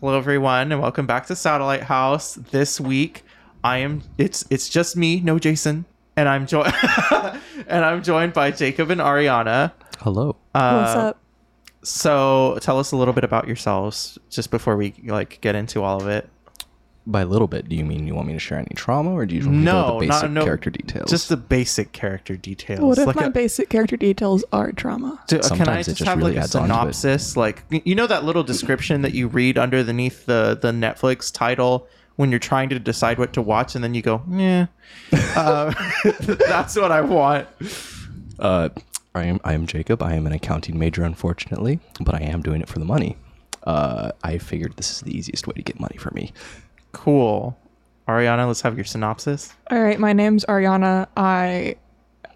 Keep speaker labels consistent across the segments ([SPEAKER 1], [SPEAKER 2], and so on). [SPEAKER 1] Hello everyone and welcome back to Satellite House. This week I am it's it's just me, no Jason, and I'm joined and I'm joined by Jacob and Ariana.
[SPEAKER 2] Hello.
[SPEAKER 3] What's
[SPEAKER 1] Uh,
[SPEAKER 3] up?
[SPEAKER 1] So tell us a little bit about yourselves just before we like get into all of it.
[SPEAKER 2] By a little bit, do you mean you want me to share any trauma, or do you just want me to go
[SPEAKER 1] No,
[SPEAKER 2] with the basic
[SPEAKER 1] not no
[SPEAKER 2] character details?
[SPEAKER 1] Just the basic character details.
[SPEAKER 3] What if my
[SPEAKER 1] a-
[SPEAKER 3] basic character details are trauma?
[SPEAKER 1] Do- can I
[SPEAKER 2] Sometimes it
[SPEAKER 1] just
[SPEAKER 2] just
[SPEAKER 1] have
[SPEAKER 2] really
[SPEAKER 1] like a
[SPEAKER 2] adds onto it.
[SPEAKER 1] synopsis? Like y- you know that little description that you read underneath the the Netflix title when you're trying to decide what to watch, and then you go, yeah, um, that's what I want.
[SPEAKER 2] uh, I am I am Jacob. I am an accounting major, unfortunately, but I am doing it for the money. Uh, I figured this is the easiest way to get money for me.
[SPEAKER 1] Cool, Ariana. Let's have your synopsis.
[SPEAKER 3] All right, my name's Ariana. I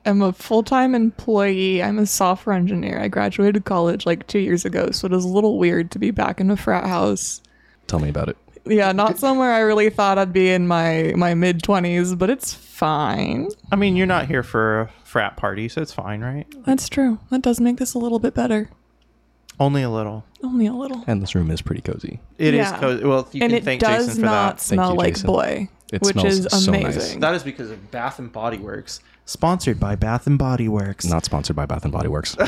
[SPEAKER 3] am a full time employee. I'm a software engineer. I graduated college like two years ago, so it is a little weird to be back in a frat house.
[SPEAKER 2] Tell me about it.
[SPEAKER 3] Yeah, not somewhere I really thought I'd be in my, my mid 20s, but it's fine.
[SPEAKER 1] I mean, you're not here for a frat party, so it's fine, right?
[SPEAKER 3] That's true. That does make this a little bit better.
[SPEAKER 1] Only a little.
[SPEAKER 3] Only a little.
[SPEAKER 2] And this room is pretty cozy.
[SPEAKER 1] It is
[SPEAKER 3] Yeah.
[SPEAKER 1] cozy. Well, you
[SPEAKER 3] and
[SPEAKER 1] can
[SPEAKER 3] it
[SPEAKER 1] thank
[SPEAKER 3] does
[SPEAKER 1] Jason for
[SPEAKER 3] not
[SPEAKER 1] that.
[SPEAKER 3] smell
[SPEAKER 2] you,
[SPEAKER 3] like
[SPEAKER 2] Jason.
[SPEAKER 3] boy,
[SPEAKER 2] It
[SPEAKER 3] which
[SPEAKER 2] smells
[SPEAKER 3] is
[SPEAKER 2] so nice.
[SPEAKER 3] amazing.
[SPEAKER 1] That is because of Bath and Body Works, sponsored by Bath and Body Works.
[SPEAKER 2] Not sponsored by Bath and Body Works.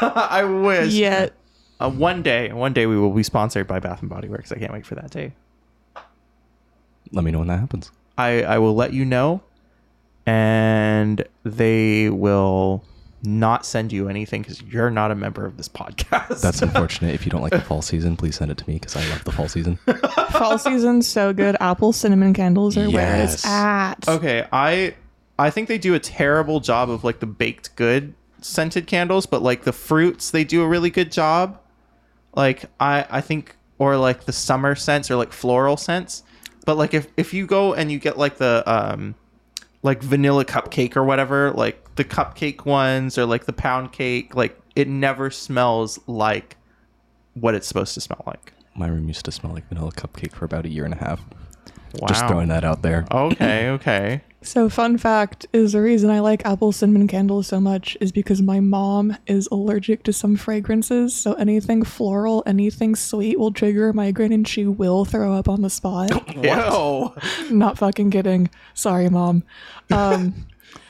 [SPEAKER 1] I wish.
[SPEAKER 3] Yet
[SPEAKER 1] Uh, one day, one day we will be sponsored by Bath and Body Works. I can't wait for that day.
[SPEAKER 2] Let me know when that happens.
[SPEAKER 1] I, I will let you know, and they will not send you anything because you're not a member of this podcast.
[SPEAKER 2] That's unfortunate. if you don't like the fall season, please send it to me because I love the fall season.
[SPEAKER 3] Fall season's so good. Apple cinnamon candles are where
[SPEAKER 2] Yes.
[SPEAKER 3] it's at.
[SPEAKER 1] okay. I I think they do a terrible job of like the baked good scented candles, but like the fruits, they do a really good job. Like I I think or like the summer scents or like floral scents. But like if if you go and you get like the um like vanilla cupcake or whatever, like the cupcake ones or like the pound cake, like it never smells like what it's supposed to smell like.
[SPEAKER 2] My room used to smell like vanilla cupcake for about a year and a half.
[SPEAKER 1] Wow. Oh,
[SPEAKER 2] Just throwing that out there.
[SPEAKER 1] Okay, okay.
[SPEAKER 3] So fun fact is the reason I like apple cinnamon candles so much is because my mom is allergic to some fragrances, so anything floral, anything sweet will trigger a migraine and she will throw up on the spot.
[SPEAKER 1] Ew.
[SPEAKER 3] Not fucking kidding. Sorry, mom. Um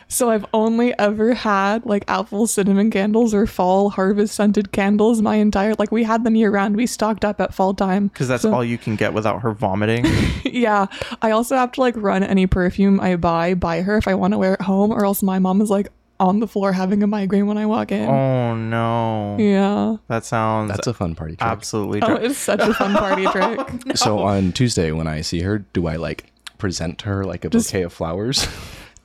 [SPEAKER 3] So I've only ever had like apple cinnamon candles or fall harvest scented candles my entire like we had them year round. We stocked up at fall time.
[SPEAKER 1] Because that's
[SPEAKER 3] So-
[SPEAKER 1] all you can get without her vomiting.
[SPEAKER 3] Yeah, I also have to like run any perfume I buy by her if I want to wear it home, or else my mom is like on the floor having a migraine when I walk in.
[SPEAKER 1] Oh no.
[SPEAKER 3] Hmm. Yeah.
[SPEAKER 1] That sounds
[SPEAKER 2] That's a fun party trick.
[SPEAKER 1] absolutely
[SPEAKER 3] Oh,
[SPEAKER 1] dr-
[SPEAKER 3] it's such a fun party trick.
[SPEAKER 2] So
[SPEAKER 3] Oh.
[SPEAKER 2] on Tuesday when I see her, do I like present her like a bouquet of flowers?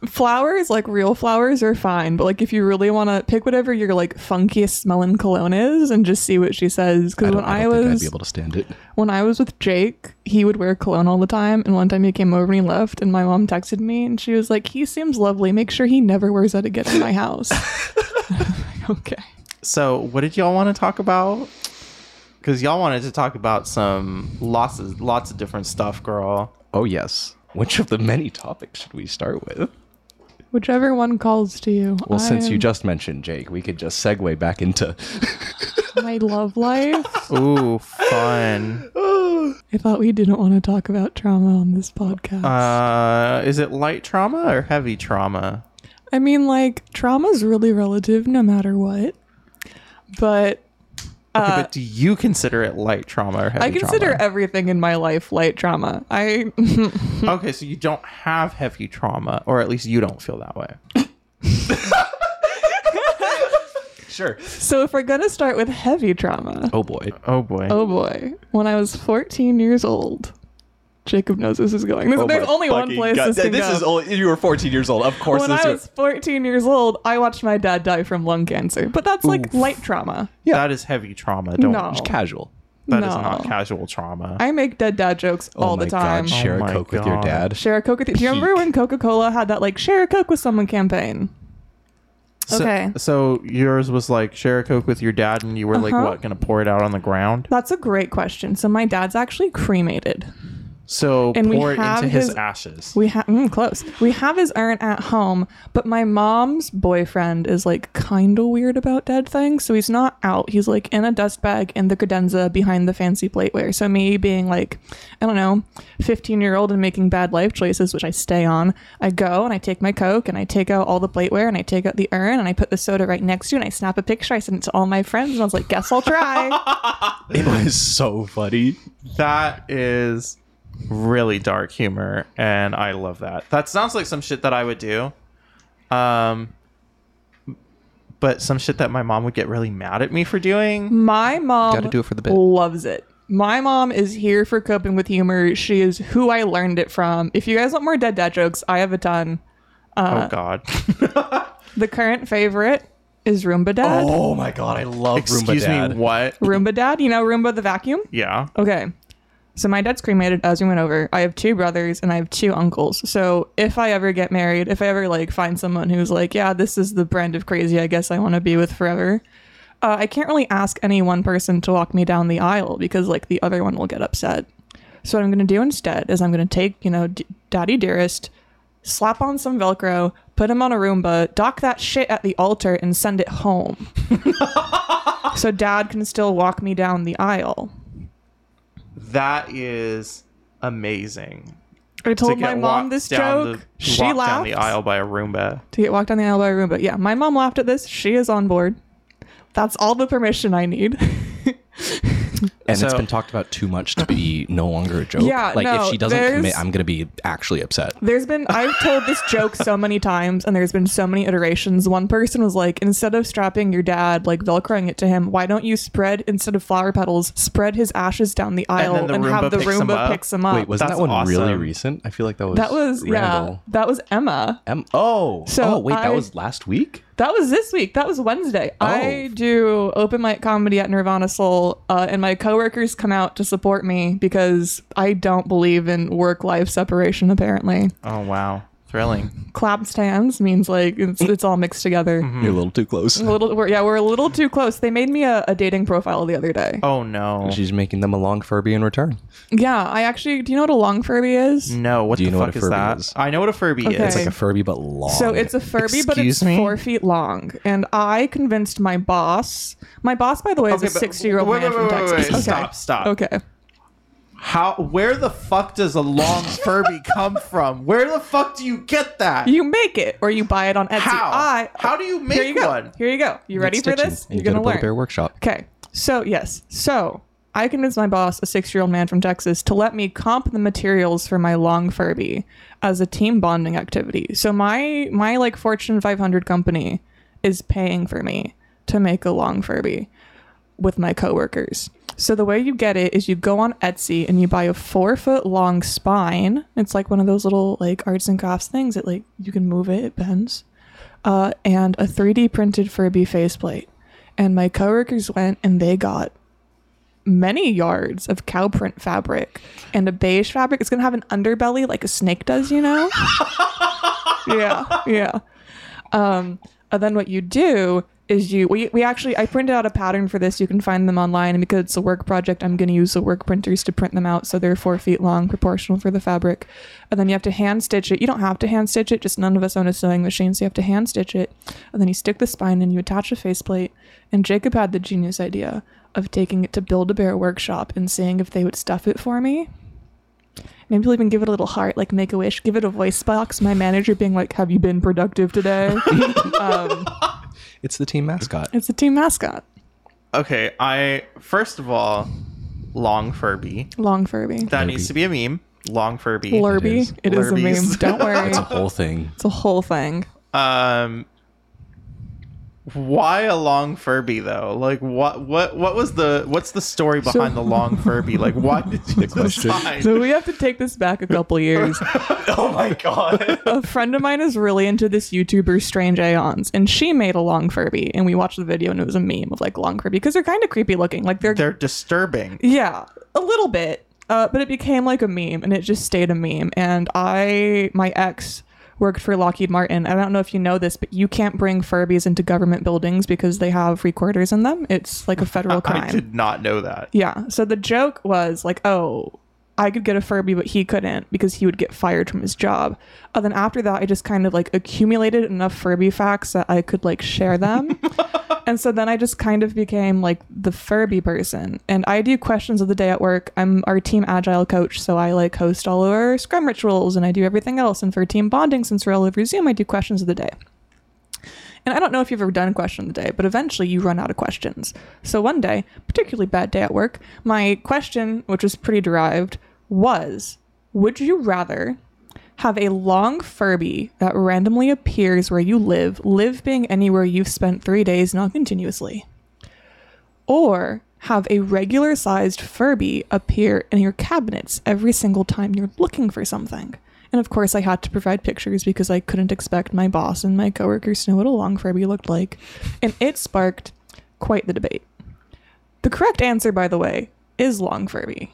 [SPEAKER 3] Flowers, like real flowers, are fine, but like if you really want to pick whatever your like funkiest smelling cologne is, and just see what she says. Because
[SPEAKER 2] I don't,
[SPEAKER 3] when
[SPEAKER 2] I
[SPEAKER 3] I,
[SPEAKER 2] don't think I'd
[SPEAKER 3] was
[SPEAKER 2] be able to stand it.
[SPEAKER 3] when I was with Jake, he would wear cologne all the time, and one time he came over and he left, and my mom texted me, and she was like, "He seems lovely. Make sure he never wears that again in my house." okay.
[SPEAKER 1] So, what did y'all want to talk about? Because y'all wanted to talk about some lots of lots of different stuff, girl.
[SPEAKER 2] Oh yes. Which of the many topics should we start with?
[SPEAKER 3] Whichever one calls to you.
[SPEAKER 2] Well, since you
[SPEAKER 3] I'm-
[SPEAKER 2] just mentioned Jake, we could just segue back into.
[SPEAKER 3] my love life,
[SPEAKER 1] Ooh, fun.
[SPEAKER 3] I thought we didn't want to talk about trauma on this podcast.
[SPEAKER 1] Uh, is it light trauma or heavy trauma?
[SPEAKER 3] I mean, like trauma's really relative, no matter what. But uh,
[SPEAKER 1] but do you consider it light trauma or heavy
[SPEAKER 3] I consider
[SPEAKER 1] trauma?
[SPEAKER 3] everything in my life light trauma. I
[SPEAKER 1] Okay, so you don't have heavy trauma, or at least you don't feel that way.
[SPEAKER 2] sure.
[SPEAKER 3] so if we're gonna start with heavy trauma,
[SPEAKER 2] Oh boy.
[SPEAKER 1] Oh boy.
[SPEAKER 3] oh boy, when I was 14 years old. Jacob knows this is going. There's,
[SPEAKER 2] Oh
[SPEAKER 3] there's
[SPEAKER 2] my
[SPEAKER 3] only one
[SPEAKER 2] fucking
[SPEAKER 3] place
[SPEAKER 2] God.
[SPEAKER 3] this
[SPEAKER 2] Th-
[SPEAKER 3] can
[SPEAKER 2] This
[SPEAKER 3] go.
[SPEAKER 2] is only you were 14 years old. Of course,
[SPEAKER 3] when
[SPEAKER 2] this
[SPEAKER 3] I
[SPEAKER 2] is-
[SPEAKER 3] was 14 years old, I watched my dad die from lung cancer. But that's like light trauma.
[SPEAKER 2] yeah.
[SPEAKER 1] That is heavy trauma. Don't.
[SPEAKER 3] No.
[SPEAKER 2] It's casual.
[SPEAKER 1] that is
[SPEAKER 3] No.
[SPEAKER 1] not casual trauma.
[SPEAKER 3] I make dead dad jokes all
[SPEAKER 2] oh my
[SPEAKER 3] the time.
[SPEAKER 2] God. Share
[SPEAKER 1] Oh my
[SPEAKER 2] a coke with your
[SPEAKER 1] God.
[SPEAKER 2] dad.
[SPEAKER 3] Share a Coke with you. Do you remember
[SPEAKER 2] Peak.
[SPEAKER 3] when Coca Cola had that like share a Coke with someone campaign?
[SPEAKER 1] So-
[SPEAKER 3] Okay.
[SPEAKER 1] So yours was like share a coke with your dad, and you were like,
[SPEAKER 3] Uh-huh.
[SPEAKER 1] what? Gonna pour it out on the ground?
[SPEAKER 3] That's a great question. So my dad's actually cremated.
[SPEAKER 1] So
[SPEAKER 3] And we
[SPEAKER 1] pour it
[SPEAKER 3] have
[SPEAKER 1] into his,
[SPEAKER 3] his-
[SPEAKER 1] ashes.
[SPEAKER 3] We have mm, close. We have his urn at home, but my mom's boyfriend is like kind of weird about dead things, so he's not out. He's like in a dust bag in the credenza behind the fancy plateware. So me being like, I don't know, fifteen year old and making bad life choices, which I stay on. I go and I take my coke and I take out all the plateware and I take out the urn and I put the soda right next to it and I snap a picture. I send it to all my friends and I was like, guess I'll try.
[SPEAKER 2] It was so funny.
[SPEAKER 1] that is really dark humor, and I love that. That sounds like some shit that I would do. Um, but some shit that my mom would get really mad at me for doing.
[SPEAKER 3] my mom
[SPEAKER 2] Gotta do it for the bit.
[SPEAKER 3] loves it. My mom is here for coping with humor. She is who I learned it from. If you guys want more dead dad jokes, I have a ton.
[SPEAKER 1] oh God.
[SPEAKER 3] The current favorite is Roomba Dad.
[SPEAKER 2] Oh my god, I love
[SPEAKER 1] Excuse me. What?
[SPEAKER 3] Roomba Dad, you know Roomba the vacuum?
[SPEAKER 1] Yeah.
[SPEAKER 3] Okay. So my dad's cremated as we went over. I have two brothers and I have two uncles. So if I ever get married, if I ever like find someone who's like, yeah, this is the brand of crazy I guess I want to be with forever. Uh, I can't really ask any one person to walk me down the aisle because like the other one will get upset. So what I'm going to do instead is I'm going to take, you know, D- Daddy Dearest, slap on some Velcro, put him on a Roomba, dock that shit at the altar and send it home. so dad can still walk me down the aisle.
[SPEAKER 1] That is amazing.
[SPEAKER 3] I told
[SPEAKER 1] to
[SPEAKER 3] my
[SPEAKER 1] get
[SPEAKER 3] mom
[SPEAKER 1] walked
[SPEAKER 3] this
[SPEAKER 1] down
[SPEAKER 3] joke.
[SPEAKER 1] The,
[SPEAKER 3] she
[SPEAKER 1] walked
[SPEAKER 3] laughed
[SPEAKER 1] down the aisle by a Roomba.
[SPEAKER 3] to get walked down the aisle by a room. But yeah, my mom laughed at this. She is on board. That's all the permission I need.
[SPEAKER 2] And it's
[SPEAKER 1] So-
[SPEAKER 2] been talked about too much to be no longer a joke.
[SPEAKER 3] Yeah,
[SPEAKER 2] like
[SPEAKER 3] no,
[SPEAKER 2] if she doesn't
[SPEAKER 3] there's-
[SPEAKER 2] commit, I'm gonna be actually upset.
[SPEAKER 3] there's been I've told this joke so many times, and there's been so many iterations. One person was like, instead of strapping your dad, like velcroing it to him, why don't you spread instead of flower petals, spread his ashes down the aisle
[SPEAKER 1] then
[SPEAKER 3] and,
[SPEAKER 1] the Roomba
[SPEAKER 3] have the
[SPEAKER 1] picks him
[SPEAKER 3] Roomba
[SPEAKER 1] up?
[SPEAKER 3] picks him up?
[SPEAKER 2] Wait, wasn't
[SPEAKER 1] that's
[SPEAKER 2] that one really
[SPEAKER 1] awesome.
[SPEAKER 2] recent? I feel like that was
[SPEAKER 3] that was yeah,
[SPEAKER 2] Randall.
[SPEAKER 3] that was Emma.
[SPEAKER 2] Em- oh,
[SPEAKER 3] So
[SPEAKER 2] oh wait,
[SPEAKER 3] I-
[SPEAKER 2] that was last week.
[SPEAKER 3] That was this week. That was Wednesday.
[SPEAKER 1] Oh.
[SPEAKER 3] I do open mic comedy at Nirvana Soul, uh, and my coworkers come out to support me because I don't believe in work life separation, apparently.
[SPEAKER 1] Oh wow, thrilling.
[SPEAKER 3] Clap stands means like it's, it's all mixed together.
[SPEAKER 1] Mm-hmm.
[SPEAKER 2] Hmm. You're a little too close.
[SPEAKER 3] A little, we're, yeah, we're a little too close. They made me a, a dating profile the other day.
[SPEAKER 1] Oh no.
[SPEAKER 2] She's making them a long Furby in return.
[SPEAKER 3] Yeah, I actually, do you know what a long Furby is?
[SPEAKER 1] No, what
[SPEAKER 2] Do you
[SPEAKER 1] the
[SPEAKER 2] know what
[SPEAKER 1] fuck
[SPEAKER 2] a
[SPEAKER 1] is
[SPEAKER 2] Furby
[SPEAKER 1] that?
[SPEAKER 2] is?
[SPEAKER 1] I know what a Furby
[SPEAKER 3] Okay.
[SPEAKER 1] is.
[SPEAKER 2] It's like a Furby but long.
[SPEAKER 3] So it's a Furby, but it's
[SPEAKER 1] Excuse me?
[SPEAKER 3] four feet long. And I convinced my boss. My boss, by the way, is
[SPEAKER 1] Okay,
[SPEAKER 3] a
[SPEAKER 1] but-
[SPEAKER 3] sixty-year-old
[SPEAKER 1] wait,
[SPEAKER 3] man
[SPEAKER 1] wait,
[SPEAKER 3] from
[SPEAKER 1] wait, wait,
[SPEAKER 3] Texas.
[SPEAKER 1] wait.
[SPEAKER 3] Okay.
[SPEAKER 1] Stop, stop.
[SPEAKER 3] Okay.
[SPEAKER 1] How? Where the fuck does a long Furby come from? Where the fuck do you get that?
[SPEAKER 3] You make it or you buy it on Etsy.
[SPEAKER 1] How?
[SPEAKER 3] I
[SPEAKER 1] How do you
[SPEAKER 3] here
[SPEAKER 1] make
[SPEAKER 3] you go.
[SPEAKER 1] one?
[SPEAKER 3] Here you go. You ready for this?
[SPEAKER 2] And
[SPEAKER 3] You're
[SPEAKER 2] you go to
[SPEAKER 3] gonna
[SPEAKER 2] Build
[SPEAKER 3] learn.
[SPEAKER 2] a Bear Workshop.
[SPEAKER 3] Okay. So yes. So I convinced my boss, a six-year-old man from Texas, to let me comp the materials for my long Furby as a team bonding activity. So my my like Fortune 500 company is paying for me to make a long Furby with my coworkers. So the way you get it is you go on Etsy and you buy a four foot long spine. It's like one of those little like arts and crafts things that like you can move it, it bends. Uh, and a 3D printed Furby faceplate. And my coworkers went and they got many yards of cow print fabric and a beige fabric. It's gonna have an underbelly like a snake does, you know? yeah, yeah. Um, and then what you do is you we, we actually I printed out a pattern for this. You can find them online, and because it's a work project, I'm gonna use the work printers to print them out so they're four feet long, proportional for the fabric. And then you have to hand stitch it. You don't have to hand stitch it, just none of us own a sewing machine, so you have to hand stitch it. And then you stick the spine and you attach a faceplate. And Jacob had the genius idea of taking it to Build a Bear Workshop and seeing if they would stuff it for me. Maybe we'll even give it a little heart, like make a wish, give it a voice box. My manager being like, Have you been productive today? um,
[SPEAKER 2] It's the team mascot.
[SPEAKER 3] it's a team mascot,
[SPEAKER 1] Okay, I first of all, long Furby.
[SPEAKER 3] Long Furby.
[SPEAKER 1] That
[SPEAKER 2] Furby.
[SPEAKER 1] needs to be a meme. Long Furby.
[SPEAKER 3] Lurby.
[SPEAKER 2] is.
[SPEAKER 3] It is a meme.
[SPEAKER 1] Lurbies.
[SPEAKER 3] Don't worry.
[SPEAKER 2] It's a whole thing.
[SPEAKER 3] it's a whole thing.
[SPEAKER 1] Um, why a long Furby though? Like, what, what, what was the, what's the story behind the long Furby? Like, why did you
[SPEAKER 2] question.
[SPEAKER 1] decide?
[SPEAKER 3] So we have to take this back a couple years.
[SPEAKER 1] oh my god!
[SPEAKER 3] a friend of mine is really into this YouTuber Strange Aeons, and she made a long Furby, and we watched the video, and it was a meme of like long Furby because they're kind of creepy looking, like they're,
[SPEAKER 1] They're disturbing.
[SPEAKER 3] yeah, a little bit, uh, but it became like a meme, and it just stayed a meme. And I, my ex, worked for Lockheed Martin. I don't know if you know this, but you can't bring Furbies into government buildings because they have recorders in them. It's like a federal crime.
[SPEAKER 1] I did not know that.
[SPEAKER 3] Yeah. So the joke was like, oh, I could get a Furby, but he couldn't because he would get fired from his job. And then after that, I just kind of like accumulated enough Furby facts that I could like share them. and so then I just kind of became like the Furby person. And I do questions of the day at work. I'm our team agile coach, so I like host all of our scrum rituals and I do everything else. And for team bonding, since we're all over Zoom, I do questions of the day. And I don't know if you've ever done a question of the day, but eventually you run out of questions. So one day, particularly bad day at work, my question, which was pretty derived, was Would you rather have a long Furby that randomly appears where you live, live being anywhere you've spent three days non continuously? Or have a regular sized Furby appear in your cabinets every single time you're looking for something? And of course, I had to provide pictures because I couldn't expect my boss and my coworkers to know what a long Furby looked like. And it sparked quite the debate. The correct answer, by the way, is long Furby.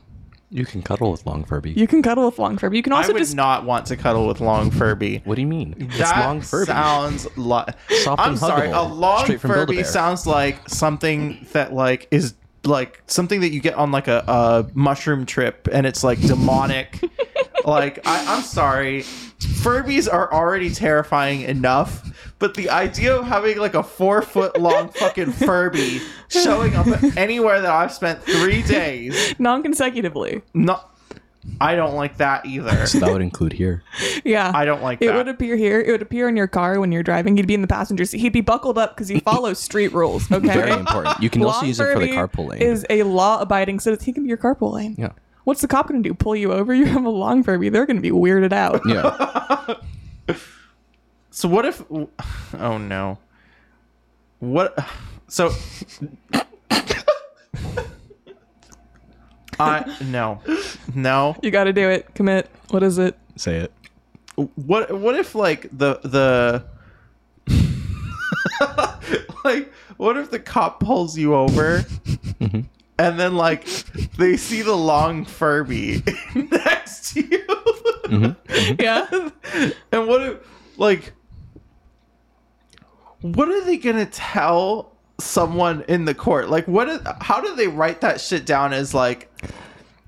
[SPEAKER 2] You can cuddle with long Furby.
[SPEAKER 3] You can cuddle with long Furby. You can
[SPEAKER 1] I
[SPEAKER 3] also
[SPEAKER 1] would
[SPEAKER 3] just
[SPEAKER 1] not want to cuddle with long Furby.
[SPEAKER 2] what do you mean? it's
[SPEAKER 1] that
[SPEAKER 2] long Furby.
[SPEAKER 1] sounds like
[SPEAKER 2] Soft
[SPEAKER 1] I'm
[SPEAKER 2] and
[SPEAKER 1] sorry, a
[SPEAKER 2] huggable.
[SPEAKER 1] long
[SPEAKER 2] Straight from
[SPEAKER 1] Furby
[SPEAKER 2] Build-A-Bear.
[SPEAKER 1] sounds like something that like is like something that you get on like a, a mushroom trip, and it's like demonic. like I, I'm sorry, Furbies are already terrifying enough, but the idea of having like a four foot long fucking Furby showing up anywhere that I've spent three days,
[SPEAKER 3] non consecutively.
[SPEAKER 1] not. I don't like that either.
[SPEAKER 2] so that would include here.
[SPEAKER 3] Yeah.
[SPEAKER 1] I don't like
[SPEAKER 3] it
[SPEAKER 1] that.
[SPEAKER 3] would appear here. It would appear in your car when you're driving. He'd be in the passenger seat. He'd be buckled up because he follows street rules. Okay.
[SPEAKER 2] Very important. You can also
[SPEAKER 3] Long
[SPEAKER 2] use it for the
[SPEAKER 3] Furby
[SPEAKER 2] carpool lane.
[SPEAKER 3] Is a law abiding citizen. He can be your carpool lane.
[SPEAKER 2] yeah.
[SPEAKER 3] What's the cop going to do? Pull you over? You have a long Furby. They're going to be weirded out.
[SPEAKER 2] Yeah.
[SPEAKER 1] So what if? Oh no. What? So. I no, no.
[SPEAKER 3] You got to do it. Commit. What is it?
[SPEAKER 2] Say it.
[SPEAKER 1] What? What if like the the. like, what if the cop pulls you over, and then like they see the long Furby next to you?
[SPEAKER 2] Mm-hmm.
[SPEAKER 3] Yeah.
[SPEAKER 1] And what if, like, what are they gonna tell someone in the court? Like, what? Is, how do they write that shit down as like,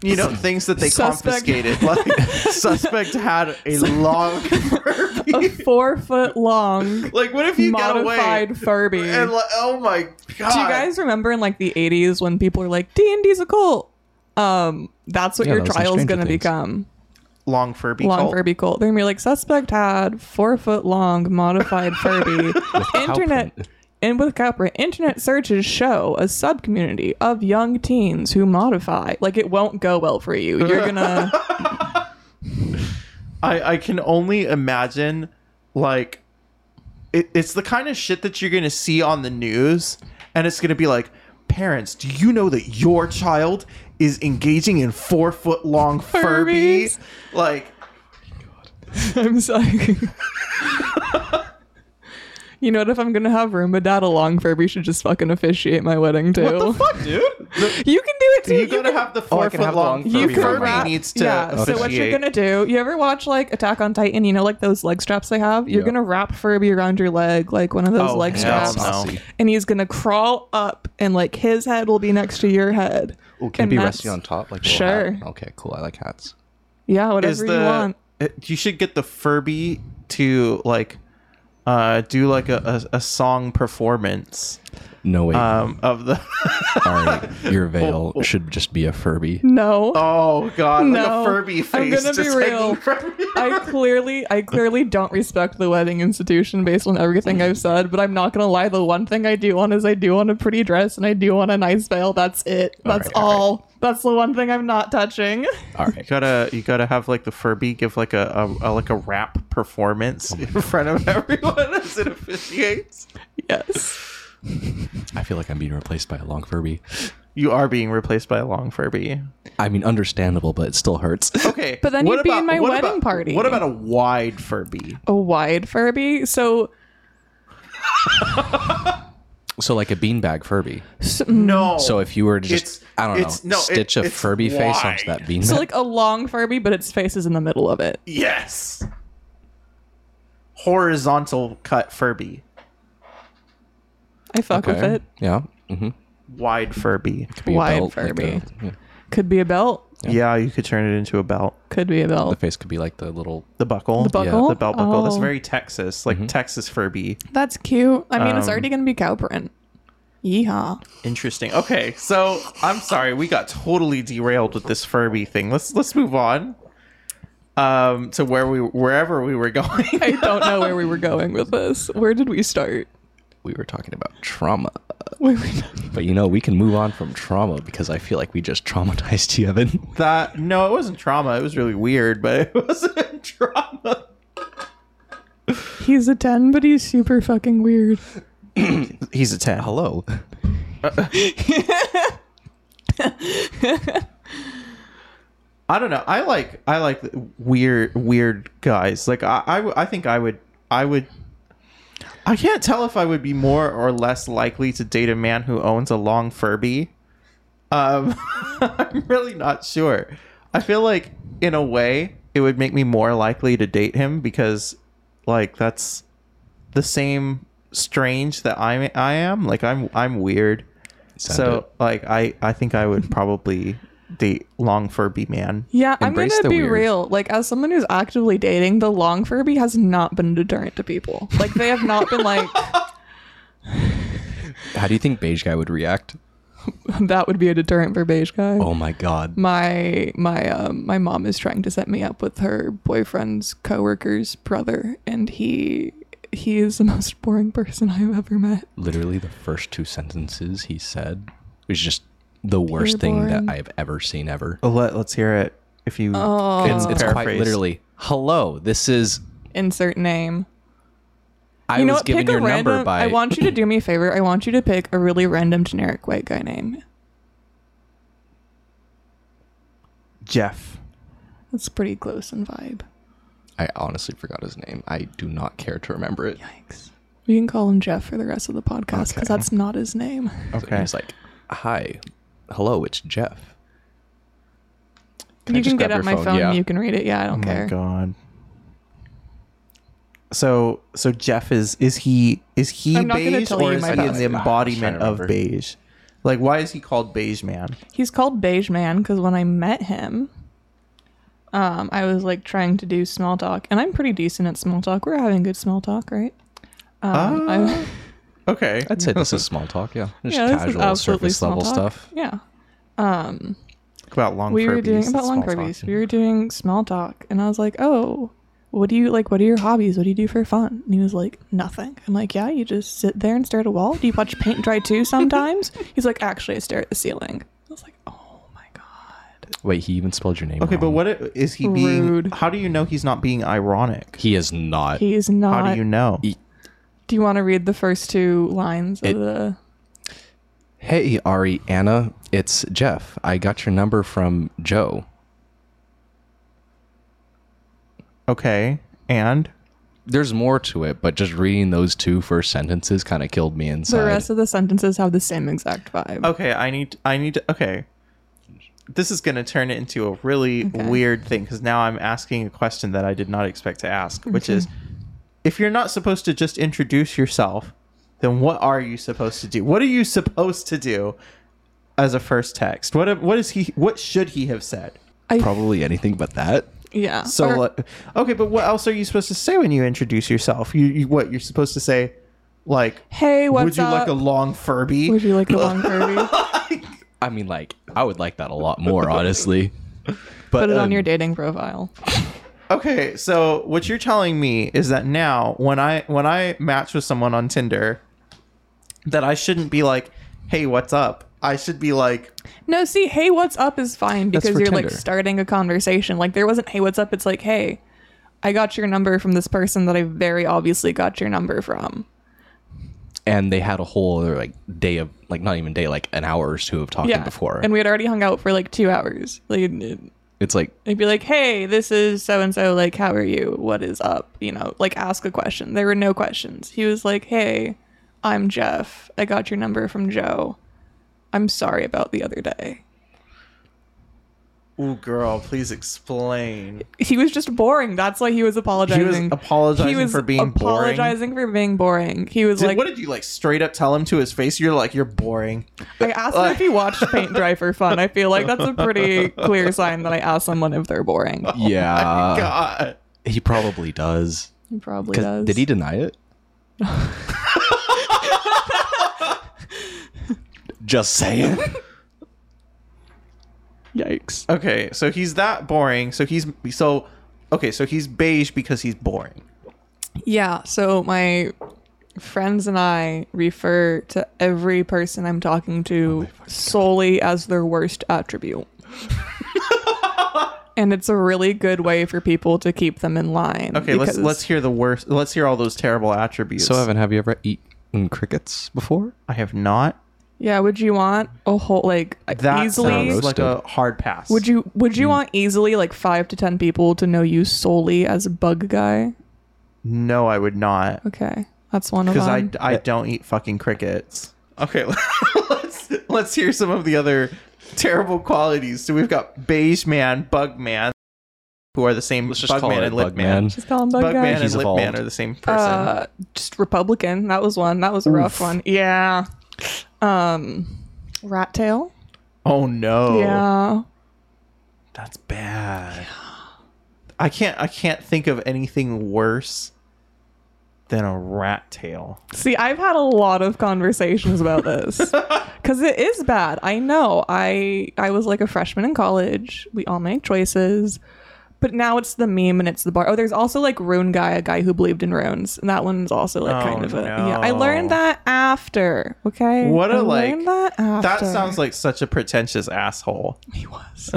[SPEAKER 1] you know, things that they
[SPEAKER 3] Suspect.
[SPEAKER 1] confiscated? Like, suspect had a long
[SPEAKER 3] a
[SPEAKER 1] Furby.
[SPEAKER 3] four foot long
[SPEAKER 1] like, what if you got away?
[SPEAKER 3] modified Furby.
[SPEAKER 1] And like, oh my god!
[SPEAKER 3] Do you guys remember in like the 80s when people were like D and D's a cult? Um, that's what
[SPEAKER 2] Yeah,
[SPEAKER 3] your
[SPEAKER 2] that was in
[SPEAKER 3] trial's
[SPEAKER 2] Stranger
[SPEAKER 3] gonna
[SPEAKER 2] Things.
[SPEAKER 3] become.
[SPEAKER 1] long Furby?
[SPEAKER 3] Long
[SPEAKER 1] cult?
[SPEAKER 3] Furby cult. They're gonna be like suspect had four foot long modified Furby. internet
[SPEAKER 2] print.
[SPEAKER 3] and with Capra, internet searches show a sub community of young teens who modify. Like it won't go well for you. You're gonna
[SPEAKER 1] I, I can only imagine like it, it's the kind of shit that you're gonna see on the news and it's gonna be like parents do you know that your child is engaging in four foot long furby
[SPEAKER 3] Furbies.
[SPEAKER 1] like
[SPEAKER 3] I'm sorry. you know what if I'm gonna have Roomba dad a long Furby should just fucking officiate my wedding too.
[SPEAKER 1] what the fuck dude The-
[SPEAKER 3] You can do it too.
[SPEAKER 1] you,
[SPEAKER 3] You
[SPEAKER 1] gotta
[SPEAKER 3] can-
[SPEAKER 1] have the
[SPEAKER 2] Oh, I
[SPEAKER 1] four
[SPEAKER 2] can
[SPEAKER 1] foot
[SPEAKER 2] have
[SPEAKER 1] long
[SPEAKER 2] long
[SPEAKER 1] furby,
[SPEAKER 2] Furby
[SPEAKER 1] furby
[SPEAKER 2] wrap-
[SPEAKER 1] needs to
[SPEAKER 3] yeah. So what you're
[SPEAKER 1] officiate.
[SPEAKER 3] gonna do? You ever watch like Attack on Titan? You know, like those leg straps they have. You're
[SPEAKER 2] Yeah.
[SPEAKER 3] gonna wrap Furby around your leg, like one of those
[SPEAKER 1] Oh,
[SPEAKER 3] leg
[SPEAKER 1] hell
[SPEAKER 3] straps,
[SPEAKER 1] no.
[SPEAKER 3] and he's gonna crawl up, and like his head will be next to your head.
[SPEAKER 2] Oh, can
[SPEAKER 3] And
[SPEAKER 2] it be
[SPEAKER 3] that's-
[SPEAKER 2] resting on top like a little
[SPEAKER 3] Sure.
[SPEAKER 2] hat? Okay, cool. I like hats.
[SPEAKER 3] Yeah,
[SPEAKER 1] is
[SPEAKER 3] whatever you
[SPEAKER 1] the
[SPEAKER 3] want.
[SPEAKER 1] you, you should get the furby to like uh do like a, a, a song performance
[SPEAKER 2] No wait.
[SPEAKER 1] um of the
[SPEAKER 2] All right, your veil should just be a Furby.
[SPEAKER 3] No.
[SPEAKER 1] Oh god, like
[SPEAKER 3] No,
[SPEAKER 1] a Furby
[SPEAKER 3] I'm
[SPEAKER 1] face.
[SPEAKER 3] gonna be
[SPEAKER 1] just
[SPEAKER 3] real.
[SPEAKER 1] hanging from you.
[SPEAKER 3] I clearly, I clearly don't respect the wedding institution based on everything I've said, but I'm not gonna lie. The one thing I do want is I do want a pretty dress and I do want a nice veil. That's it. That's
[SPEAKER 2] right, all
[SPEAKER 3] all. That's the one thing I'm not touching.
[SPEAKER 2] All
[SPEAKER 1] You
[SPEAKER 2] right.
[SPEAKER 1] gotta you gotta have like the Furby give like a, a, a like a rap performance in front of everyone as it officiates.
[SPEAKER 3] Yes.
[SPEAKER 2] I feel like I'm being replaced by a long Furby.
[SPEAKER 1] You are being replaced by a long Furby.
[SPEAKER 2] I mean, understandable, but it still hurts.
[SPEAKER 1] Okay,
[SPEAKER 3] But then
[SPEAKER 1] what
[SPEAKER 3] you'd be in my
[SPEAKER 1] what
[SPEAKER 3] wedding
[SPEAKER 1] about-
[SPEAKER 3] party. Um,
[SPEAKER 1] What about a wide Furby?
[SPEAKER 3] A wide Furby. So,
[SPEAKER 2] so like a beanbag Furby.
[SPEAKER 1] No.
[SPEAKER 2] So if you were to just,
[SPEAKER 1] It's-
[SPEAKER 2] I don't know,
[SPEAKER 1] it's- no, it-
[SPEAKER 2] stitch a
[SPEAKER 1] it's
[SPEAKER 2] Furby face
[SPEAKER 1] wide.
[SPEAKER 2] onto that beanbag.
[SPEAKER 3] so like a long Furby, but its face is in the middle of it.
[SPEAKER 1] yes, horizontal cut Furby,
[SPEAKER 3] I fuck with it.
[SPEAKER 2] Yeah. Mm-hmm.
[SPEAKER 1] wide Furby.
[SPEAKER 3] Wide Furby. Could be a belt.
[SPEAKER 1] Yeah. you could turn it into a belt.
[SPEAKER 3] Could be a
[SPEAKER 2] The
[SPEAKER 3] belt.
[SPEAKER 2] face could be like the little.
[SPEAKER 1] The buckle.
[SPEAKER 3] The buckle.
[SPEAKER 1] The belt buckle. That's
[SPEAKER 3] Oh.
[SPEAKER 1] very Texas, like Texas Furby.
[SPEAKER 3] That's cute. I mean, it's
[SPEAKER 1] Um,
[SPEAKER 3] already gonna be cow print. Yeehaw.
[SPEAKER 1] Interesting. Okay, so I'm sorry, we got totally derailed with this Furby thing. Let's let's move on. Um, to where we wherever we were going.
[SPEAKER 3] I don't know where we were going with this. Where did we start?
[SPEAKER 2] We were talking about trauma,
[SPEAKER 3] Where we-
[SPEAKER 2] but you know we can move on from trauma because I feel like we just traumatized you, Evan.
[SPEAKER 1] that no, it wasn't trauma. It was really weird, but it wasn't trauma.
[SPEAKER 3] he's a 10, but he's super fucking weird.
[SPEAKER 1] He's a ten.
[SPEAKER 2] Hello.
[SPEAKER 1] I don't know. I like I like weird weird guys. Like I, I w- I think I would I would I can't tell if I would be more or less likely to date a man who owns a long Furby. Um, I'm really not sure. I feel like in a way it would make me more likely to date him because like that's the same strange that I I am. Like I'm I'm weird.
[SPEAKER 2] Send
[SPEAKER 1] so
[SPEAKER 2] it.
[SPEAKER 1] like I I think I would probably date long Furby man.
[SPEAKER 3] Yeah,
[SPEAKER 2] Embrace
[SPEAKER 3] I'm
[SPEAKER 2] the
[SPEAKER 3] gonna be
[SPEAKER 2] weird.
[SPEAKER 3] real. Like, as someone who's actively dating, the long Furby has not been a deterrent to people. Like, they have not been like,
[SPEAKER 2] How do you think beige guy would react?
[SPEAKER 3] that would be a deterrent for beige guy.
[SPEAKER 2] Oh my god.
[SPEAKER 3] My my um, my mom is trying to set me up with her boyfriend's coworker's brother, and he he is the most boring person I've ever met.
[SPEAKER 2] Literally the first two sentences he said was just the worst thing
[SPEAKER 3] boring.
[SPEAKER 2] that I've ever seen ever.
[SPEAKER 1] Oh, let, let's hear it. If you can
[SPEAKER 2] It's, it's quite
[SPEAKER 1] paraphrase.
[SPEAKER 2] literally, hello, this is,
[SPEAKER 3] Insert name.
[SPEAKER 2] I
[SPEAKER 3] You know
[SPEAKER 2] was
[SPEAKER 3] what?
[SPEAKER 2] given
[SPEAKER 3] Pick a
[SPEAKER 2] your number
[SPEAKER 3] random.
[SPEAKER 2] by,
[SPEAKER 3] I want you to do me a favor. I want you to pick a really random generic white guy name.
[SPEAKER 1] Jeff.
[SPEAKER 3] That's pretty close in vibe.
[SPEAKER 2] I honestly forgot his name. I do not care to remember it.
[SPEAKER 3] Yikes. We can call him Jeff for the rest of the podcast because
[SPEAKER 2] Okay.
[SPEAKER 3] that's not his name.
[SPEAKER 2] So he's like, hi, hello, it's Jeff. I
[SPEAKER 3] you
[SPEAKER 2] just
[SPEAKER 3] can
[SPEAKER 2] grab
[SPEAKER 3] get out
[SPEAKER 2] your
[SPEAKER 3] my
[SPEAKER 2] phone?
[SPEAKER 3] phone.
[SPEAKER 2] Yeah.
[SPEAKER 3] and You can read it. Yeah, I
[SPEAKER 1] Oh
[SPEAKER 3] don't care.
[SPEAKER 1] my god. So so Jeff is is he is he
[SPEAKER 3] I'm not gonna
[SPEAKER 1] beige
[SPEAKER 3] tell
[SPEAKER 1] or
[SPEAKER 3] you
[SPEAKER 1] is
[SPEAKER 3] my
[SPEAKER 1] he
[SPEAKER 3] password.
[SPEAKER 1] the
[SPEAKER 2] I'm
[SPEAKER 1] embodiment
[SPEAKER 2] trying to
[SPEAKER 1] of
[SPEAKER 2] remember.
[SPEAKER 1] beige? Like why is he called beige man?
[SPEAKER 3] He's called Beige Man because when I met him, um, I was like trying to do small talk, and I'm pretty decent at small talk. We're having good small talk, right?
[SPEAKER 1] Ah.
[SPEAKER 3] Um, I,
[SPEAKER 1] Okay.
[SPEAKER 2] I'd say this is small talk, yeah. Just
[SPEAKER 3] yeah, this is
[SPEAKER 2] casual
[SPEAKER 3] absolutely
[SPEAKER 2] surface
[SPEAKER 3] small
[SPEAKER 2] level
[SPEAKER 3] talk.
[SPEAKER 2] stuff.
[SPEAKER 3] Yeah,
[SPEAKER 1] about long
[SPEAKER 3] we
[SPEAKER 1] Furbies.
[SPEAKER 3] were doing about
[SPEAKER 1] That's
[SPEAKER 3] long
[SPEAKER 1] small talk.
[SPEAKER 3] Furbies. We were doing small talk, and I was like, "Oh, what do you like? What are your hobbies? What do you do for fun?" And he was like, "Nothing." I'm like, "Yeah, you just sit there and stare at a wall. Do you watch paint dry too sometimes?" He's like, "Actually, I stare at the ceiling." I was like, "Oh my god."
[SPEAKER 2] Wait, he even spelled your name
[SPEAKER 1] Okay, but
[SPEAKER 2] wrong.
[SPEAKER 1] what i- is he being
[SPEAKER 3] Rude.
[SPEAKER 1] How do you know he's not being ironic?
[SPEAKER 2] He is not.
[SPEAKER 3] He is not.
[SPEAKER 1] How do you know?
[SPEAKER 2] He-
[SPEAKER 3] Do you want to read the first two lines
[SPEAKER 2] It-
[SPEAKER 3] of the?
[SPEAKER 2] Hey, Ari, Anna, it's Jeff. I got your number from Joe.
[SPEAKER 1] Okay. And
[SPEAKER 2] There's more to it, but just reading those two first sentences kind of killed me inside.
[SPEAKER 3] The rest of the sentences have the same exact vibe.
[SPEAKER 1] Okay, I need I need to okay. This is going to turn it into a really
[SPEAKER 3] Okay.
[SPEAKER 1] weird thing cuz now I'm asking a question that I did not expect to ask, which is
[SPEAKER 3] Mm-hmm.
[SPEAKER 1] if you're not supposed to just introduce yourself, then what are you supposed to do? What are you supposed to do as a first text? What what is he what should he have said?
[SPEAKER 3] I,
[SPEAKER 2] Probably anything but that.
[SPEAKER 3] yeah.
[SPEAKER 1] So
[SPEAKER 3] Or-
[SPEAKER 1] like, okay, but what else are you supposed to say when you introduce yourself? You, you what you're supposed to say like
[SPEAKER 3] hey, what's
[SPEAKER 1] would you
[SPEAKER 3] up?
[SPEAKER 1] like a long Furby?
[SPEAKER 3] Would you like a long Furby?
[SPEAKER 2] I mean, like, I would like that a lot more, honestly. But,
[SPEAKER 3] Put it on
[SPEAKER 2] um,
[SPEAKER 3] your dating profile.
[SPEAKER 1] Okay, so what you're telling me is that now when I when I match with someone on Tinder that I shouldn't be like, "Hey, what's up?" I should be like,
[SPEAKER 3] No, see, hey, what's up is fine because
[SPEAKER 2] for
[SPEAKER 3] you're like
[SPEAKER 2] Tinder.
[SPEAKER 3] starting a conversation. Like there wasn't hey, what's up. It's like hey, I got your number from this person that I very obviously got your number from.
[SPEAKER 2] And they had a whole other, like, day of, like, not even day, like, an hour or two of talking
[SPEAKER 3] Yeah,
[SPEAKER 2] before.
[SPEAKER 3] and we had already hung out for like two hours. Like
[SPEAKER 2] it's like,
[SPEAKER 3] I'd be like, hey, this is so and so. Like, how are you? What is up? You know, like ask a question. There were no questions. He was like, hey, I'm Jeff. I got your number from Joe. I'm sorry about the other day.
[SPEAKER 1] Ooh, girl, please explain.
[SPEAKER 3] He was just boring. That's why he was
[SPEAKER 1] He was
[SPEAKER 3] apologizing.
[SPEAKER 1] apologizing
[SPEAKER 3] He was
[SPEAKER 1] for being boring.
[SPEAKER 3] apologizing for being boring. He was
[SPEAKER 1] Did,
[SPEAKER 3] like,
[SPEAKER 1] what did you like straight up tell him to his face? You're like, you're boring.
[SPEAKER 3] I asked him
[SPEAKER 1] uh,
[SPEAKER 3] if he watched paint dry for fun. I feel like that's a pretty clear sign that I asked someone if they're boring.
[SPEAKER 1] Uh,
[SPEAKER 2] yeah,
[SPEAKER 1] God.
[SPEAKER 2] he probably does.
[SPEAKER 3] He probably
[SPEAKER 2] 'Cause
[SPEAKER 3] does.
[SPEAKER 2] Did he deny it? Just saying.
[SPEAKER 3] Yikes.
[SPEAKER 1] Okay, so he's that boring. So he's so okay. So he's beige because he's boring.
[SPEAKER 3] Yeah, so my friends and I refer to every person I'm talking to solely as their worst attribute. and it's a really good way for people to keep them in line.
[SPEAKER 1] Okay, let's
[SPEAKER 3] because-
[SPEAKER 1] let's hear the worst. Let's hear all those terrible attributes.
[SPEAKER 2] So Evan, have you ever eaten crickets before?
[SPEAKER 1] I have not.
[SPEAKER 3] Yeah, would you want a whole like
[SPEAKER 1] That
[SPEAKER 3] easily
[SPEAKER 1] sounds like a
[SPEAKER 2] Roasted.
[SPEAKER 1] hard pass.
[SPEAKER 3] would you would
[SPEAKER 1] Hmm.
[SPEAKER 3] you want easily like 5 to 10 people to know you solely as a bug guy?
[SPEAKER 1] No, I would not.
[SPEAKER 3] Okay. That's one of them.
[SPEAKER 1] Because I, I don't eat fucking crickets. Okay, let's let's hear some of the other terrible qualities. So we've got beige man, bug man, who are the same. bug man and lip man.
[SPEAKER 3] Just call him bug,
[SPEAKER 1] Bug
[SPEAKER 3] guy.
[SPEAKER 1] man and
[SPEAKER 2] He's
[SPEAKER 1] lip man
[SPEAKER 2] evolved.
[SPEAKER 1] are the same person.
[SPEAKER 3] Uh, just Republican. That was one. That was a rough one. Yeah. Um, rat tail.
[SPEAKER 1] oh no,
[SPEAKER 3] Yeah.
[SPEAKER 1] that's bad. I can't I can't think of anything worse than a rat tail.
[SPEAKER 3] See, I've had a lot of conversations about this because it is bad. I know. I I was like a freshman in college. We all make choices, but now it's the meme and it's the bar. Oh, there's also like rune guy, a guy who believed in runes, and that one's also like
[SPEAKER 1] Oh,
[SPEAKER 3] kind of a yeah. I
[SPEAKER 1] no.
[SPEAKER 3] learned that after. Okay.
[SPEAKER 1] What
[SPEAKER 3] I
[SPEAKER 1] a like.
[SPEAKER 3] learned that after.
[SPEAKER 1] That sounds like such a pretentious asshole.
[SPEAKER 3] He was.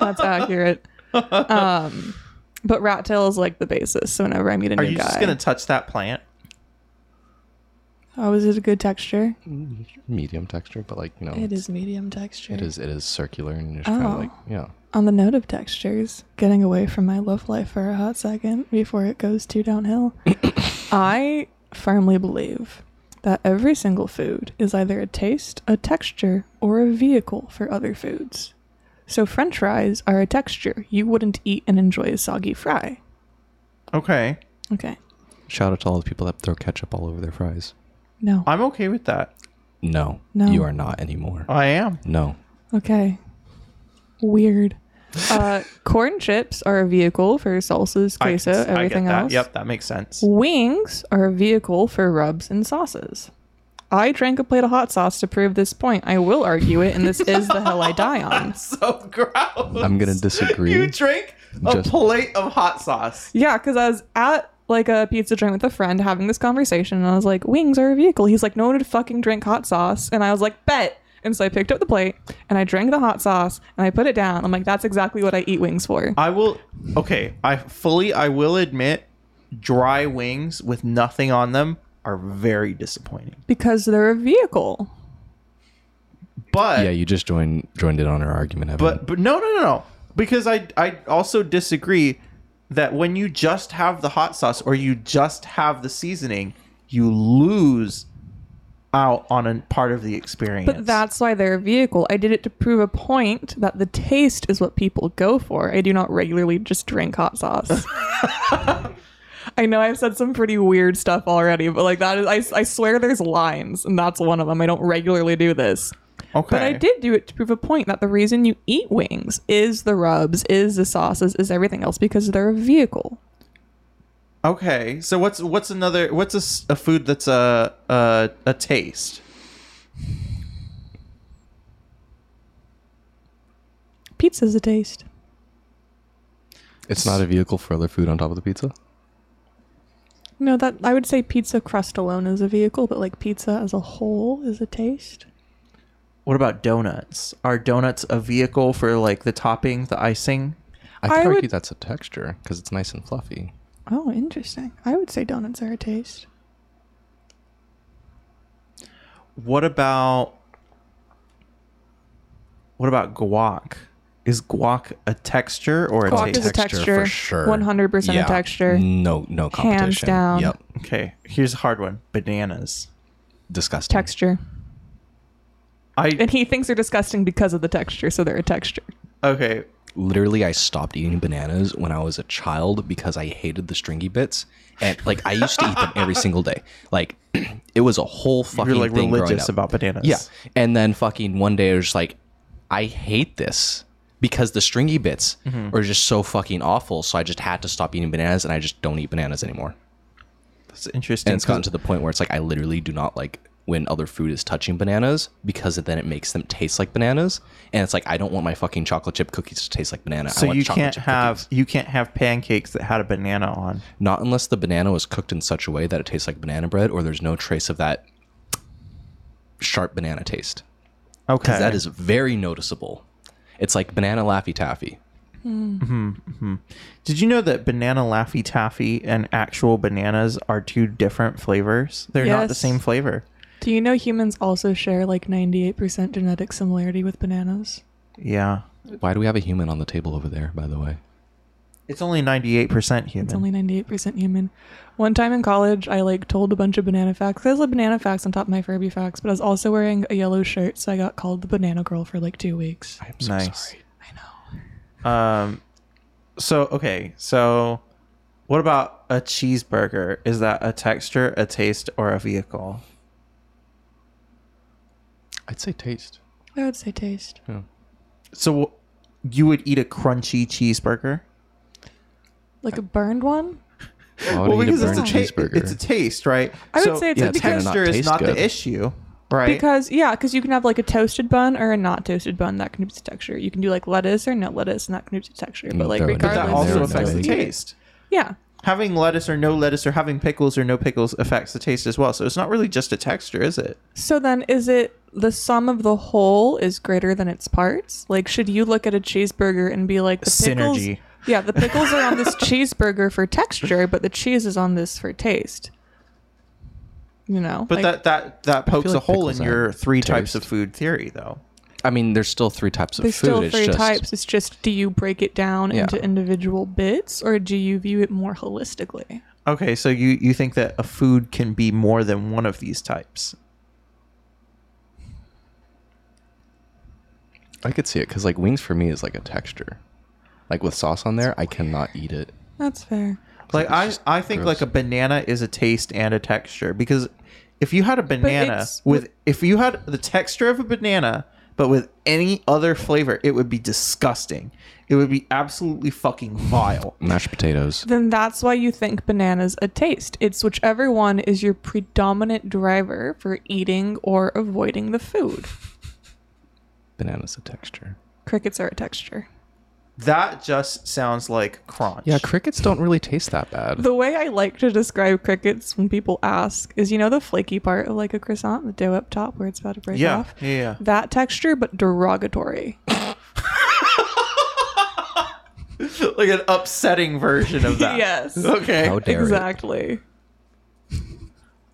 [SPEAKER 3] That's accurate. Um, but rat tail is like the basis. So whenever I meet a
[SPEAKER 1] Are
[SPEAKER 3] new
[SPEAKER 1] you
[SPEAKER 3] guy,
[SPEAKER 1] just gonna touch that plant?
[SPEAKER 3] oh, is it a good texture?
[SPEAKER 2] Medium texture, but like you know,
[SPEAKER 3] It is medium texture.
[SPEAKER 2] it is it is circular and you're just kind
[SPEAKER 3] Oh.
[SPEAKER 2] of like yeah.
[SPEAKER 3] On the note of textures, getting away from my love life for a hot second before it goes too downhill, I firmly believe that every single food is either a taste, a texture, or a vehicle for other foods. So french fries are a texture. You wouldn't eat and enjoy a soggy fry.
[SPEAKER 1] Okay,
[SPEAKER 3] Okay.
[SPEAKER 2] Shout out to all the people that throw ketchup all over their fries.
[SPEAKER 3] No.
[SPEAKER 1] I'm okay with that.
[SPEAKER 2] No,
[SPEAKER 3] No.
[SPEAKER 2] you are not anymore.
[SPEAKER 1] I am.
[SPEAKER 2] No,
[SPEAKER 3] Okay. Weird. Uh, corn chips are a vehicle for salsas,
[SPEAKER 1] I
[SPEAKER 3] queso,
[SPEAKER 1] can s- I get
[SPEAKER 3] everything
[SPEAKER 1] that.
[SPEAKER 3] else.
[SPEAKER 1] Yep, that makes sense.
[SPEAKER 3] Wings are a vehicle for rubs and sauces. I drank a plate of hot sauce to prove this point. I will argue it, and this is the hell I die on.
[SPEAKER 1] So gross.
[SPEAKER 2] I'm gonna disagree.
[SPEAKER 1] You drink a
[SPEAKER 2] Just-
[SPEAKER 1] plate of hot sauce.
[SPEAKER 3] Yeah, because I was at like a pizza joint with a friend having this conversation, and I was like, "Wings are a vehicle." He's like, "No one would fucking drink hot sauce," and I was like, "Bet." And so I picked up the plate and I drank the hot sauce and I put it down. I'm like, "That's exactly what I eat wings for."
[SPEAKER 1] I will. Okay, I fully. I will admit, dry wings with nothing on them are very disappointing.
[SPEAKER 3] Because they're a vehicle.
[SPEAKER 1] But
[SPEAKER 2] yeah, you just joined joined in on our argument, Evan.
[SPEAKER 1] but but no no no no because I I also disagree that when you just have the hot sauce or you just have the seasoning, you lose out on a part of the experience.
[SPEAKER 3] But that's why they're a vehicle. I did it to prove a point that the taste is what people go for. I do not regularly just drink hot sauce. I know I've said some pretty weird stuff already, but like that is, I, I swear there's lines, and that's one of them. I don't regularly do this.
[SPEAKER 1] okay.
[SPEAKER 3] But I did do it to prove a point that the reason you eat wings is the rubs, is the sauces, is everything else because they're a vehicle.
[SPEAKER 1] Okay, so what's what's another what's a s- a, food that's a a, a taste?
[SPEAKER 3] Pizza's a taste.
[SPEAKER 2] it's not a vehicle for other food on top of the pizza.
[SPEAKER 3] No, that I would say pizza crust alone is a vehicle, but like pizza as a whole is a taste.
[SPEAKER 1] What about donuts? Are donuts a vehicle for like the topping, the icing?
[SPEAKER 2] I could
[SPEAKER 3] I would-
[SPEAKER 2] argue that's a texture because it's nice and fluffy.
[SPEAKER 3] Oh, interesting. I would say donuts are a taste.
[SPEAKER 1] What about what about guac? Is guac a texture or a
[SPEAKER 3] Guac
[SPEAKER 1] taste?
[SPEAKER 3] is a texture. 100% a texture.
[SPEAKER 2] No, no competition.
[SPEAKER 3] down.
[SPEAKER 2] Yep.
[SPEAKER 1] okay, here's a hard one: bananas.
[SPEAKER 2] Disgusting.
[SPEAKER 3] Texture.
[SPEAKER 1] I
[SPEAKER 3] And he thinks they're disgusting because of the texture, so they're a texture.
[SPEAKER 1] Okay.
[SPEAKER 2] literally I stopped eating bananas when I was a child because I hated the stringy bits. And like I used to eat them every single day. Like it was a whole fucking
[SPEAKER 1] You're like
[SPEAKER 2] thing growing
[SPEAKER 1] religious
[SPEAKER 2] up.
[SPEAKER 1] about bananas.
[SPEAKER 2] Yeah. And then fucking one day I was just like, I hate this because the stringy bits
[SPEAKER 1] Mm-hmm.
[SPEAKER 2] are just so fucking awful. So I just had to stop eating bananas and I just don't eat bananas anymore.
[SPEAKER 1] That's interesting.
[SPEAKER 2] And it's gotten to the point where it's like I literally do not like when other food is touching bananas because then it makes them taste like bananas. And it's like I don't want my fucking chocolate chip cookies to taste like banana. I
[SPEAKER 1] so
[SPEAKER 2] want
[SPEAKER 1] you
[SPEAKER 2] chocolate
[SPEAKER 1] can't
[SPEAKER 2] chip
[SPEAKER 1] have
[SPEAKER 2] cookies.
[SPEAKER 1] you can't have pancakes that had a banana on.
[SPEAKER 2] Not unless the banana was cooked in such a way that it tastes like banana bread or there's no trace of that sharp banana taste.
[SPEAKER 1] Okay.
[SPEAKER 2] That is very noticeable. It's like banana laffy taffy.
[SPEAKER 1] Did you know that banana laffy taffy and actual bananas are two different flavors? They're not the
[SPEAKER 3] Yes.
[SPEAKER 1] same flavor.
[SPEAKER 3] Do you know humans also share like 98% genetic similarity with bananas?
[SPEAKER 1] Yeah.
[SPEAKER 2] Why do we have a human on the table over there, by the way?
[SPEAKER 1] It's only 98% human.
[SPEAKER 3] It's only 98% human. One time in college, I like told a bunch of banana facts. There's a banana facts on top of my Furby facts, but I was also wearing a yellow shirt, so I got called the banana girl for like two weeks.
[SPEAKER 2] I'm so
[SPEAKER 1] nice.
[SPEAKER 2] sorry.
[SPEAKER 3] I know.
[SPEAKER 1] Um so okay, so what about a cheeseburger? Is that a texture, a taste, or a vehicle?
[SPEAKER 2] I'd say taste.
[SPEAKER 3] I would say taste.
[SPEAKER 1] So you would eat a crunchy cheeseburger?
[SPEAKER 3] Like a burned one?
[SPEAKER 2] Why would you eat a burned
[SPEAKER 1] ta-
[SPEAKER 2] cheeseburger?
[SPEAKER 1] it's a taste, right?
[SPEAKER 3] I would say it's
[SPEAKER 2] Yeah,
[SPEAKER 3] a
[SPEAKER 2] it's
[SPEAKER 3] because,
[SPEAKER 2] kinda
[SPEAKER 1] texture is
[SPEAKER 2] taste
[SPEAKER 1] not
[SPEAKER 2] good.
[SPEAKER 1] the issue, right?
[SPEAKER 3] because yeah, because you can have like a toasted bun or a not toasted bun that contributes to texture. You can do like lettuce or no lettuce and that contributes to texture. But like
[SPEAKER 2] throw it in
[SPEAKER 1] but
[SPEAKER 3] regardless,
[SPEAKER 1] that
[SPEAKER 2] there
[SPEAKER 1] also
[SPEAKER 2] and
[SPEAKER 1] affects the
[SPEAKER 2] then-
[SPEAKER 1] taste.
[SPEAKER 3] Yeah,
[SPEAKER 1] Having lettuce or no lettuce or having pickles or no pickles affects the taste as well. So it's not really just a texture, is it?
[SPEAKER 3] So then, is it the sum of the whole is greater than its parts? Like, should you look at a cheeseburger and be like, the pickles?
[SPEAKER 1] Synergy.
[SPEAKER 3] Yeah, the pickles are on this cheeseburger for texture, but the cheese is on this for taste. You know,
[SPEAKER 1] But that that that pokes
[SPEAKER 2] like
[SPEAKER 1] a hole in
[SPEAKER 2] pickles
[SPEAKER 1] your
[SPEAKER 2] aren't
[SPEAKER 1] three types of
[SPEAKER 2] taste.
[SPEAKER 1] food theory, though.
[SPEAKER 2] I mean, there's still three types of
[SPEAKER 3] there's
[SPEAKER 2] food.
[SPEAKER 3] still
[SPEAKER 2] it's
[SPEAKER 3] three
[SPEAKER 2] just,
[SPEAKER 3] types. It's just, do you break it down
[SPEAKER 2] Yeah.
[SPEAKER 3] into individual bits, or do you view it more holistically?
[SPEAKER 1] Okay, so you you think that a food can be more than one of these types?
[SPEAKER 2] I could see it because like wings for me is like a texture. Like with sauce on there, I cannot eat it.
[SPEAKER 3] That's fair.
[SPEAKER 1] Like I
[SPEAKER 2] just
[SPEAKER 1] I think like
[SPEAKER 2] gross.
[SPEAKER 1] a banana is a taste and a texture because if you had a banana
[SPEAKER 3] it's-
[SPEAKER 1] with if you had the texture of a banana but with any other flavor, it would be disgusting. It would be absolutely fucking vile.
[SPEAKER 2] Mashed potatoes.
[SPEAKER 3] Then that's why you think bananas a taste. It's whichever one is your predominant driver for eating or avoiding the food.
[SPEAKER 2] Bananas a texture.
[SPEAKER 3] Crickets are a texture.
[SPEAKER 1] That just sounds like crunch.
[SPEAKER 2] Yeah, crickets don't really taste that bad.
[SPEAKER 3] The way I like to describe crickets when people ask is you know the flaky part of like a croissant, the dough up top where it's about to break
[SPEAKER 1] Yeah,
[SPEAKER 3] off?
[SPEAKER 1] yeah, yeah.
[SPEAKER 3] That texture, but derogatory.
[SPEAKER 1] like an upsetting version of that.
[SPEAKER 3] Yes.
[SPEAKER 1] Okay.
[SPEAKER 2] How dare it.
[SPEAKER 3] exactly.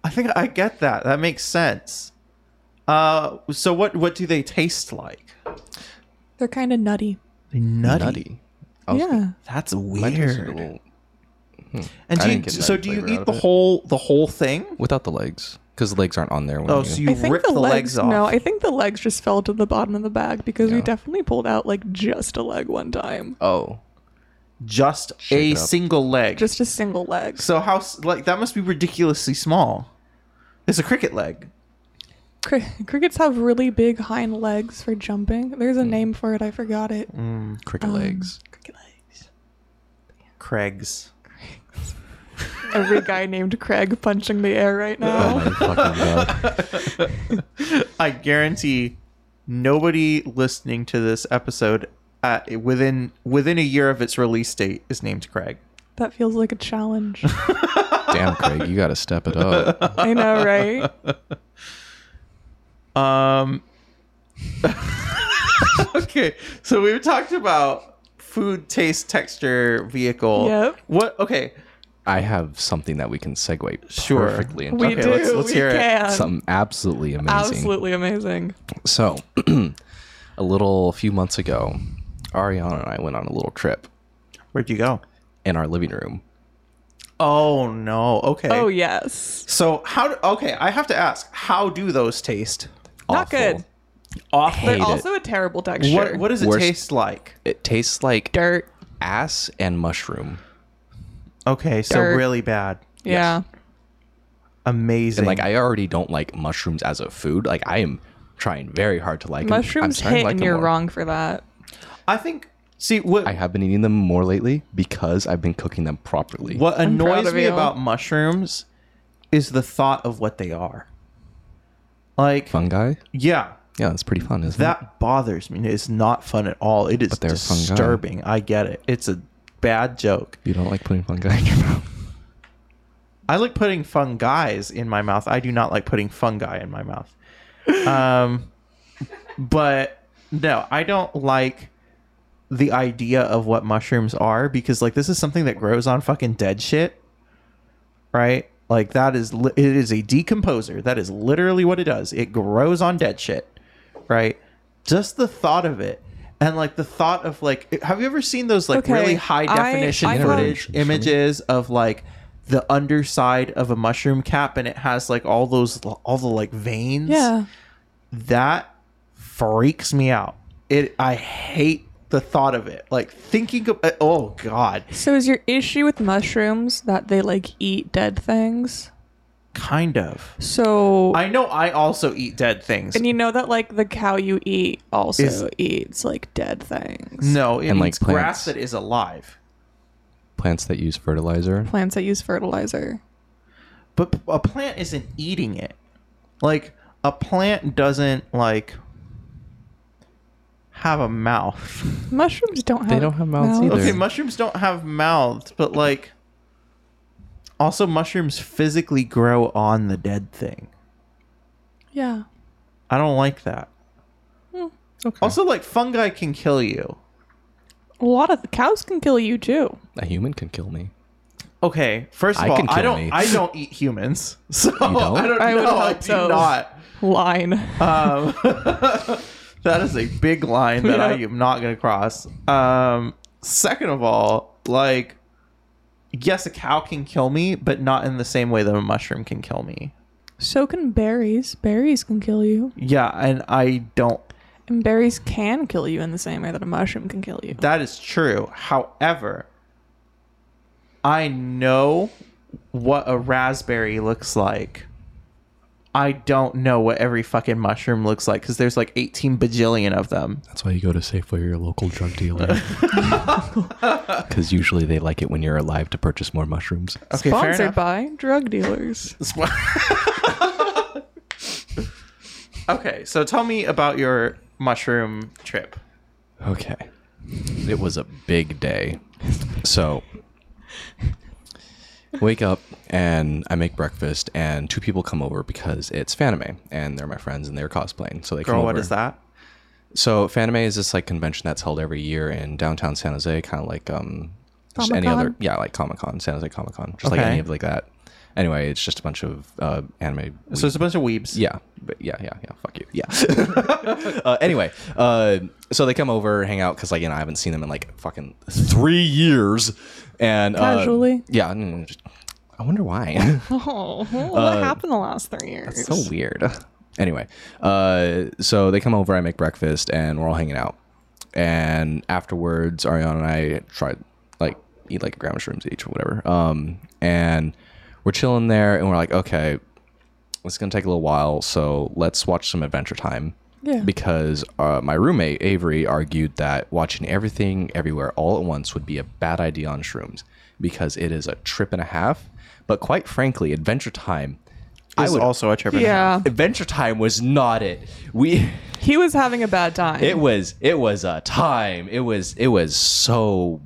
[SPEAKER 1] I think I get that. That makes sense. Uh, so what what do they taste like?
[SPEAKER 3] They're kind of nutty.
[SPEAKER 1] Nutty.
[SPEAKER 2] Nutty. I was-
[SPEAKER 3] yeah.
[SPEAKER 1] That's
[SPEAKER 2] mine tasted a
[SPEAKER 1] weird.
[SPEAKER 2] little-
[SPEAKER 1] And
[SPEAKER 2] I
[SPEAKER 1] do you,
[SPEAKER 2] didn't get
[SPEAKER 1] so
[SPEAKER 2] nutty
[SPEAKER 1] do you
[SPEAKER 2] flavor out
[SPEAKER 1] eat
[SPEAKER 2] of
[SPEAKER 1] the
[SPEAKER 2] it.
[SPEAKER 1] whole the whole thing?
[SPEAKER 2] without the legs because the legs aren't on there. When
[SPEAKER 1] Oh, so you
[SPEAKER 3] I think
[SPEAKER 1] rip the, legs, off.
[SPEAKER 3] No, I think the legs just fell to the bottom of the bag because we
[SPEAKER 2] Yeah.
[SPEAKER 3] definitely pulled out like just a leg one time.
[SPEAKER 2] oh,
[SPEAKER 1] just
[SPEAKER 2] Shake
[SPEAKER 1] a
[SPEAKER 2] it up.
[SPEAKER 1] single leg.
[SPEAKER 3] Just a single leg.
[SPEAKER 1] so how s- like that must be ridiculously small. It's a cricket leg.
[SPEAKER 3] Cri- crickets have really big hind legs for jumping. There's
[SPEAKER 1] Mm.
[SPEAKER 3] a name for it. I forgot it.
[SPEAKER 2] cricket legs.
[SPEAKER 3] Cricket legs.
[SPEAKER 1] Craig's.
[SPEAKER 3] Every guy named Craig punching the air right
[SPEAKER 2] Oh
[SPEAKER 3] now.
[SPEAKER 2] my fucking god!
[SPEAKER 1] I guarantee nobody listening to this episode at, within within a year of its release date is named Craig.
[SPEAKER 3] that feels like a challenge.
[SPEAKER 2] Damn, Craig, you got to step it up.
[SPEAKER 3] I know, right?
[SPEAKER 1] Um. okay, so we've talked about food, taste, texture, vehicle.
[SPEAKER 3] Yep.
[SPEAKER 1] What? Okay.
[SPEAKER 2] I have something that we can segue
[SPEAKER 1] Sure.
[SPEAKER 2] perfectly into.
[SPEAKER 3] We
[SPEAKER 1] Okay,
[SPEAKER 3] do.
[SPEAKER 1] let's- let's
[SPEAKER 3] we
[SPEAKER 1] hear it.
[SPEAKER 3] can.
[SPEAKER 2] Something absolutely amazing.
[SPEAKER 3] Absolutely amazing.
[SPEAKER 2] So, a little a few months ago, Ariana and I went on a little trip
[SPEAKER 1] Where'd you go?
[SPEAKER 2] in our living room.
[SPEAKER 1] Oh no. Okay.
[SPEAKER 3] Oh yes.
[SPEAKER 1] So how? Do, okay, I have to ask. How do those taste?
[SPEAKER 3] Not
[SPEAKER 2] Awful.
[SPEAKER 3] good.
[SPEAKER 2] Off
[SPEAKER 3] They're also a terrible texture.
[SPEAKER 1] What what does it
[SPEAKER 2] Worst-
[SPEAKER 1] taste like?
[SPEAKER 2] it. it tastes like
[SPEAKER 3] dirt?
[SPEAKER 2] ass and mushroom
[SPEAKER 1] Okay, so
[SPEAKER 3] Dirt.
[SPEAKER 1] really bad.
[SPEAKER 3] Yeah.
[SPEAKER 1] Amazing.
[SPEAKER 2] and like I already don't like mushrooms as a food. Like I am trying very hard to like 'em. I'm
[SPEAKER 3] Mushrooms
[SPEAKER 2] starting to
[SPEAKER 3] hit
[SPEAKER 2] like
[SPEAKER 3] and
[SPEAKER 2] them
[SPEAKER 3] you're
[SPEAKER 2] more.
[SPEAKER 3] wrong for that.
[SPEAKER 1] I think see what
[SPEAKER 2] I have been eating them more lately because I've been cooking them properly.
[SPEAKER 1] What
[SPEAKER 3] proud
[SPEAKER 1] annoys
[SPEAKER 3] of
[SPEAKER 1] me
[SPEAKER 3] you.
[SPEAKER 1] about mushrooms is the thought of what they are. Like,
[SPEAKER 2] fungi?
[SPEAKER 1] yeah,
[SPEAKER 2] Yeah, that's pretty fun, isn't it?
[SPEAKER 1] that bothers me. It's not fun at all. It is
[SPEAKER 2] they're fungi.
[SPEAKER 1] disturbing. I get it. It's a bad joke.
[SPEAKER 2] You don't like putting fungi in your mouth.
[SPEAKER 1] I like putting fungi's in my mouth. I do not like putting fungi in my mouth. Um, but no, I don't like the idea of what mushrooms are because like this is something that grows on fucking dead shit, right? Like that is li- it is a decomposer. That is literally what it does. It grows on dead shit, right? Just the thought of it. And like the thought of like, have you ever seen those like
[SPEAKER 3] Okay,
[SPEAKER 1] really high
[SPEAKER 3] I-
[SPEAKER 1] definition
[SPEAKER 3] I
[SPEAKER 2] thought-
[SPEAKER 1] footage images? is of like the underside of a mushroom cap and it has like all those all the like veins
[SPEAKER 3] Yeah.
[SPEAKER 1] that freaks me out it i hate the thought of it like thinking of oh god
[SPEAKER 3] So is your issue with mushrooms that they like eat dead things?
[SPEAKER 1] kind of
[SPEAKER 3] So
[SPEAKER 1] i know i also eat dead things
[SPEAKER 3] and you know that like the cow you eat also
[SPEAKER 1] Is-
[SPEAKER 3] eats like dead things.
[SPEAKER 1] no it
[SPEAKER 2] And, like,
[SPEAKER 1] eats grass
[SPEAKER 2] plants.
[SPEAKER 1] that is alive
[SPEAKER 2] Plants that use fertilizer.
[SPEAKER 3] Plants that use fertilizer.
[SPEAKER 1] but p- a plant isn't eating it like a plant doesn't like have a mouth
[SPEAKER 3] Mushrooms don't have
[SPEAKER 2] They don't have mouths either.
[SPEAKER 1] Okay,
[SPEAKER 2] They're-
[SPEAKER 1] mushrooms don't have mouths, but like also mushrooms physically grow on the dead thing.
[SPEAKER 3] Yeah.
[SPEAKER 1] I don't like that.
[SPEAKER 2] Hmm,
[SPEAKER 1] Also like fungi can kill you.
[SPEAKER 3] A lot of cows can kill you too.
[SPEAKER 2] A human can kill me.
[SPEAKER 1] Okay, first of
[SPEAKER 2] I
[SPEAKER 1] all,
[SPEAKER 2] can
[SPEAKER 1] I
[SPEAKER 2] kill
[SPEAKER 1] don't
[SPEAKER 2] me.
[SPEAKER 1] I don't eat humans. So
[SPEAKER 2] don't?
[SPEAKER 1] I don't
[SPEAKER 3] I would
[SPEAKER 1] know. I
[SPEAKER 3] hope
[SPEAKER 1] do
[SPEAKER 3] so.
[SPEAKER 1] not.
[SPEAKER 3] Line.
[SPEAKER 1] Um, that is a big line that I
[SPEAKER 3] Yeah.
[SPEAKER 1] am not going to cross. Um, second of all, like, yes, a cow can kill me, but not in the same way that a mushroom can kill me.
[SPEAKER 3] so can berries. Berries can kill you.
[SPEAKER 1] Yeah, and I don't.
[SPEAKER 3] And berries can kill you in the same way that a mushroom can kill you.
[SPEAKER 1] That is true. However, I know what a raspberry looks like. I don't know what every fucking mushroom looks like because there's like 18 bajillion of them.
[SPEAKER 4] That's why you go to Safeway or your local drug dealer.
[SPEAKER 2] Because usually they like it when you're alive to purchase more mushrooms.
[SPEAKER 1] Okay, fair
[SPEAKER 3] Sponsored
[SPEAKER 1] enough.
[SPEAKER 3] by drug dealers.
[SPEAKER 1] okay, so tell me about your mushroom trip.
[SPEAKER 2] Okay. It was a big day. So, wake up and I make breakfast, and two people come over because it's Fanime, and they're my friends and they're cosplaying. So they come
[SPEAKER 1] Girl,
[SPEAKER 2] over.
[SPEAKER 1] what is that?
[SPEAKER 2] So Fanime is this like convention that's held every year in downtown San Jose, kind of like um, just any other
[SPEAKER 3] Comic-Con?
[SPEAKER 2] yeah, like Comic Con, San Jose Comic Con, just like
[SPEAKER 1] Okay.
[SPEAKER 2] any of like that. Anyway, it's just a bunch of uh, anime.
[SPEAKER 1] So it's a bunch of weebs.
[SPEAKER 2] Yeah, but yeah, yeah, yeah. Fuck you. Yeah. uh, anyway, uh, so they come over, hang out, because like you know I haven't seen them in like fucking three years, and uh,
[SPEAKER 3] Casually?
[SPEAKER 2] yeah, and- and just- I wonder why.
[SPEAKER 3] Oh, what
[SPEAKER 1] Uh,
[SPEAKER 3] happened the last three years?
[SPEAKER 2] so weird. Anyway, uh, so they come over, I make breakfast, and we're all hanging out. And afterwards, Ariana and I tried like eat like a gram of shrooms each or whatever. Um, and we're chilling there, and we're like, okay, it's gonna take a little while, so let's watch some Adventure Time.
[SPEAKER 3] Yeah.
[SPEAKER 2] Because uh, my roommate Avery argued that watching everything everywhere all at once would be a bad idea on shrooms because it is a trip and a half. But quite frankly, Adventure Time
[SPEAKER 1] I was also a trip. and a half.
[SPEAKER 3] yeah.
[SPEAKER 2] Adventure Time was not it. We
[SPEAKER 3] He was having a bad time.
[SPEAKER 2] it was it was a time. It was it was so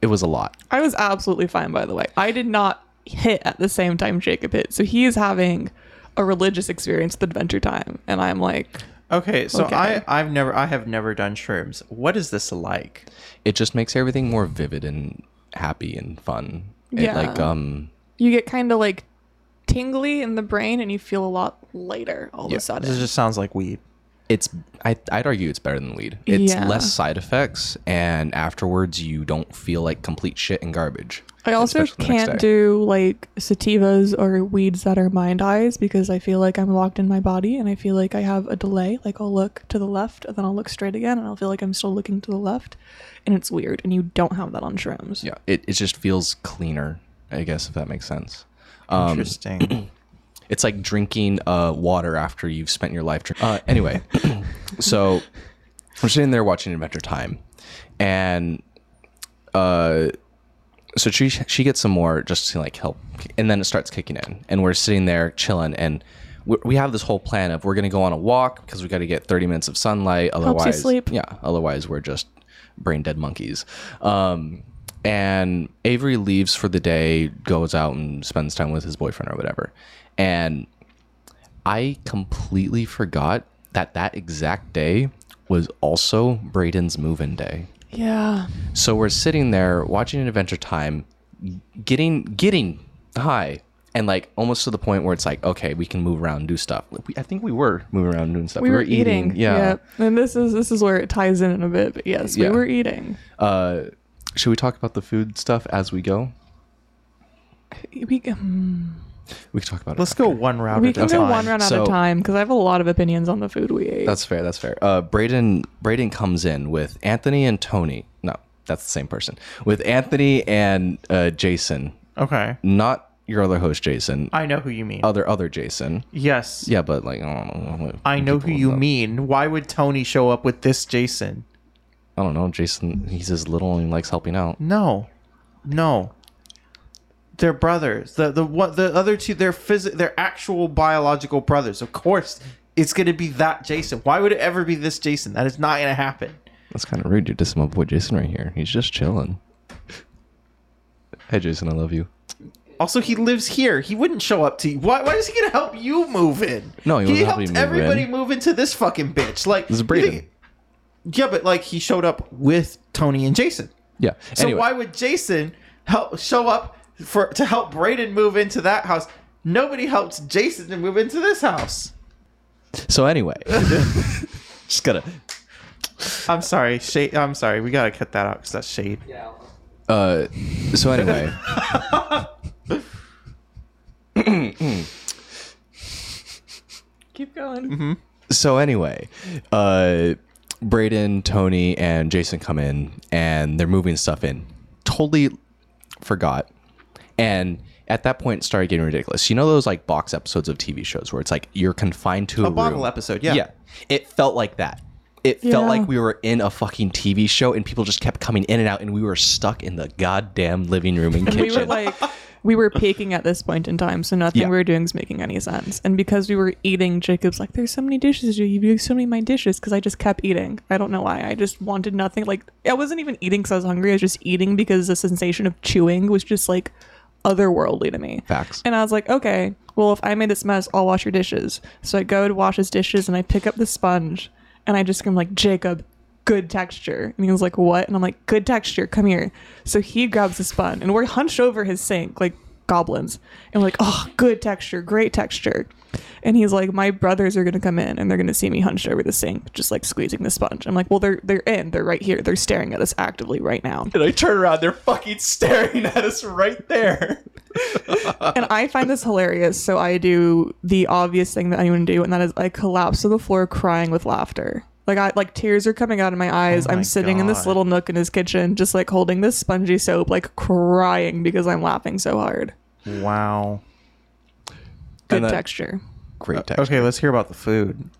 [SPEAKER 2] it was a lot.
[SPEAKER 3] I was absolutely fine, by the way. I did not hit at the same time Jacob hit. So he is having a religious experience with Adventure Time. And I'm like,
[SPEAKER 1] Okay, so
[SPEAKER 3] Okay.
[SPEAKER 1] I I've never I have never done shrooms. What is this like?
[SPEAKER 2] It just makes everything more vivid and happy and fun. It
[SPEAKER 3] Yeah.
[SPEAKER 2] like um
[SPEAKER 3] you get kind of like tingly in the brain and you feel a lot lighter all of a sudden.
[SPEAKER 1] This just sounds like weed.
[SPEAKER 2] it's I, I'd argue it's better than weed. It's
[SPEAKER 3] Yeah.
[SPEAKER 2] less side effects, and afterwards you don't feel like complete shit and garbage.
[SPEAKER 3] I also
[SPEAKER 2] especially the next
[SPEAKER 3] can't
[SPEAKER 2] day.
[SPEAKER 3] do like sativas or weeds that are mind eyes because I feel like I'm locked in my body and I feel like I have a delay. Like I'll look to the left and then I'll look straight again and I'll feel like I'm still looking to the left. And it's weird. And you don't have that on shrooms.
[SPEAKER 2] Yeah, it, it just feels cleaner. I guess if that makes sense. Um,
[SPEAKER 1] Interesting.
[SPEAKER 2] it's like drinking uh, water after you've spent your life. Drink- uh, anyway, so we're sitting there watching Adventure Time, and uh, so she she gets some more just to like help, and then it starts kicking in, and we're sitting there chilling, and we, we have this whole plan of we're gonna go on a walk because we got to get thirty minutes of sunlight. Otherwise,
[SPEAKER 3] sleep.
[SPEAKER 2] yeah, otherwise we're just brain dead monkeys. Um, and Avery leaves for the day, goes out and spends time with his boyfriend or whatever, and I completely forgot that that exact day was also Braden's move-in day.
[SPEAKER 3] Yeah.
[SPEAKER 2] So we're sitting there watching Adventure Time, getting getting high, and like almost to the point where it's like, okay, we can move around and do stuff. Like, we- I think we were moving around and doing stuff.
[SPEAKER 3] We, were, eating.
[SPEAKER 2] Yeah.
[SPEAKER 3] And this is this is where it ties in in a bit. But yes,
[SPEAKER 2] Yeah.
[SPEAKER 3] we were eating.
[SPEAKER 2] Uh, should we talk about the food stuff as we go?
[SPEAKER 3] We, mm,
[SPEAKER 2] We can talk about it.
[SPEAKER 1] Let's go one route.
[SPEAKER 3] we
[SPEAKER 1] at
[SPEAKER 3] can
[SPEAKER 1] a
[SPEAKER 3] go
[SPEAKER 1] time.
[SPEAKER 3] one run at
[SPEAKER 2] So-
[SPEAKER 3] a time because I have a lot of opinions on the food we ate.
[SPEAKER 2] That's fair. That's fair. Uh, Braden Braden comes in with Anthony and Tony. No, that's the same person. With Anthony and uh, Jason,
[SPEAKER 1] Okay.
[SPEAKER 2] not your other host Jason,
[SPEAKER 1] I know who you mean.
[SPEAKER 2] other other Jason.
[SPEAKER 1] yes.
[SPEAKER 2] Uh, Yeah, but like I don't know.
[SPEAKER 1] I know who
[SPEAKER 2] People
[SPEAKER 1] you
[SPEAKER 2] know.
[SPEAKER 1] mean. Why would Tony show up with this Jason?
[SPEAKER 2] I don't know. Jason, he's as little and he likes helping out.
[SPEAKER 1] No, no. They're brothers. The the what the other two. They're phys- They're actual biological brothers. Of course, it's gonna be that Jason. Why would it ever be this Jason? That is not gonna happen.
[SPEAKER 2] That's kind of rude. You're dissing my boy Jason right here. He's just chilling. Hey, Jason, I love you.
[SPEAKER 1] Also, he lives here. He wouldn't show up to you. Why, why is he gonna help you move in?
[SPEAKER 2] No, he
[SPEAKER 1] he helped
[SPEAKER 2] wasn't helping me move
[SPEAKER 1] everybody
[SPEAKER 2] in.
[SPEAKER 1] move into this fucking bitch. Like
[SPEAKER 2] This is
[SPEAKER 1] you
[SPEAKER 2] Braden.
[SPEAKER 1] think- Yeah, but like he showed up with Tony and Jason.
[SPEAKER 2] Yeah.
[SPEAKER 1] So
[SPEAKER 2] anyway,
[SPEAKER 1] why would Jason help show up for to help Braden move into that house? Nobody helps Jason to move into this house.
[SPEAKER 2] so anyway, just gotta.
[SPEAKER 1] I'm sorry, shade. I'm sorry. We gotta cut that out because that's shade.
[SPEAKER 2] Uh, so anyway.
[SPEAKER 3] Keep going.
[SPEAKER 2] Mm-hmm. so anyway, uh, Braden, Tony, and Jason come in and they're moving stuff in. Totally forgot. And at that point, it started getting ridiculous. You know those like box episodes of TV shows where it's like you're confined to a,
[SPEAKER 1] A bottle
[SPEAKER 2] room?
[SPEAKER 1] episode, yeah.
[SPEAKER 2] yeah. It felt like that. It felt
[SPEAKER 3] Yeah.
[SPEAKER 2] like we were in a fucking TV show and people just kept coming in and out and we were stuck in the goddamn living room and kitchen.
[SPEAKER 3] we were like we were peaking at this point in time so nothing
[SPEAKER 2] Yeah.
[SPEAKER 3] we were doing is making any sense and because we were eating jacob's like there's so many dishes to do. you do so many of my dishes because i just kept eating i don't know why i just wanted nothing like i wasn't even eating because i was hungry i was just eating because the sensation of chewing was just like otherworldly to me
[SPEAKER 2] Facts.
[SPEAKER 3] and i was like okay well if i made this mess i'll wash your dishes so i go to wash his dishes and i pick up the sponge and i just scream like jacob good texture. And he was like, What? And I'm like, Good texture, come here. So he grabs the spun and we're hunched over his sink like goblins. And we're like, Oh, good texture, great texture. And he's like, My brothers are gonna come in and they're gonna see me hunched over the sink, just like squeezing the sponge. I'm like, Well, they're they're in, they're right here, they're staring at us actively right now.
[SPEAKER 2] and I turn around, they're fucking staring at us right there.
[SPEAKER 3] and I find this hilarious, so I do the obvious thing that anyone do, and that is I collapse to the floor crying with laughter. Like I like tears are coming out of my eyes.
[SPEAKER 2] Oh
[SPEAKER 1] my
[SPEAKER 3] I'm sitting in this
[SPEAKER 1] God.
[SPEAKER 3] little nook in his kitchen, just like holding this spongy soap, like crying because I'm laughing so hard.
[SPEAKER 1] Wow.
[SPEAKER 3] Good
[SPEAKER 2] And that-
[SPEAKER 3] texture. uh,
[SPEAKER 2] Great text.
[SPEAKER 1] Okay, let's hear about the food.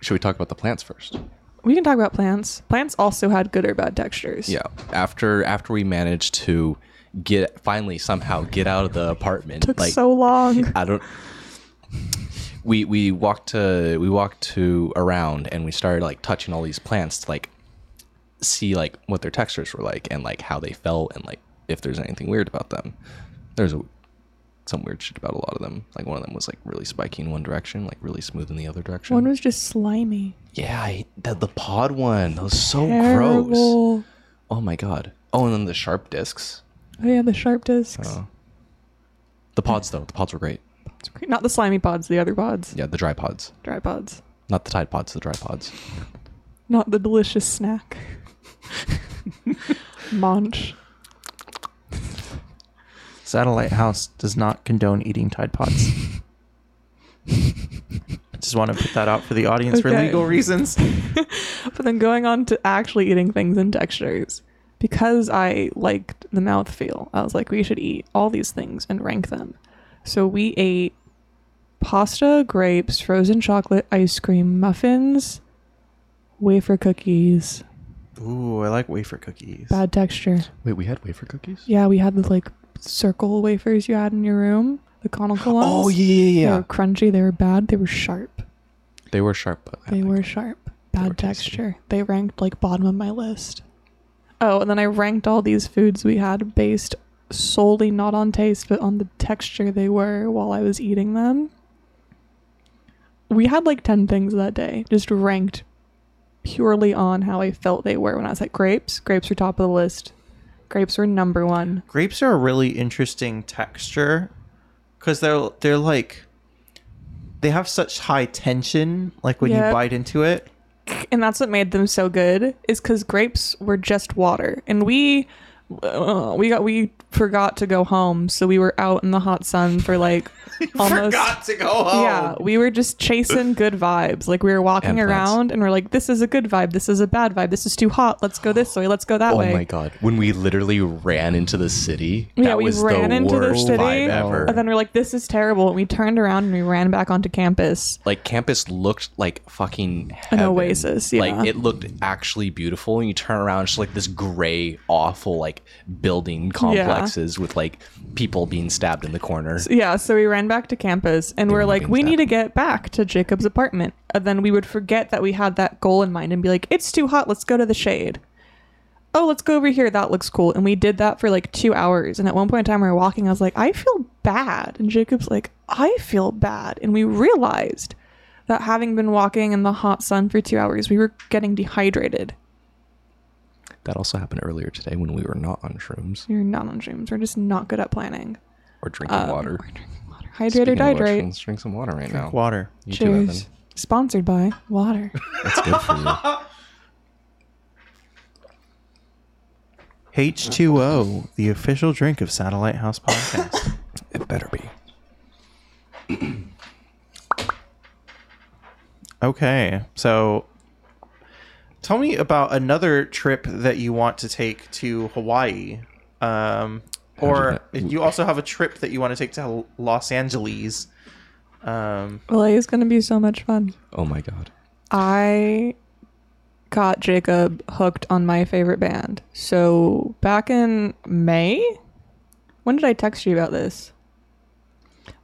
[SPEAKER 2] Should we talk about the plants first?
[SPEAKER 3] We can talk about plants. Plants also had good or bad textures.
[SPEAKER 2] Yeah. After after we managed to get finally somehow get out of the apartment,
[SPEAKER 3] Took
[SPEAKER 2] like
[SPEAKER 3] so long.
[SPEAKER 2] I don't. We we walked to we walked to around and we started like touching all these plants to like see like what their textures were like and like how they felt and like if there's anything weird about them. There's a, some weird shit about a lot of them. Like one of them was like really spiky in one direction, like really smooth in the other direction.
[SPEAKER 3] One was just slimy.
[SPEAKER 2] yeah, I, the, the pod one. That was so gross.
[SPEAKER 3] Terrible.
[SPEAKER 2] Oh my god. Oh, and then the sharp discs.
[SPEAKER 3] Oh yeah, the sharp discs.
[SPEAKER 2] Oh. The pods though, the pods were great.
[SPEAKER 3] Not the slimy pods, the other pods.
[SPEAKER 2] Yeah, the dry pods.
[SPEAKER 3] Dry pods.
[SPEAKER 2] Not the Tide Pods, the Dry Pods.
[SPEAKER 3] Not the delicious snack. Munch.
[SPEAKER 1] Satellite House does not condone eating Tide Pods. I just want to put that out for the audience for
[SPEAKER 3] Okay.
[SPEAKER 1] legal reasons.
[SPEAKER 3] But then going on to actually eating things and textures. Because I liked the mouthfeel, I was like, we should eat all these things and rank them. So we ate pasta, grapes, frozen chocolate, ice cream, muffins, wafer cookies,
[SPEAKER 1] Ooh, I like wafer cookies.
[SPEAKER 3] bad texture.
[SPEAKER 4] Wait, we had wafer cookies?
[SPEAKER 3] Yeah, we had the like circle wafers you had in your room, the conical ones.
[SPEAKER 2] Oh yeah, yeah,
[SPEAKER 3] They
[SPEAKER 2] yeah.
[SPEAKER 3] were crunchy, they were bad, they were sharp.
[SPEAKER 2] They were sharp, but I
[SPEAKER 3] They
[SPEAKER 2] liked
[SPEAKER 3] were
[SPEAKER 2] them.
[SPEAKER 3] sharp.
[SPEAKER 2] were
[SPEAKER 3] Bad
[SPEAKER 2] tasty.
[SPEAKER 3] texture. They ranked like bottom of my list. Oh, and then I ranked all these foods we had based solely not on taste, but on the texture they were while I was eating them. We had like 10 things that day, just ranked purely on how I felt they were when I was like grapes. Grapes were top of the list. Grapes were number one.
[SPEAKER 1] grapes are a really interesting texture because they're they're like they have such high tension like when
[SPEAKER 3] Yep.
[SPEAKER 1] you bite into it
[SPEAKER 3] and that's what made them so good is because grapes were just water and we uh, we got we forgot to go home so we were out in the hot sun for like almost
[SPEAKER 1] forgot Oh. to go home
[SPEAKER 3] yeah we were just chasing good vibes like we were walking
[SPEAKER 2] And plants.
[SPEAKER 3] around and we're like this is a good vibe this is a bad vibe this is too hot let's go this way let's go that
[SPEAKER 2] Oh
[SPEAKER 3] way
[SPEAKER 2] my god! When we literally ran into the city,
[SPEAKER 3] Yeah,
[SPEAKER 2] that
[SPEAKER 3] we
[SPEAKER 2] was
[SPEAKER 3] ran
[SPEAKER 2] the
[SPEAKER 3] into the
[SPEAKER 2] worst
[SPEAKER 3] city, Oh.
[SPEAKER 2] vibe ever.
[SPEAKER 3] and then we're like this is terrible and we turned around and we ran back onto campus
[SPEAKER 2] like campus looked like fucking
[SPEAKER 3] An
[SPEAKER 2] heaven.
[SPEAKER 3] oasis, yeah.
[SPEAKER 2] Like it looked actually beautiful, and you turn around, it's just like this gray, awful like building complexes with like people being stabbed in the corner.
[SPEAKER 3] yeah so we ran back to campus and we're
[SPEAKER 2] were
[SPEAKER 3] like
[SPEAKER 2] being
[SPEAKER 3] we need
[SPEAKER 2] stabbed.
[SPEAKER 3] to get back to jacob's apartment and then we would forget that we had that goal in mind and be like it's too hot let's go to the shade oh let's go over here that looks cool and we did that for like two hours and at one point in time we were walking i was like i feel bad and jacob's like i feel bad and we realized that having been walking in the hot sun for two hours we were getting dehydrated
[SPEAKER 2] That also happened earlier today when we were not on shrooms
[SPEAKER 3] we are not on dreams we're just not good at planning
[SPEAKER 2] or drinking water.
[SPEAKER 3] We're drinking water. hydrate
[SPEAKER 2] Speaking
[SPEAKER 3] Um, or
[SPEAKER 2] of which,
[SPEAKER 3] dihydrate
[SPEAKER 2] let's drink some water right now.
[SPEAKER 1] water
[SPEAKER 2] You too, Evan.
[SPEAKER 3] cheers sponsored by water
[SPEAKER 2] That's good for you.
[SPEAKER 1] h2o the official drink of satellite house podcast
[SPEAKER 2] It better be.
[SPEAKER 1] okay so tell me about another trip that you want to take to hawaii um or
[SPEAKER 2] How'd you
[SPEAKER 1] you also have a trip that you want to take to los angeles um
[SPEAKER 3] LA is going to be so much fun.
[SPEAKER 2] Oh my god.
[SPEAKER 3] I got Jacob hooked on my favorite band. So back in May, when did I text you about this?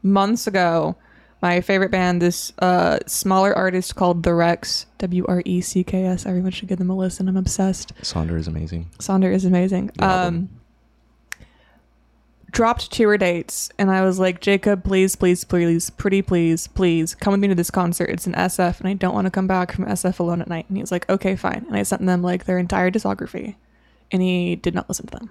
[SPEAKER 3] Months ago, my favorite band, this uh, smaller artist called The Rex, W R E C K S. Everyone should give them a listen. I'm obsessed.
[SPEAKER 2] Sonder is amazing.
[SPEAKER 3] Sonder is amazing. Um,
[SPEAKER 2] album.
[SPEAKER 3] dropped tour dates, and I was like, Jacob, please, please, please, pretty, please, please, come with me to this concert. It's in SF, and I don't want to come back from SF alone at night. And he was like, okay, fine. And I sent them like their entire discography, and he did not listen to them.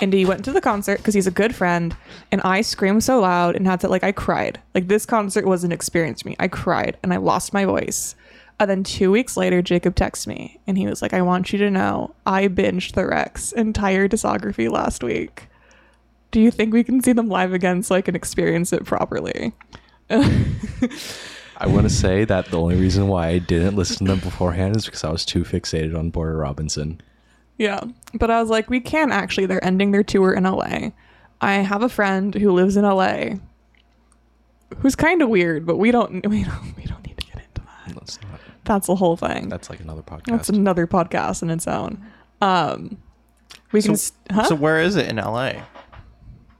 [SPEAKER 3] And he went to the concert because he's a good friend, and I screamed so loud and had to like I cried. Like this concert was an experience for me. I cried and I lost my voice. And then two weeks later, Jacob texts me and he was like, I want you to know I binged the Rex entire discography last week. Do you think we can see them live again so I can experience it properly?
[SPEAKER 2] I want to say that the only reason why I didn't listen to them beforehand is because I was too fixated on Porter Robinson.
[SPEAKER 3] Yeah. But I was like, we can actually. They're ending their tour in LA. I have a friend who lives in LA who's kind of weird, but we don't, we don't, we don't need to get into that.
[SPEAKER 2] That's not.
[SPEAKER 3] That's the whole thing.
[SPEAKER 2] That's like another podcast.
[SPEAKER 3] That's another podcast in its own. Um, we
[SPEAKER 1] so,
[SPEAKER 3] can. s huh?
[SPEAKER 1] so where is it in la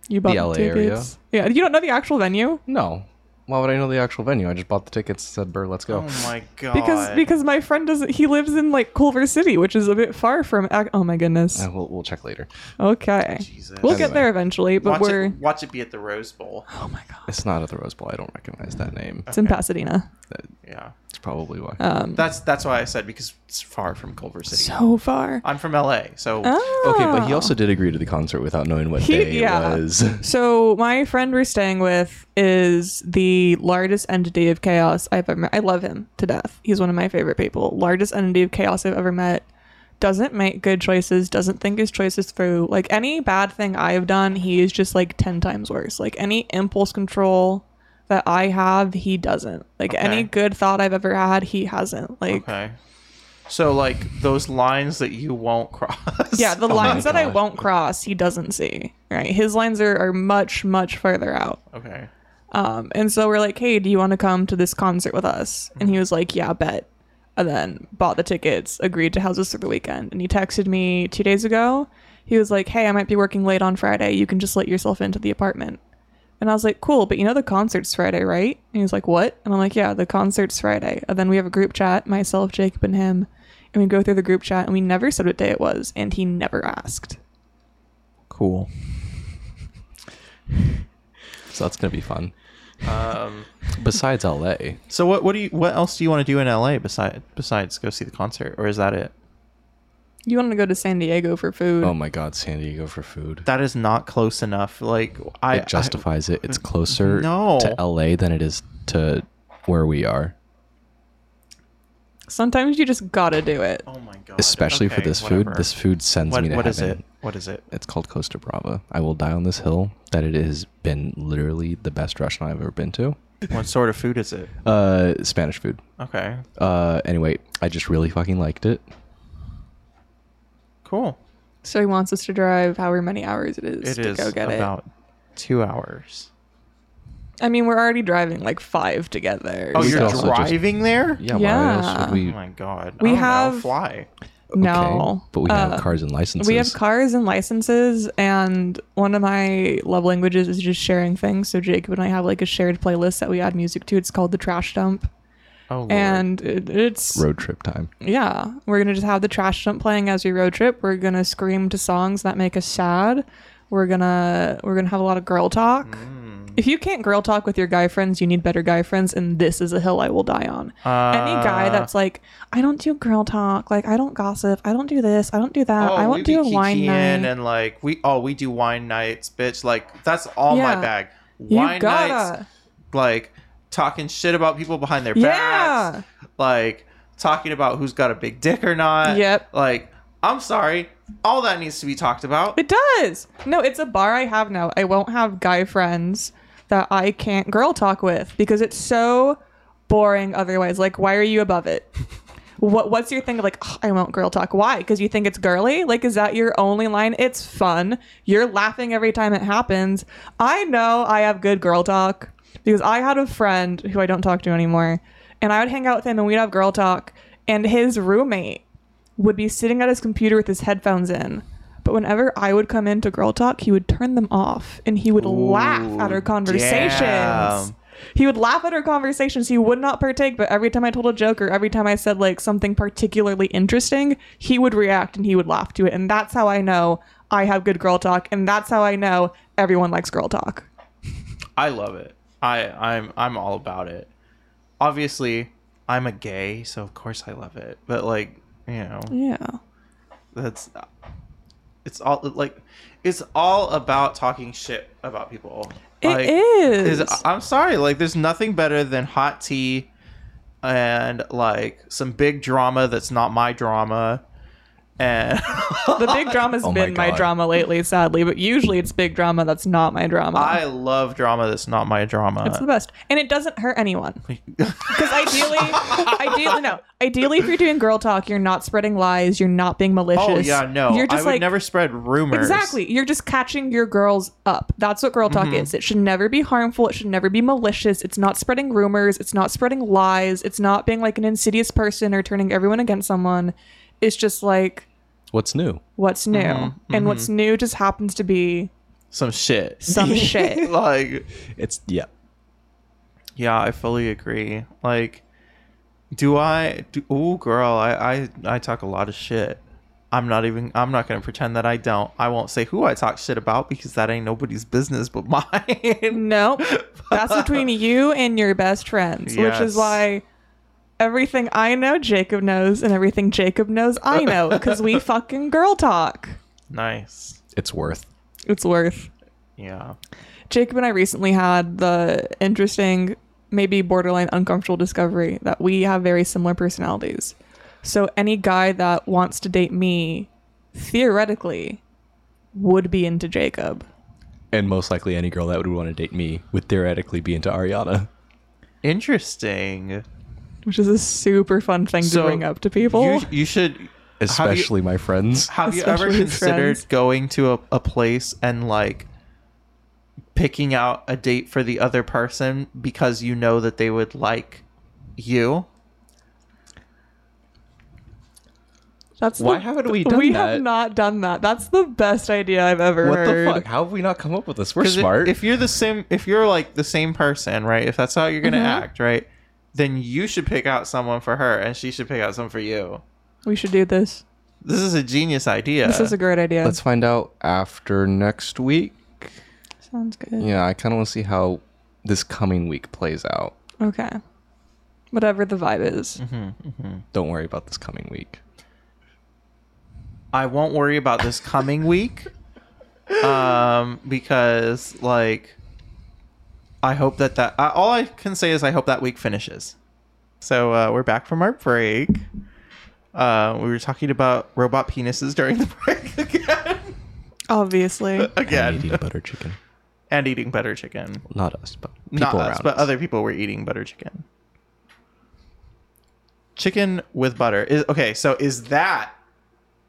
[SPEAKER 3] you bought
[SPEAKER 2] The
[SPEAKER 3] the,
[SPEAKER 2] LA
[SPEAKER 3] tickets. Yeah, you don't know the actual venue
[SPEAKER 2] No. Why would I know the actual venue? I just bought the tickets. Said Burr, let's go.
[SPEAKER 1] Oh my god!
[SPEAKER 3] because because my friend doesn't. He lives in like Culver City, which is a bit far from. ac- Oh my goodness.
[SPEAKER 2] Uh, we'll, we'll check later.
[SPEAKER 3] Okay,
[SPEAKER 1] Oh. Jesus.
[SPEAKER 3] we'll get
[SPEAKER 2] Anyway.
[SPEAKER 3] there eventually, but
[SPEAKER 1] watch
[SPEAKER 3] we're.
[SPEAKER 1] it, watch it be at the Rose Bowl.
[SPEAKER 3] Oh my god,
[SPEAKER 2] It's not at the Rose Bowl. I don't recognize that name.
[SPEAKER 3] it's in Pasadena.
[SPEAKER 1] Yeah,
[SPEAKER 2] That's probably
[SPEAKER 3] Oh.
[SPEAKER 2] why.
[SPEAKER 1] that's that's why I said because it's far from Culver City.
[SPEAKER 3] Um, So far.
[SPEAKER 1] I'm from LA, so
[SPEAKER 2] okay,
[SPEAKER 1] Ah.
[SPEAKER 2] but he
[SPEAKER 3] Oh.
[SPEAKER 2] also did agree to the concert without knowing what
[SPEAKER 3] He-
[SPEAKER 2] day
[SPEAKER 3] yeah.
[SPEAKER 2] it was.
[SPEAKER 3] So my friend we're staying with is the the largest entity of chaos I've ever met. I love him to death. He's one of my favorite people. Largest entity of chaos I've ever met. Doesn't make good choices, doesn't think his choices through. Like any bad thing I have done, he is just like 10 times worse. Like any impulse control that I have, he doesn't. Like any
[SPEAKER 1] Okay.
[SPEAKER 3] good thought I've ever had, he hasn't. Like,
[SPEAKER 1] Okay. So like those lines that you won't cross.
[SPEAKER 3] yeah, the lines that I
[SPEAKER 4] God.
[SPEAKER 3] won't cross, he doesn't see. Right. His lines are, are much, much further out.
[SPEAKER 1] okay.
[SPEAKER 3] Um, and so we're like, hey, do you want to come to this concert with us? And he was like, yeah, bet. And then bought the tickets, agreed to house us through the weekend. And he texted me two days ago. He was like, hey, I might be working late on Friday. You can just let yourself into the apartment. And I was like, cool, but you know the concert's Friday, right? And he was like, what? And I'm like, yeah, the concert's Friday. And then we have a group chat, myself, Jacob, and him. And we go through the group chat, and we never said what day it was. And he never asked.
[SPEAKER 2] Cool. So that's gonna be fun.
[SPEAKER 1] Um,
[SPEAKER 2] Besides LA,
[SPEAKER 1] so what what do you what else do you want to do in LA besides besides go see the concert or is that it?
[SPEAKER 3] You want to go to San Diego for food?
[SPEAKER 2] oh my God, San Diego for food.
[SPEAKER 1] That is not close enough. Like I
[SPEAKER 2] it justifies it. It's closer
[SPEAKER 1] No.
[SPEAKER 2] to LA than it is to where we are,
[SPEAKER 3] Sometimes you just gotta do it.
[SPEAKER 1] I- oh my god.
[SPEAKER 2] especially for
[SPEAKER 1] Okay,
[SPEAKER 2] this
[SPEAKER 1] whatever.
[SPEAKER 2] food. This food sends
[SPEAKER 1] what,
[SPEAKER 2] me to
[SPEAKER 1] what is
[SPEAKER 2] heaven.
[SPEAKER 1] it? What is it?
[SPEAKER 2] It's called Costa Brava. I will die on this hill that it has been literally the best restaurant I've ever been to.
[SPEAKER 1] What sort of food is it?
[SPEAKER 2] Uh, Spanish food.
[SPEAKER 1] Okay.
[SPEAKER 2] Uh, anyway, I just really fucking liked it.
[SPEAKER 1] Cool.
[SPEAKER 3] So he wants us to drive however many hours it is
[SPEAKER 1] It
[SPEAKER 3] to
[SPEAKER 1] is
[SPEAKER 3] go get
[SPEAKER 1] about 2 hours.
[SPEAKER 3] it. I mean, we're already driving like five to get there.
[SPEAKER 1] Oh,
[SPEAKER 2] We
[SPEAKER 1] you're
[SPEAKER 2] could also just-
[SPEAKER 1] driving there?
[SPEAKER 2] Yeah, why else
[SPEAKER 3] Yeah.
[SPEAKER 2] would we?
[SPEAKER 1] Oh my god.
[SPEAKER 3] We
[SPEAKER 1] I don't know.
[SPEAKER 3] have-
[SPEAKER 1] fly.
[SPEAKER 3] no,
[SPEAKER 2] but we have
[SPEAKER 3] Uh,
[SPEAKER 2] cars and licenses.
[SPEAKER 3] We have cars and licenses, and one of my love languages is just sharing things. So Jacob and I have like a shared playlist that we add music to. It's called the Trash Dump,
[SPEAKER 1] Oh lord.
[SPEAKER 3] and it, it's
[SPEAKER 2] road trip time.
[SPEAKER 3] Yeah, we're gonna just have the trash dump playing as we road trip. We're gonna scream to songs that make us sad. We're gonna we're gonna have a lot of girl talk.
[SPEAKER 1] Mm.
[SPEAKER 3] If you can't girl talk with your guy friends, you need better guy friends, and this is a hill I will die on. Any guy
[SPEAKER 1] Uh,
[SPEAKER 3] that's like, I don't do girl talk, like I don't gossip, I don't do this, I don't do that, I
[SPEAKER 1] Oh, we
[SPEAKER 3] won't do a
[SPEAKER 1] be
[SPEAKER 3] wine
[SPEAKER 1] kikiing
[SPEAKER 3] night.
[SPEAKER 1] and like we oh we do wine nights, bitch. Like that's all
[SPEAKER 3] Yeah.
[SPEAKER 1] my bag.
[SPEAKER 3] you
[SPEAKER 1] Wine nights,
[SPEAKER 3] gotta,
[SPEAKER 1] like talking shit about people behind their
[SPEAKER 3] yeah.
[SPEAKER 1] backs, like talking about who's got a big dick or not.
[SPEAKER 3] Yep.
[SPEAKER 1] Like I'm sorry, all that needs to be talked about.
[SPEAKER 3] It does. No, it's a bar I have now. I won't have guy friends that I can't girl talk with because it's so boring otherwise. Like, why are you above it? What what's your thing of like "Ugh, I won't girl talk? Why? Because you think it's girly? Like is that your only line? It's fun. You're laughing every time it happens. I know I have good girl talk because I had a friend who I don't talk to anymore, and I would hang out with him and we'd have girl talk. And his roommate would be sitting at his computer with his headphones in. But whenever I would come into girl talk, he would turn them off and he would laugh at our
[SPEAKER 1] Ooh,
[SPEAKER 3] conversations.
[SPEAKER 1] damn.
[SPEAKER 3] He would laugh at our conversations. He would not partake, but every time I told a joke or every time I said like something particularly interesting, he would react and he would laugh to it. And that's how I know I have good girl talk. And that's how I know everyone likes girl talk.
[SPEAKER 1] I love it. I I'm I'm all about it. Obviously, I'm a gay, so of course I love it. But like, you know,
[SPEAKER 3] Yeah.
[SPEAKER 1] that's it's all like it's all about talking shit about people.
[SPEAKER 3] It
[SPEAKER 1] like,
[SPEAKER 3] is.
[SPEAKER 1] is- I'm sorry, like there's nothing better than hot tea and like some big drama that's not my drama. And
[SPEAKER 3] The big drama's
[SPEAKER 2] Oh my
[SPEAKER 3] been my
[SPEAKER 2] God.
[SPEAKER 3] drama lately, sadly, but usually it's big drama that's not my drama.
[SPEAKER 1] I love drama that's not my drama.
[SPEAKER 3] It's the best, and it doesn't hurt anyone. Because ideally, ideally, no, ideally, if you're doing girl talk, you're not spreading lies, you're not being malicious.
[SPEAKER 1] oh yeah, no.
[SPEAKER 3] you're just
[SPEAKER 1] I would
[SPEAKER 3] like
[SPEAKER 1] never spread rumors.
[SPEAKER 3] exactly. You're just catching your girls up. That's what girl
[SPEAKER 1] Mm-hmm.
[SPEAKER 3] talk is. It should never be harmful. It should never be malicious. It's not spreading rumors. It's not spreading lies. It's not being like an insidious person or turning everyone against someone. It's just like
[SPEAKER 2] What's new?
[SPEAKER 3] what's new,
[SPEAKER 1] Mm-hmm.
[SPEAKER 3] and what's new just happens to be
[SPEAKER 1] Some shit.
[SPEAKER 3] some shit.
[SPEAKER 1] like
[SPEAKER 2] It's yeah.
[SPEAKER 1] Yeah, I fully agree. Like, do I? Do, ooh, girl, I, I I talk a lot of shit. I'm not even. I'm not gonna pretend that I don't. I won't say who I talk shit about because that ain't nobody's business but mine.
[SPEAKER 3] Nope. That's between you and your best friends, which
[SPEAKER 1] Yes.
[SPEAKER 3] is why everything I know, Jacob knows, and everything Jacob knows, I know, because we fucking girl talk.
[SPEAKER 1] nice.
[SPEAKER 2] It's worth.
[SPEAKER 3] It's worth.
[SPEAKER 1] Yeah.
[SPEAKER 3] Jacob and I recently had the interesting maybe borderline uncomfortable discovery that we have very similar personalities. So any guy that wants to date me, theoretically, would be into Jacob.
[SPEAKER 2] And most likely, any girl that would want to date me would theoretically be into Ariana.
[SPEAKER 1] Interesting.
[SPEAKER 3] Which is a super fun thing
[SPEAKER 1] So,
[SPEAKER 3] to bring up to people.
[SPEAKER 1] You, you should.
[SPEAKER 2] Especially my friends.
[SPEAKER 1] Have you ever
[SPEAKER 3] Especially
[SPEAKER 1] considered
[SPEAKER 3] friends.
[SPEAKER 1] going to a, a place and like picking out a date for the other person because you know that they would like you?
[SPEAKER 3] That's
[SPEAKER 2] Why
[SPEAKER 3] the-
[SPEAKER 2] haven't we done
[SPEAKER 3] We
[SPEAKER 2] that?
[SPEAKER 3] have not done that. That's the best idea I've ever
[SPEAKER 2] What
[SPEAKER 3] heard.
[SPEAKER 2] the fuck? How have we not come up with this? We're
[SPEAKER 1] 'Cause if-
[SPEAKER 2] smart.
[SPEAKER 1] If, you're the same, if you're like the same person, right? If that's how you're gonna
[SPEAKER 3] Mm-hmm.
[SPEAKER 1] act, right? Then you should pick out someone for her, and she should pick out someone for you.
[SPEAKER 3] We should do this.
[SPEAKER 1] This is a genius idea.
[SPEAKER 3] This is a great idea.
[SPEAKER 2] Let's find out after next week.
[SPEAKER 3] Sounds good.
[SPEAKER 2] Yeah, I kind of want to see how this coming week plays out.
[SPEAKER 3] Okay. Whatever the vibe is.
[SPEAKER 2] Mm-hmm. Don't worry about this coming week.
[SPEAKER 1] I won't worry about this coming week. Um, because like, I hope that that I, all I can say is I hope that week finishes. So uh, we're back from our break. Uh, we were talking about robot penises during the break again,
[SPEAKER 3] Obviously.
[SPEAKER 4] And
[SPEAKER 1] again,
[SPEAKER 4] eating butter chicken.
[SPEAKER 1] and eating better chicken.
[SPEAKER 2] Not us, but people
[SPEAKER 1] Not
[SPEAKER 2] around
[SPEAKER 1] us, but other people were eating butter chicken. Chicken with butter is okay. So is that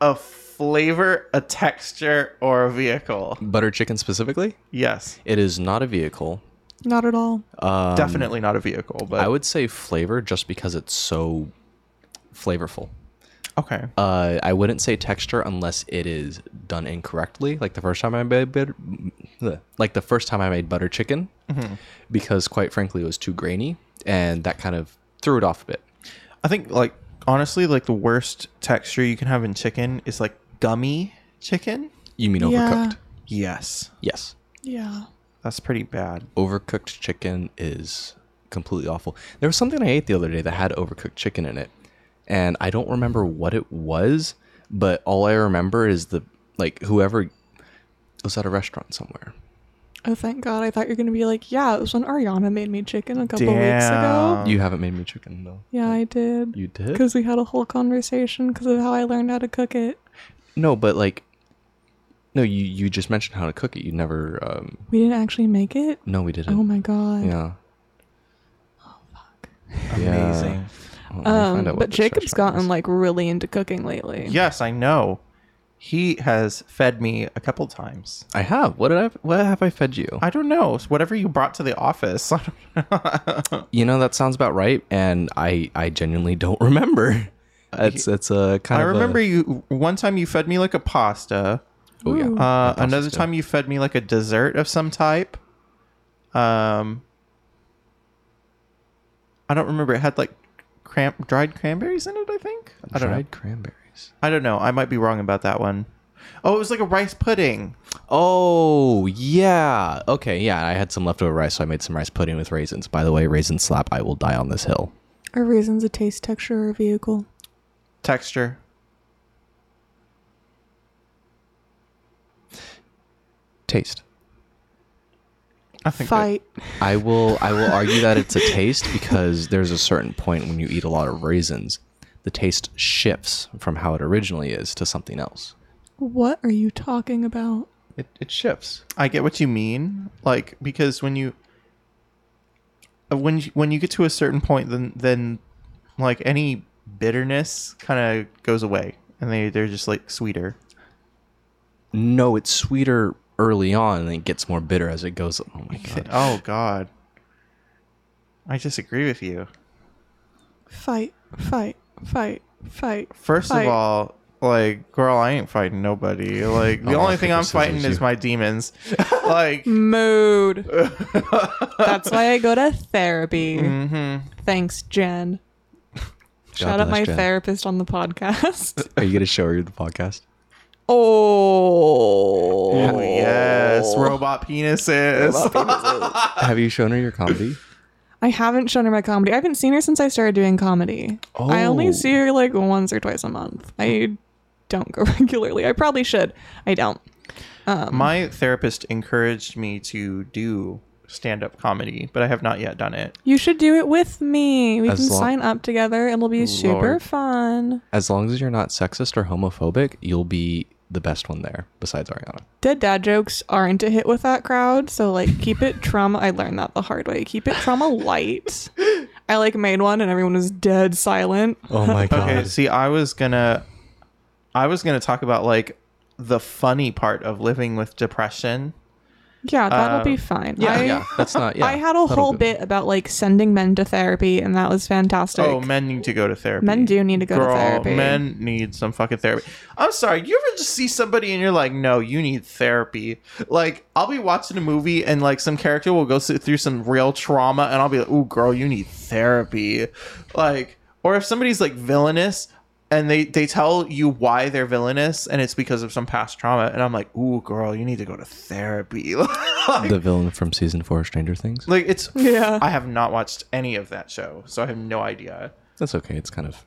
[SPEAKER 1] a flavor, a texture, or a vehicle?
[SPEAKER 2] butter chicken specifically.
[SPEAKER 1] Yes,
[SPEAKER 2] It is not a vehicle.
[SPEAKER 3] Not at all.
[SPEAKER 1] definitely not a vehicle. But
[SPEAKER 2] Um, I would say flavor just because it's so flavorful.
[SPEAKER 1] okay.
[SPEAKER 2] Uh, I wouldn't say texture unless it is done incorrectly. Like the first time I made butter, like the first time I made butter chicken,
[SPEAKER 3] Mm-hmm.
[SPEAKER 2] because quite frankly it was too grainy, and that kind of threw it off a bit.
[SPEAKER 1] I think like honestly, like the worst texture you can have in chicken is like gummy chicken.
[SPEAKER 2] You mean
[SPEAKER 3] Yeah.
[SPEAKER 2] overcooked?
[SPEAKER 1] Yes,
[SPEAKER 2] Yes,
[SPEAKER 3] Yeah.
[SPEAKER 1] that's pretty bad.
[SPEAKER 2] overcooked chicken is completely awful. There was something I ate the other day that had overcooked chicken in it, and I don't remember what it was, but all I remember is the like whoever it was at a restaurant somewhere.
[SPEAKER 3] Oh, thank God. I thought you were going to be like, yeah, it was when Ariana made me chicken a couple weeks
[SPEAKER 1] Damn.
[SPEAKER 3] ago.
[SPEAKER 2] You haven't made me chicken though.
[SPEAKER 3] Yeah, I did.
[SPEAKER 2] You did?
[SPEAKER 3] Oh. Because we had a whole conversation because of how I learned how to cook it.
[SPEAKER 2] No, but like, no, you you just mentioned how to cook it. You never. Um,
[SPEAKER 3] We didn't actually make it.
[SPEAKER 2] no, we didn't.
[SPEAKER 3] Oh my God.
[SPEAKER 2] yeah.
[SPEAKER 1] Oh,
[SPEAKER 2] Yeah.
[SPEAKER 1] Amazing.
[SPEAKER 2] Well, let me find out
[SPEAKER 3] Um,
[SPEAKER 2] what
[SPEAKER 3] but
[SPEAKER 2] this
[SPEAKER 3] Jacob's
[SPEAKER 2] restaurant
[SPEAKER 3] gotten
[SPEAKER 2] is.
[SPEAKER 3] like really into cooking lately.
[SPEAKER 1] Yes, I know. He has fed me a couple times.
[SPEAKER 2] I have. What did I? What have I fed you?
[SPEAKER 1] I don't know. It's Whatever you brought to the office. I don't know.
[SPEAKER 2] you know that sounds about right, and I I genuinely don't remember. That's that's a kind
[SPEAKER 1] I
[SPEAKER 2] of. a-
[SPEAKER 1] remember you one time you fed me like a pasta.
[SPEAKER 2] oh yeah.
[SPEAKER 1] Uh, another time you fed me like a dessert of some type. Um, I don't remember. It had like cram- dried cranberries in it. I think. I don't know.
[SPEAKER 2] Dried cranberries.
[SPEAKER 1] I don't know. I might be wrong about that one. Oh, it was like a rice pudding.
[SPEAKER 2] Oh yeah. Okay. Yeah. I had some leftover rice, so I made some rice pudding with raisins. By the way, raisin slap. I will die on this hill.
[SPEAKER 3] Are raisins a taste, texture, or vehicle?
[SPEAKER 1] Texture.
[SPEAKER 2] Taste.
[SPEAKER 1] I think. that-
[SPEAKER 3] Fight.
[SPEAKER 2] I will I will argue that it's a taste because there's a certain point when you eat a lot of raisins, the taste shifts from how it originally is to something else.
[SPEAKER 3] What are you talking about?
[SPEAKER 2] It it shifts.
[SPEAKER 1] I get what you mean, like because when you uh, when you, when you get to a certain point, then then like any bitterness kind of goes away, and they they're just like sweeter.
[SPEAKER 2] No, it's sweeter early on and then it gets more bitter as it goes. Oh my god.
[SPEAKER 1] Oh God, I disagree with you.
[SPEAKER 3] Fight, fight, fight, fight.
[SPEAKER 1] First
[SPEAKER 3] fight.
[SPEAKER 1] of all, like girl, I ain't fighting nobody. Like the
[SPEAKER 2] Oh,
[SPEAKER 1] only
[SPEAKER 2] I
[SPEAKER 1] thing
[SPEAKER 2] think
[SPEAKER 1] I'm
[SPEAKER 2] this is
[SPEAKER 1] fighting
[SPEAKER 2] you.
[SPEAKER 1] is my demons. like
[SPEAKER 3] mood. That's why I go to therapy.
[SPEAKER 1] mhm.
[SPEAKER 3] Thanks, Jen. Shout out
[SPEAKER 2] bless
[SPEAKER 3] my
[SPEAKER 2] Jen.
[SPEAKER 3] therapist on the podcast.
[SPEAKER 2] Are you gonna show her the podcast?
[SPEAKER 3] oh,
[SPEAKER 1] oh yes, robot penises.
[SPEAKER 2] Have you shown her your comedy?
[SPEAKER 3] I haven't shown her my comedy. I haven't seen her since I started doing comedy. I
[SPEAKER 2] Oh.
[SPEAKER 3] only see her like once or twice a month. I don't go regularly. I probably should. I don't.
[SPEAKER 1] my therapist encouraged me to do stand up comedy, but I have not yet done it.
[SPEAKER 3] You should do it with me. We
[SPEAKER 2] As
[SPEAKER 3] can
[SPEAKER 2] long-
[SPEAKER 3] sign up together. It'll be super
[SPEAKER 2] Lord.
[SPEAKER 3] fun.
[SPEAKER 2] As long as you're not sexist or homophobic, you'll be the best one there, besides Ariana.
[SPEAKER 3] Dead dad jokes aren't a hit with that crowd, so like keep it trauma. I learned that the hard way. Keep it trauma light. I like made one and everyone was dead silent.
[SPEAKER 4] Oh my god.
[SPEAKER 1] Okay, see, I was gonna, I was gonna talk about like the funny part of living with depression.
[SPEAKER 3] Yeah, that'll
[SPEAKER 1] Uh,
[SPEAKER 3] be fine.
[SPEAKER 1] yeah,
[SPEAKER 3] I,
[SPEAKER 2] yeah, that's not. Yeah,
[SPEAKER 3] I had
[SPEAKER 2] that'll
[SPEAKER 3] a whole
[SPEAKER 2] do.
[SPEAKER 3] bit about like sending men to therapy, and that was fantastic.
[SPEAKER 1] Oh, men need to go to therapy.
[SPEAKER 3] Men do need to go to
[SPEAKER 1] Girl,
[SPEAKER 3] therapy.
[SPEAKER 1] Men need some fucking therapy. I'm sorry. You ever just see somebody and you're like, no, you need therapy. Like, I'll be watching a movie and like some character will go s- through some real trauma and I'll be like, ooh, girl, you need therapy. Like, or if somebody's like villainous and they they tell you why they're villainous and it's because of some past trauma and I'm like, ooh, girl, you need to go to therapy. like,
[SPEAKER 2] the villain from season four of Stranger Things.
[SPEAKER 1] like, it's
[SPEAKER 3] Yeah.
[SPEAKER 1] I have not watched any of that show, so I have no idea.
[SPEAKER 2] That's okay. It's kind of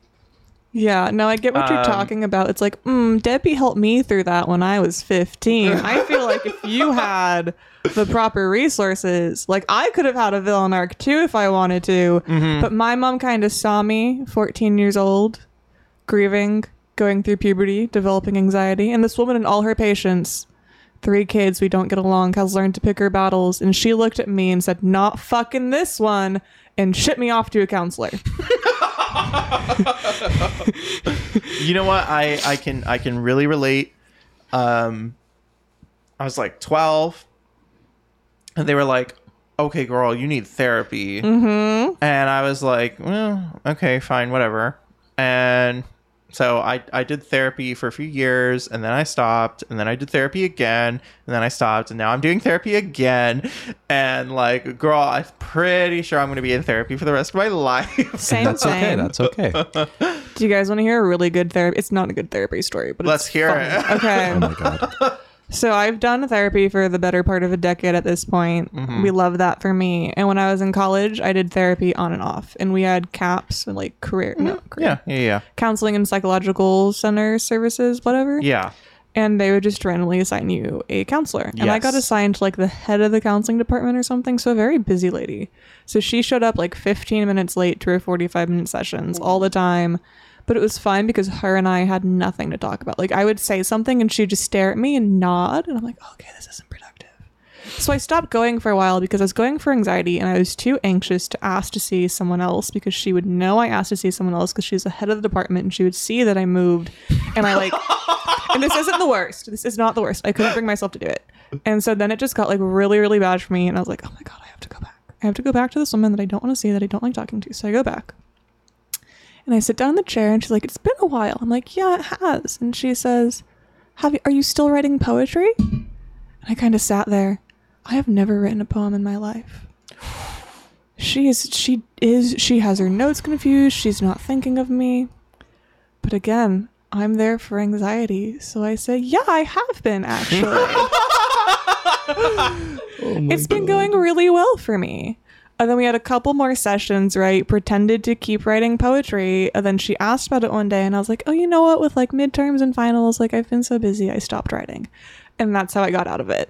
[SPEAKER 3] Yeah, no, I get what you're
[SPEAKER 1] Um,
[SPEAKER 3] talking about. It's like, mm, Debbie helped me through that when I was 15. I feel like if you had the proper resources, like I could have had a villain arc too if I wanted to.
[SPEAKER 2] Mm-hmm.
[SPEAKER 3] But my mom kind of saw me, 14 years old, grieving, going through puberty, developing anxiety, and this woman and all her patients. Three kids, we don't get along, has learned to pick her battles. And she looked at me and said, Not fucking this one, and shipped me off to a counselor.
[SPEAKER 1] you know what i i can i can really relate um i was like 12 and they were like okay girl you need therapy mm-hmm. and i was like well okay fine whatever and so I, I did therapy for a few years and then I stopped and then I did therapy again and then I stopped and now I'm doing therapy again and like girl I'm pretty sure I'm gonna be in therapy for the rest of my life.
[SPEAKER 3] Same
[SPEAKER 2] that's
[SPEAKER 3] thing.
[SPEAKER 2] okay. That's okay. Oh
[SPEAKER 3] Do you guys want to hear a really good therapy? It's not a good therapy story, but
[SPEAKER 1] Let's
[SPEAKER 3] it's
[SPEAKER 1] hear
[SPEAKER 3] fun.
[SPEAKER 1] it.
[SPEAKER 2] Oh
[SPEAKER 3] Okay,
[SPEAKER 2] my god.
[SPEAKER 3] so I've done therapy for the better part of a decade at this point.
[SPEAKER 1] Mm-hmm.
[SPEAKER 3] We love that for me. And when I was in college, I did therapy on and off, and we had CAPS, and like career,
[SPEAKER 1] Mm-hmm.
[SPEAKER 3] no, career.
[SPEAKER 1] yeah, yeah, yeah.
[SPEAKER 3] counseling and psychological center services, whatever.
[SPEAKER 1] Yeah.
[SPEAKER 3] And they would just randomly assign you a counselor. And I got
[SPEAKER 1] Yes.
[SPEAKER 3] assigned to, like the head of the counseling department or something. So a very busy lady. So she showed up like 15 minutes late to her 45 minute sessions all the time. But it was fine because her and I had nothing to talk about. Like I would say something and she'd just stare at me and nod. And I'm like, okay, this isn't productive. So I stopped going for a while because I was going for anxiety and I was too anxious to ask to see someone else because she would know I asked to see someone else because she's the head of the department and she would see that I moved. And I like, and this isn't the worst. This is not the worst. I couldn't bring myself to do it. And so then it just got like really, really bad for me. And I was like, oh my God, I have to go back. I have to go back to this woman that I don't want to see, that I don't like talking to. So I go back. And I sit down in the chair and she's like, it's been a while. I'm like, yeah, it has. And she says, have you, are you still writing poetry? And I kind of sat there. I have never written a poem in my life. She is, she is, she has her notes confused. She's not thinking of me. But again, I'm there for anxiety. So I say, yeah, I have been actually. it's been going really well for me. And then we had a couple more sessions, right? Pretended to keep writing poetry. And then she asked about it one day, and I was like, oh, you know what? With like midterms and finals, like I've been so busy, I stopped writing. And that's how I got out of it.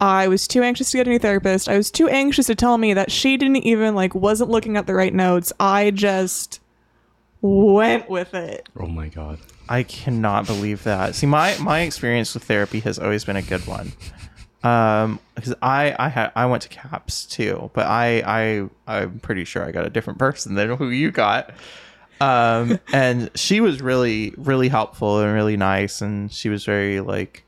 [SPEAKER 3] I was too anxious to get a new therapist. I was too anxious to tell me that she didn't even like wasn't looking at the right notes. I just went with it.
[SPEAKER 4] oh my god.
[SPEAKER 1] I cannot believe that. See, my my experience with therapy has always been a good one. Um, because I I had I went to CAPS too, but I I I'm pretty sure I got a different person than who you got. Um, and she was really really helpful and really nice, and she was very like,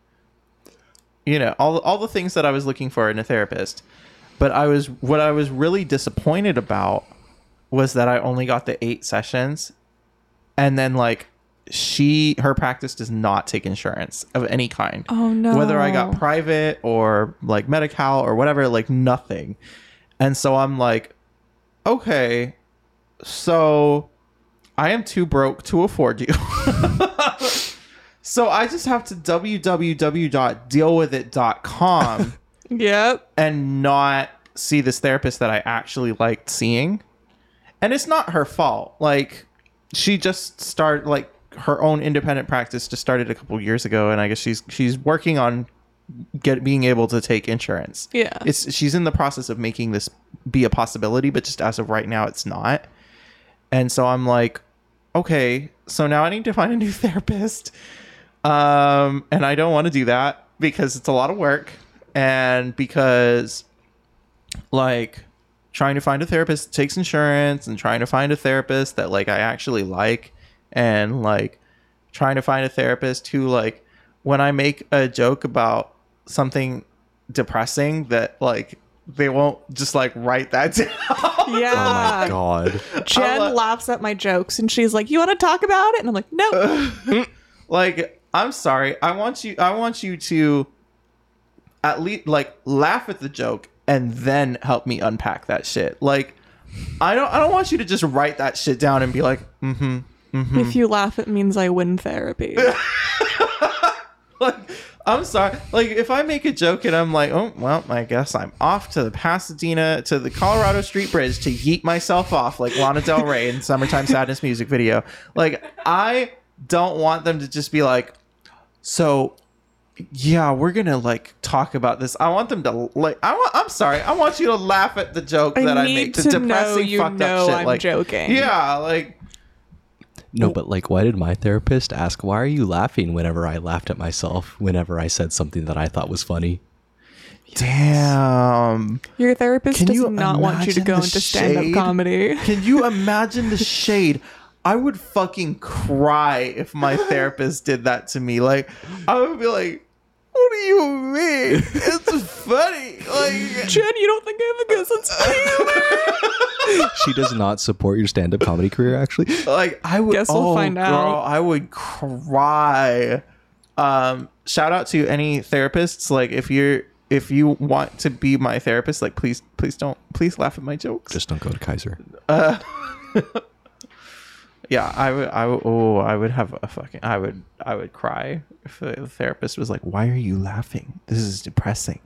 [SPEAKER 1] you know, all all the things that I was looking for in a therapist. But I was what I was really disappointed about was that I only got the eight sessions and then like she her practice does not take insurance of any kind.
[SPEAKER 3] Oh, no.
[SPEAKER 1] Whether I got private or like medical or whatever, like nothing. And so I'm like, okay, so I am too broke to afford you. so I just have to www.dealwithit.com
[SPEAKER 3] Yep.
[SPEAKER 1] and not see this therapist that I actually liked seeing. And it's not her fault. Like she just started like her own independent practice just started a couple years ago and I guess she's she's working on get being able to take insurance.
[SPEAKER 3] Yeah.
[SPEAKER 1] It's she's in the process of making this be a possibility, but just as of right now it's not. And so I'm like, okay, so now I need to find a new therapist. Um and I don't want to do that because it's a lot of work and because like trying to find a therapist that takes insurance and trying to find a therapist that like I actually like and like trying to find a therapist who like when I make a joke about something depressing that like they won't just like write that down.
[SPEAKER 3] Yeah.
[SPEAKER 4] Oh my god.
[SPEAKER 3] Jen
[SPEAKER 1] I'll, uh,
[SPEAKER 3] laughs at my jokes and she's like, You want to talk about it? And I'm like, No.
[SPEAKER 1] Uh-huh. like I'm sorry. I want you I want you to at least like laugh at the joke and then help me unpack that shit. Like I don't I don't want you to just write that shit down and be like, "Mhm."
[SPEAKER 3] If you laugh, it means I win therapy.
[SPEAKER 1] like I'm sorry. Like if I make a joke and I'm like, oh well, I guess I'm off to the Pasadena to the Colorado Street Bridge to yeet myself off like Lana Del Rey in Summertime Sadness music video. Like I don't want them to just be like, so yeah, we're gonna like talk about this. I want them to like. I want. I'm sorry. I want you to laugh at the joke
[SPEAKER 3] I
[SPEAKER 1] that I
[SPEAKER 3] need
[SPEAKER 1] make. The
[SPEAKER 3] to know
[SPEAKER 1] depressing,
[SPEAKER 3] you
[SPEAKER 1] fucked
[SPEAKER 3] know
[SPEAKER 1] up shit.
[SPEAKER 3] I'm
[SPEAKER 1] like
[SPEAKER 3] joking.
[SPEAKER 1] Yeah, like
[SPEAKER 4] No, but like, why did my therapist ask, why are you laughing whenever I laughed at myself, whenever I said something that I thought was funny?
[SPEAKER 1] damn.
[SPEAKER 3] Your therapist
[SPEAKER 1] Can
[SPEAKER 3] does
[SPEAKER 1] you
[SPEAKER 3] not want you to
[SPEAKER 1] imagine
[SPEAKER 3] go
[SPEAKER 1] the
[SPEAKER 3] into stand up
[SPEAKER 1] shade?
[SPEAKER 3] comedy.
[SPEAKER 1] Can you imagine the shade? I would fucking cry if my therapist did that to me. Like, I would be like, what do you mean? It's funny. Like,
[SPEAKER 3] Jen, you don't think I have a good sense of humor?
[SPEAKER 4] She does not support your stand up comedy career, actually.
[SPEAKER 1] like I would.
[SPEAKER 3] Guess we'll
[SPEAKER 1] oh,
[SPEAKER 3] find
[SPEAKER 1] girl,
[SPEAKER 3] out.
[SPEAKER 1] I would cry. Um, shout out to any therapists. Like, if you're, if you want to be my therapist, like, please, please don't, please laugh at my jokes.
[SPEAKER 4] Just don't go to Kaiser.
[SPEAKER 1] Yeah, I would. I would. Oh, I would have a fucking. I would. I would cry if the therapist was like, "Why are you laughing? This is depressing,"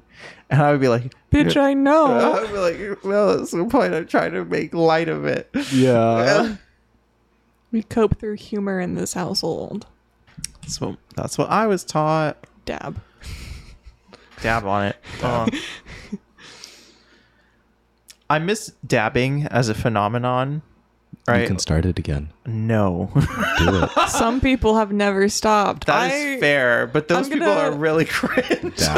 [SPEAKER 1] and I would be like,
[SPEAKER 3] Bitch, I
[SPEAKER 1] I
[SPEAKER 3] know.
[SPEAKER 1] would be like, "No, that's the point. I'm trying to make light of it."
[SPEAKER 4] Yeah.
[SPEAKER 3] We cope through humor in this household.
[SPEAKER 1] That's what. That's what I was taught.
[SPEAKER 3] Dab.
[SPEAKER 1] Dab on it. Uh. I miss dabbing as a phenomenon.
[SPEAKER 4] You
[SPEAKER 1] Right?
[SPEAKER 4] can start it again.
[SPEAKER 1] no,
[SPEAKER 4] Do it.
[SPEAKER 3] Some people have never stopped.
[SPEAKER 1] that is
[SPEAKER 3] I-
[SPEAKER 1] fair. But those
[SPEAKER 3] I'm
[SPEAKER 1] people
[SPEAKER 3] gonna-
[SPEAKER 1] are really cringe.
[SPEAKER 4] Dab.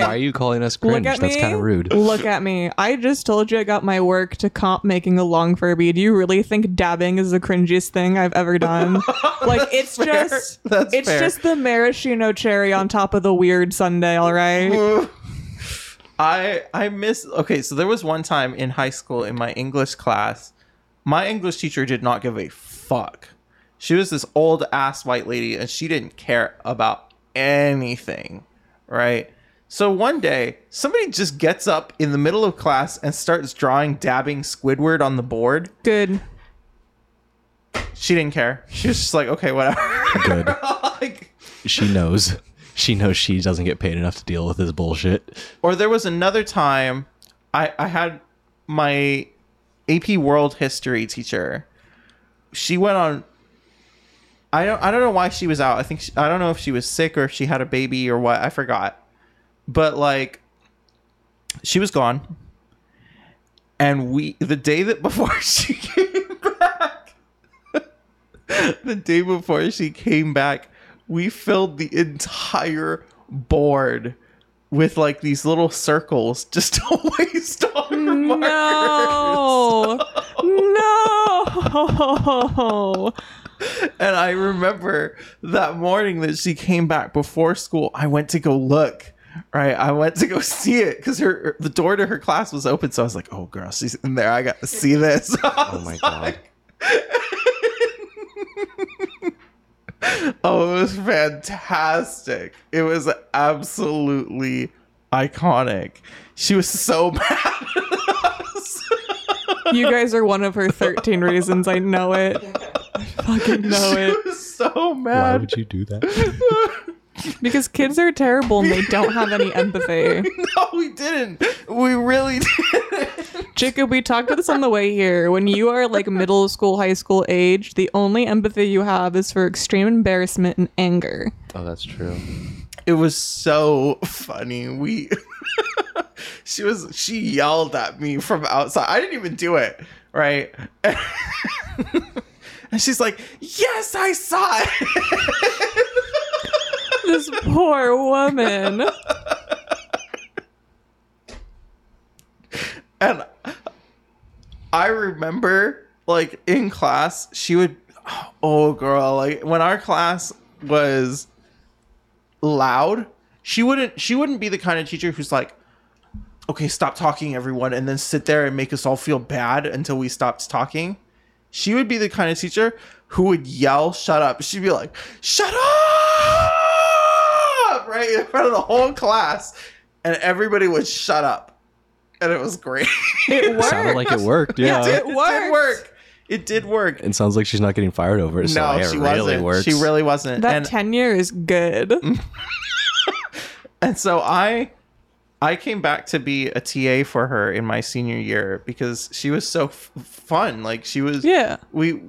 [SPEAKER 4] Why are you calling us
[SPEAKER 3] Look
[SPEAKER 4] cringe?
[SPEAKER 3] at
[SPEAKER 4] That's
[SPEAKER 3] me.
[SPEAKER 4] kind of rude.
[SPEAKER 3] Look at me. I just told you I got my work to comp making a long Furby. Do you really think dabbing is the cringiest thing I've ever done? like it's
[SPEAKER 1] fair.
[SPEAKER 3] just
[SPEAKER 1] That's
[SPEAKER 3] it's
[SPEAKER 1] fair.
[SPEAKER 3] just the maraschino cherry on top of the weird Sunday, all right?
[SPEAKER 1] I I miss okay, so there was one time in high school in my English class, my English teacher did not give a fuck. She was this old ass white lady and she didn't care about anything, right? So one day, somebody just gets up in the middle of class and starts drawing dabbing Squidward on the board.
[SPEAKER 3] Good.
[SPEAKER 1] She didn't care. She was just like, okay, whatever.
[SPEAKER 4] Good.
[SPEAKER 1] like
[SPEAKER 4] She knows. She knows she doesn't get paid enough to deal with this bullshit.
[SPEAKER 1] or there was another time I, I had my AP World History teacher. She went on. I don't. I don't know why she was out. I think she, I don't know if she was sick or if she had a baby or what. I forgot. But like, she was gone. And we the day that before she came back, the day before she came back, we filled the entire board with like these little circles just to waste all your markers.
[SPEAKER 3] No. no.
[SPEAKER 1] And I remember that morning that she came back before school. I went to go look. Right, I went to go see it because her the door to her class was open. So I was like, "Oh, girl, she's in there. I got to see this." oh
[SPEAKER 4] my God.
[SPEAKER 1] oh, it was fantastic. It was absolutely iconic. She was so mad.
[SPEAKER 3] You guys are one of her 13 reasons. I know it. I fucking know
[SPEAKER 1] she
[SPEAKER 3] it.
[SPEAKER 1] was so
[SPEAKER 4] Why
[SPEAKER 1] mad.
[SPEAKER 4] would you do that?
[SPEAKER 3] Because kids are terrible and they don't have any empathy.
[SPEAKER 1] no, we didn't. We really didn't.
[SPEAKER 3] Jacob, we talked about this on the way here. When you are like middle school, high school age, the only empathy you have is for extreme embarrassment and anger.
[SPEAKER 4] Oh, that's true.
[SPEAKER 1] It it was so funny. We she was she yelled at me from outside. I didn't even do it, right? and she's like, "Yes, I saw it."
[SPEAKER 3] this poor woman.
[SPEAKER 1] and I remember like in class, she would oh girl, like when our class was loud, she wouldn't she wouldn't be the kind of teacher who's like okay, stop talking everyone and then sit there and make us all feel bad until we stopped talking. She would be the kind of teacher who would yell, "Shut up." She'd be like, "Shut up!" right in front of the whole class and everybody would shut up. And it was great.
[SPEAKER 3] It worked.
[SPEAKER 4] Sounded like it worked. Yeah.
[SPEAKER 1] It,
[SPEAKER 3] It
[SPEAKER 1] did
[SPEAKER 3] worked.
[SPEAKER 1] work. It did work.
[SPEAKER 4] And sounds like she's not getting fired over it. So
[SPEAKER 1] no,
[SPEAKER 4] yeah,
[SPEAKER 1] she
[SPEAKER 4] it really
[SPEAKER 1] wasn't.
[SPEAKER 4] works.
[SPEAKER 1] She really wasn't.
[SPEAKER 3] that
[SPEAKER 1] and
[SPEAKER 3] tenure is good.
[SPEAKER 1] and so I I came back to be a TA for her in my senior year because she was so f- fun. Like she was
[SPEAKER 3] Yeah.
[SPEAKER 1] we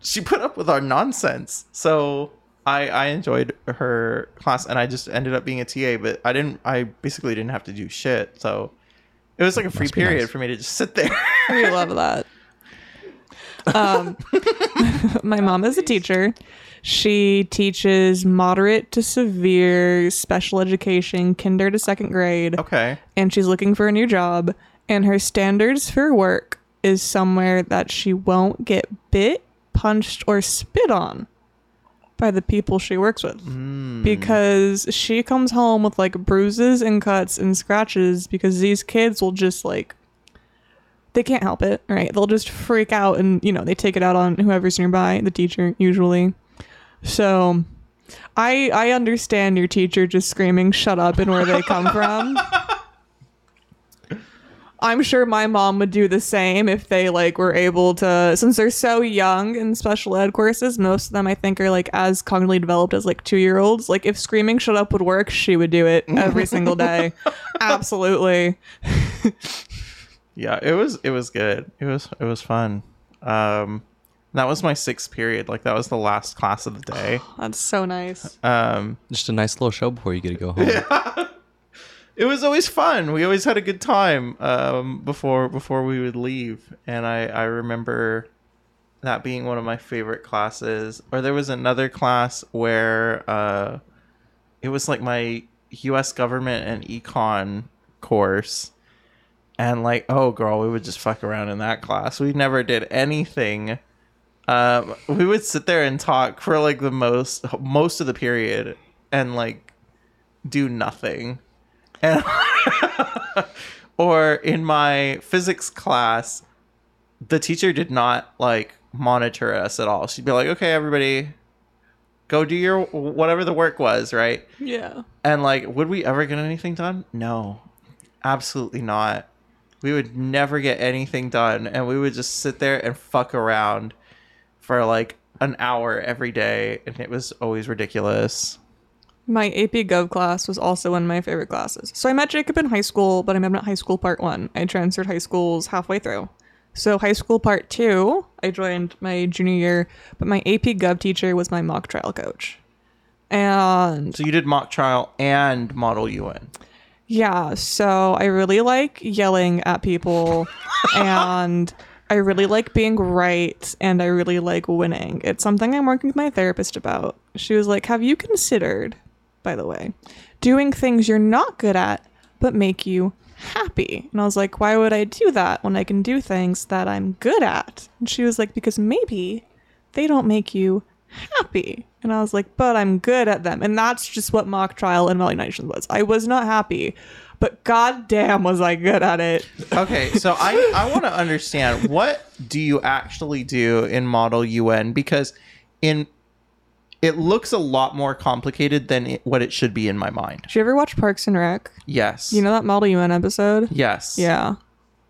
[SPEAKER 1] she put up with our nonsense. So I I enjoyed her class and I just ended up being a TA, but I didn't I basically didn't have to do shit. So it was like a free
[SPEAKER 4] be nice.
[SPEAKER 1] period for me to just sit there.
[SPEAKER 3] We love that. Um, my mom is a teacher. She teaches moderate to severe special education, kinder to second grade,
[SPEAKER 1] okay.
[SPEAKER 3] and she's looking for a new job. And her standards for work is somewhere that she won't get bit, punched, or spit on by the people she works with. Because she comes home with like bruises and cuts and scratches because these kids will just like they can't help it, right? They'll just freak out and, you know, they take it out on whoever's nearby, the teacher usually. So I I understand your teacher just screaming shut up and where they come from. I'm sure my mom would do the same if they like were able to since they're so young in special ed courses, most of them I think are like as cognitively developed as like two year olds. Like if screaming shut up would work, she would do it every single day. Absolutely.
[SPEAKER 1] Yeah, it was it was good. It was it was fun. Um that was my sixth period. Like that was the last class of the day.
[SPEAKER 3] That's so nice.
[SPEAKER 1] Um
[SPEAKER 4] Just a nice little show before you get to go home.
[SPEAKER 1] it was always fun. We always had a good time um, before before we would leave, and I I remember that being one of my favorite classes. Or there was another class where uh, it was like my U.S. government and econ course, and like oh girl, we would just fuck around in that class. We never did anything. Um, we would sit there and talk for like the most most of the period, and like do nothing and or in my physics class the teacher did not like monitor us at all she'd be like okay everybody go do your whatever the work was right
[SPEAKER 3] Yeah.
[SPEAKER 1] and like would we ever get anything done no absolutely not we would never get anything done and we would just sit there and fuck around for like an hour every day and it was always ridiculous
[SPEAKER 3] My AP Gov class was also one of my favorite classes. So I met Jacob in high school, but I met him at high school part one. I transferred high schools halfway through. So high school part two, I joined my junior year, but my AP Gov teacher was my mock trial coach. And
[SPEAKER 1] so you did mock trial and model un
[SPEAKER 3] yeah, so I really like yelling at people and I really like being right and I really like winning. It's something I'm working with my therapist about. She was like, Have you considered, by the way, doing things you're not good at but make you happy? And I was like, Why would I do that when I can do things that I'm good at? And she was like, Because maybe they don't make you happy. And I was like, but I'm good at them. And that's just what mock trial and evaluation was. I was not happy, but goddamn was I good at it.
[SPEAKER 1] Okay, so I I want to understand what do you actually do in Model UN because in it looks a lot more complicated than it, what it should be in my mind.
[SPEAKER 3] Did you ever watch Parks and Rec?
[SPEAKER 1] Yes.
[SPEAKER 3] You know that Model UN episode?
[SPEAKER 1] Yes.
[SPEAKER 3] Yeah.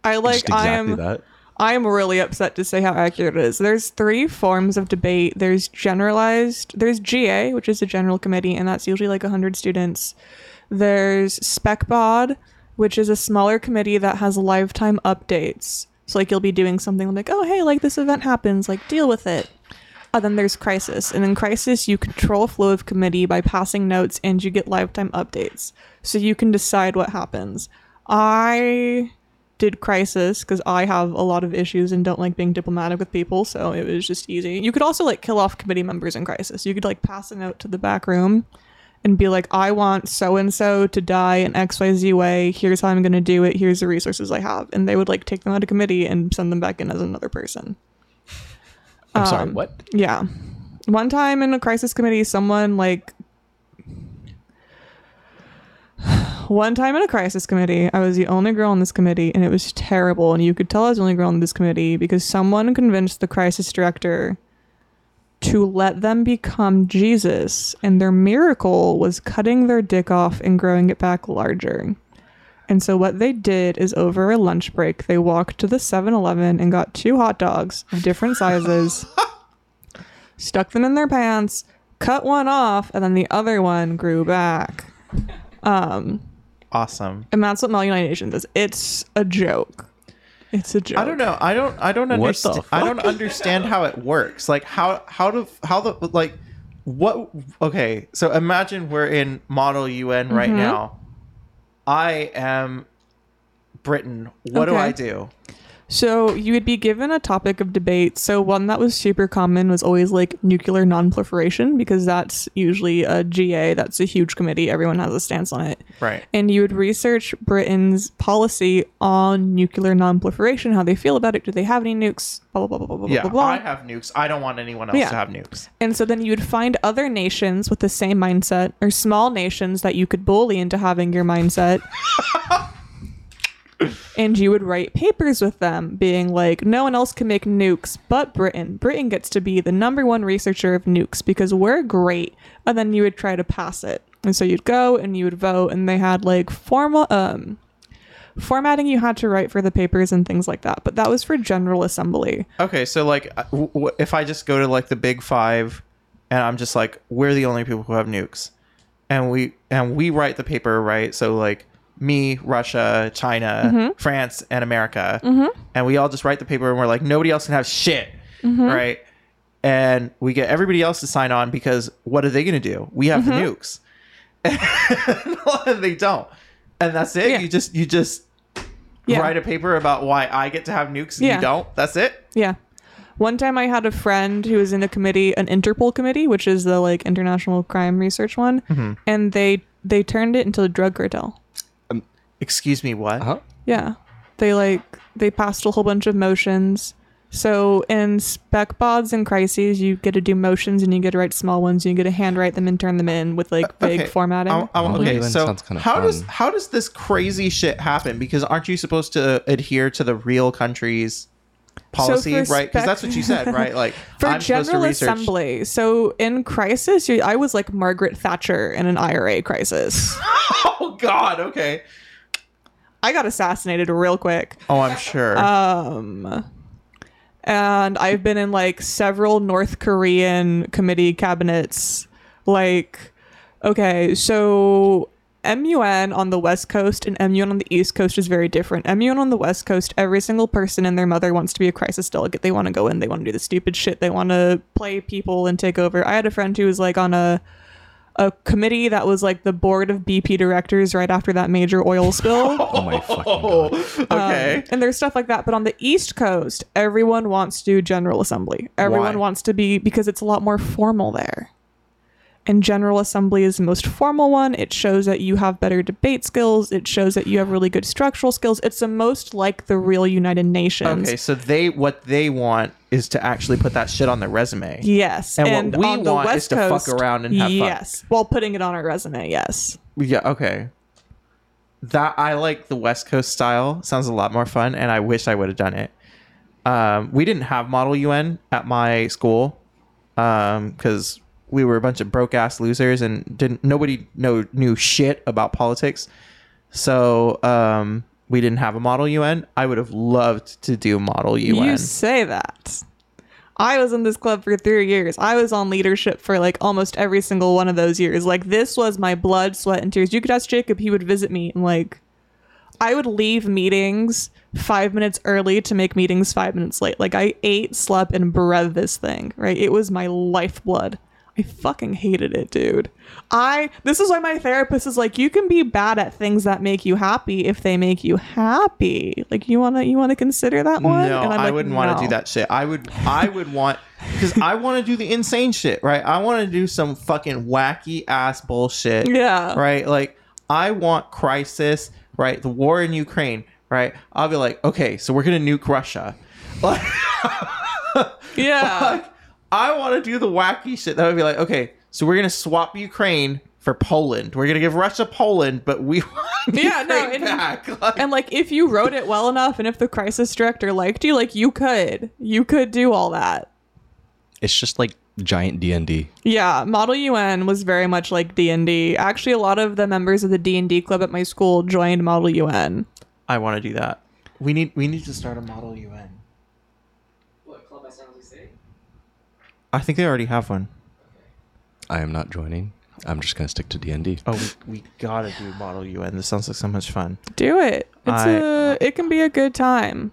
[SPEAKER 3] I like
[SPEAKER 4] Just exactly
[SPEAKER 3] I am
[SPEAKER 4] that.
[SPEAKER 3] I am really upset to say how accurate it is. There's three forms of debate. There's generalized, there's GA, which is a general committee, and that's usually like 100 students. There's spec bod, which is a smaller committee that has lifetime updates. So like you'll be doing something like, "Oh, hey, like this event happens, like deal with it." And then there's Crisis. And in Crisis, you control flow of committee by passing notes and you get lifetime updates. So you can decide what happens. I did Crisis because I have a lot of issues and don't like being diplomatic with people. So it was just easy. You could also like kill off committee members in Crisis. You could like pass a note to the back room and be like, I want so and so to die in XYZ way. Here's how I'm going to do it. Here's the resources I have. And they would like take them out of committee and send them back in as another person.
[SPEAKER 2] I'm
[SPEAKER 3] um,
[SPEAKER 2] sorry, what?
[SPEAKER 3] Yeah. One time in a crisis committee, someone like. One time in a crisis committee, I was the only girl on this committee, and it was terrible. And you could tell I was the only girl on this committee because someone convinced the crisis director to let them become Jesus, and their miracle was cutting their dick off and growing it back larger. And so what they did is over a lunch break, they walked to the 7-Eleven and got two hot dogs of different sizes, stuck them in their pants, cut one off, and then the other one grew back.
[SPEAKER 1] Awesome.
[SPEAKER 3] And that's what Mel United Nations is. It's a joke. It's a joke.
[SPEAKER 1] I don't know. I don't. I don't
[SPEAKER 2] What the
[SPEAKER 1] understand. I don't understand how it works. Like how how do how the like what? Okay, so imagine we're in Model UN right
[SPEAKER 3] Mm-hmm.
[SPEAKER 1] now. I am Britain. What do
[SPEAKER 3] Okay.
[SPEAKER 1] I do?
[SPEAKER 3] So you would be given a topic of debate. So one that was super common was always like nuclear nonproliferation because that's usually a GA. That's a huge committee. Everyone has a stance on it.
[SPEAKER 1] Right.
[SPEAKER 3] And you would research Britain's policy on nuclear nonproliferation, how they feel about it. Do they have any nukes? Blah blah blah blah blah
[SPEAKER 1] Yeah,
[SPEAKER 3] blah blah.
[SPEAKER 1] I have nukes. I don't want anyone else
[SPEAKER 3] Yeah.
[SPEAKER 1] to have nukes.
[SPEAKER 3] And so then you would find other nations with the same mindset or small nations that you could bully into having your mindset. and you would write papers with them being like, no one else can make nukes but Britain. Britain gets to be the number one researcher of nukes because we're great. And then you would try to pass it. And so you'd go and you would vote and they had like formal um formatting you had to write for the papers and things like that. But that was for general assembly.
[SPEAKER 1] Okay, so like, uh, w- w- if I just go to like the big five, and I'm just like, we're the only people who have nukes, and we and we write the paper right. So like me, Russia, China,
[SPEAKER 3] Mm-hmm.
[SPEAKER 1] France, and America, and we all just write the paper, and we're like, nobody else can have shit,
[SPEAKER 3] Mm-hmm.
[SPEAKER 1] right? And we get everybody else to sign on because what are they going to do? We have
[SPEAKER 3] Mm-hmm.
[SPEAKER 1] the nukes, and they don't, and that's it.
[SPEAKER 3] Yeah.
[SPEAKER 1] You just you just
[SPEAKER 3] Yeah.
[SPEAKER 1] write a paper about why I get to have nukes and
[SPEAKER 3] Yeah.
[SPEAKER 1] you don't. That's it.
[SPEAKER 3] Yeah. One time I had a friend who was in a committee, an Interpol committee, which is the like international crime research one,
[SPEAKER 1] Mm-hmm.
[SPEAKER 3] and they they turned it into a drug cartel.
[SPEAKER 1] Excuse me, what?
[SPEAKER 2] Huh?
[SPEAKER 3] Yeah. They like they passed a whole bunch of motions. So in spec bods and crises, you get to do motions and you get to write small ones. And you get to handwrite them and turn them in with like vague
[SPEAKER 1] Uh, Okay,
[SPEAKER 3] formatting.
[SPEAKER 1] I- I-
[SPEAKER 2] Model
[SPEAKER 1] okay,
[SPEAKER 2] UN
[SPEAKER 1] so
[SPEAKER 2] sounds kinda
[SPEAKER 1] how does
[SPEAKER 2] fun.
[SPEAKER 1] how does this crazy shit happen? Because aren't you supposed to adhere to the real country's policy,
[SPEAKER 3] for
[SPEAKER 1] right? Because
[SPEAKER 3] spec-
[SPEAKER 1] that's what you said, right? Like
[SPEAKER 3] for
[SPEAKER 1] I'm supposed to
[SPEAKER 3] General
[SPEAKER 1] research.
[SPEAKER 3] Assembly. So in crisis, you, I was like Margaret Thatcher in an IRA crisis.
[SPEAKER 1] Oh God, okay.
[SPEAKER 3] I got assassinated real quick.
[SPEAKER 1] Oh, I'm sure.
[SPEAKER 3] and I've been in like several North Korean committee cabinets. Like, okay, so MUN on the West Coast and MUN on the East Coast is very different. MUN on the West Coast, every single person and their mother wants to be a crisis delegate. They want to go in, they want to do the stupid shit, they want to play people and take over. I had a friend who was like on a a committee that was like the board of BP directors right after that major oil spill.
[SPEAKER 2] Oh my fucking
[SPEAKER 1] oh,
[SPEAKER 2] god.
[SPEAKER 1] okay.
[SPEAKER 3] And there's stuff like that. But on the East Coast, everyone wants to do General Assembly. Everyone
[SPEAKER 1] Why?
[SPEAKER 3] wants to be because it's a lot more formal there. And General Assembly is the most formal one. It shows that you have better debate skills. It shows that you have really good structural skills. It's the most like the real United Nations.
[SPEAKER 1] okay, so they what they want is to actually put that shit on their resume.
[SPEAKER 3] Yes.
[SPEAKER 1] And
[SPEAKER 3] And,
[SPEAKER 1] what we
[SPEAKER 3] on the
[SPEAKER 1] want is
[SPEAKER 3] West
[SPEAKER 1] to fuck
[SPEAKER 3] Coast,
[SPEAKER 1] around and have fun.
[SPEAKER 3] Yes. While putting it on our resume. Yes.
[SPEAKER 1] Yeah, okay. That I like the West Coast style. Sounds a lot more fun, and I wish I would have done it. Um, we didn't have Model UN at my school because we were a bunch of broke ass losers and didn't nobody know knew shit about politics. So um, we didn't have a Model UN. I would have loved to do Model UN.
[SPEAKER 3] You say that. I was in this club for three years. I was on leadership for like almost every single one of those years. Like this was my blood, sweat, and tears. You could ask Jacob; he would visit me and like, I would leave meetings five minutes early to make meetings five minutes late. Like I ate, slept, and breathed this thing, right? It was my lifeblood. I fucking hated it, dude. I this is why my therapist is like, you can be bad at things that make you happy if they make you happy. Like you wanna you wanna consider that one?
[SPEAKER 1] No, I
[SPEAKER 3] like,
[SPEAKER 1] wouldn't want
[SPEAKER 3] "No."
[SPEAKER 1] to do that shit. I would, I would want, because I want to do the insane shit, right? I want to do some fucking wacky ass bullshit,
[SPEAKER 3] Yeah.
[SPEAKER 1] right? Like I want crisis, right? The war in Ukraine, right? I'll be like, okay, so we're gonna nuke Russia. Like,
[SPEAKER 3] Yeah.
[SPEAKER 1] I want to do the wacky shit. That would be like, okay, so we're gonna swap Ukraine for Poland. We're gonna give Russia Poland, but we want
[SPEAKER 3] Yeah, no,
[SPEAKER 1] Ukraine
[SPEAKER 3] and-
[SPEAKER 1] back. Like,
[SPEAKER 3] and like if you wrote it well enough and if the crisis director liked you like you could you could do all that
[SPEAKER 4] It's just like giant D and D.
[SPEAKER 3] yeah model un was very much like d&d actually a lot of the members of the d&d club at my school joined model un
[SPEAKER 1] I want to do that. We need, we need to start a model UN.
[SPEAKER 5] What club by San Jose State?
[SPEAKER 1] I think they already have one.
[SPEAKER 4] I am not joining. I'm just gonna stick to D and D.
[SPEAKER 1] Oh, we, we gotta do Model UN. This sounds like so much fun.
[SPEAKER 3] do it it's
[SPEAKER 1] I-
[SPEAKER 3] a it can be a good time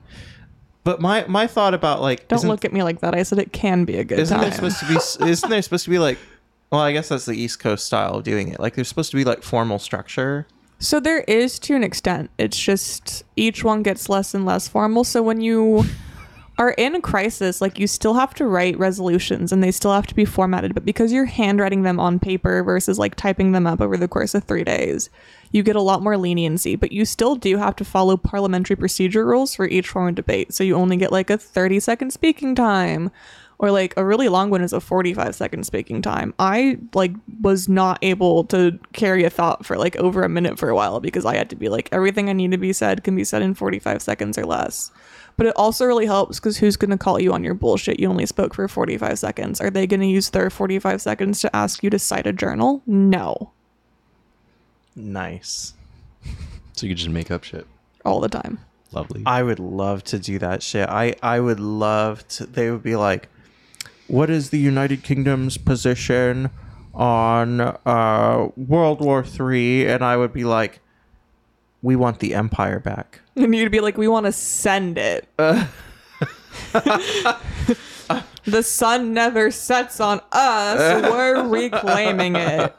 [SPEAKER 1] But my my thought about like
[SPEAKER 3] don't
[SPEAKER 1] isn't,
[SPEAKER 3] look at me like that i said it can be a good
[SPEAKER 1] isn't
[SPEAKER 3] time
[SPEAKER 1] there supposed to be isn't there supposed to be like well I guess that's the East Coast style of doing it. Like there's supposed to be like formal structure.
[SPEAKER 3] So there is to an extent. It's just each one gets less and less formal. So when you are in a crisis, like you still have to write resolutions and they still have to be formatted, but because you're handwriting them on paper versus like typing them up over the course of 3 days, you get a lot more leniency, but you still do have to follow parliamentary procedure rules for each form of debate. So you only get like a 30 second speaking time or like a really long one is a 45 second speaking time i like was not able to carry a thought for like over a minute for a while because i had to be like everything i need to be said can be said in 45 seconds or less but it also really helps because who's going to call you on your bullshit you only spoke for 45 seconds are they going to use their 45 seconds to ask you to cite a journal no
[SPEAKER 1] Nice.
[SPEAKER 4] So you just make up shit.
[SPEAKER 3] all the time
[SPEAKER 4] Lovely.
[SPEAKER 1] I would love to do that shit. I I would love to. They would be like, "What is the United Kingdom's position on uh, World War Three? And I would be like, "We want the empire back."
[SPEAKER 3] And you'd be like, we want to send it. the sun never sets on us. We're reclaiming it.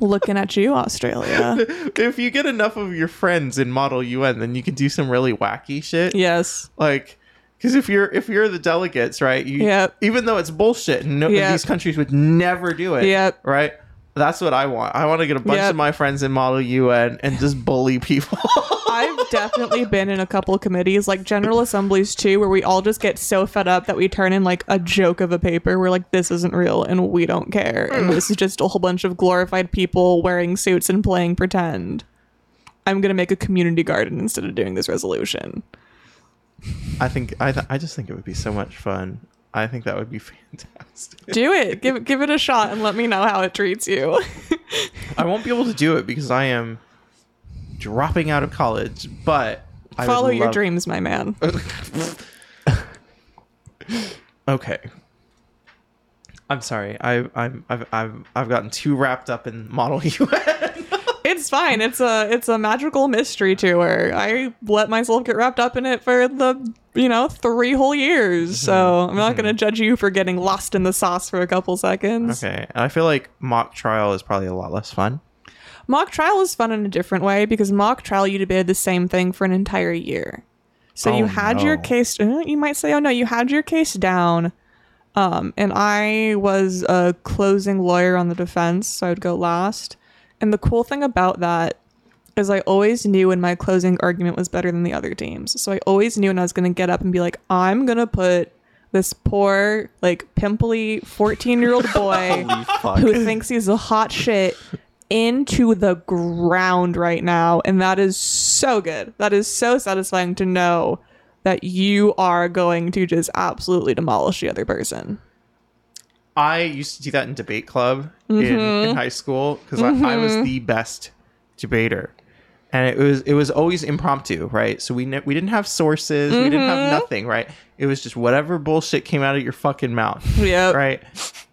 [SPEAKER 3] Looking at you, Australia.
[SPEAKER 1] if you get enough of your friends in Model UN, then you can do some really wacky shit.
[SPEAKER 3] Yes.
[SPEAKER 1] Like, because if you're if you're the delegates, right? You,
[SPEAKER 3] Yep.
[SPEAKER 1] Even though it's bullshit, and no,
[SPEAKER 3] Yep.
[SPEAKER 1] these countries would never do it.
[SPEAKER 3] Yep.
[SPEAKER 1] Right. That's what I want. I want to get a bunch
[SPEAKER 3] Yep.
[SPEAKER 1] of my friends in Model UN and just bully people.
[SPEAKER 3] I've definitely been in a couple of committees, like General Assemblies too, where we all just get so fed up that we turn in like a joke of a paper. We're like, this isn't real and we don't care. And this is just a whole bunch of glorified people wearing suits and playing pretend. I'm going to make a community garden instead of doing this resolution.
[SPEAKER 1] I think I th- I just think it would be so much fun. I think that would be fantastic.
[SPEAKER 3] Do it. give, give it a shot and let me know how it treats you.
[SPEAKER 1] I won't be able to do it because I am dropping out of college, but I would
[SPEAKER 3] Follow your
[SPEAKER 1] love-
[SPEAKER 3] dreams, my man.
[SPEAKER 1] Okay. I'm sorry. I, I'm I've, I've I've gotten too wrapped up in Model UN.
[SPEAKER 3] It's fine. It's a it's a magical mystery tour. I let myself get wrapped up in it for the you know three whole years. So I'm not gonna judge you for getting lost in the sauce for a couple seconds.
[SPEAKER 1] okay, and I feel like mock trial is probably a lot less fun.
[SPEAKER 3] Mock trial is fun in a different way because mock trial you debated the same thing for an entire year. So
[SPEAKER 1] Oh,
[SPEAKER 3] you had your
[SPEAKER 1] no.
[SPEAKER 3] case. eh, You might say, "Oh no, you had your case down." Um, and I was a closing lawyer on the defense, so I would go last. And the cool thing about that is I always knew when my closing argument was better than the other team's. So I always knew when I was going to get up and be like, "I'm going to put this poor, like pimply 14-year-old boy
[SPEAKER 1] Oh,
[SPEAKER 3] who thinks he's a hot shit into the ground right now and that is so good that is so satisfying to know that you are going to just absolutely demolish the other person
[SPEAKER 1] I used to do that in debate club in, in high school because I, I was the best debater, and it was it was always impromptu, right? So we ne- we didn't have sources, we didn't have nothing, right? It was just whatever bullshit came out of your fucking mouth,
[SPEAKER 3] Yep.
[SPEAKER 1] right?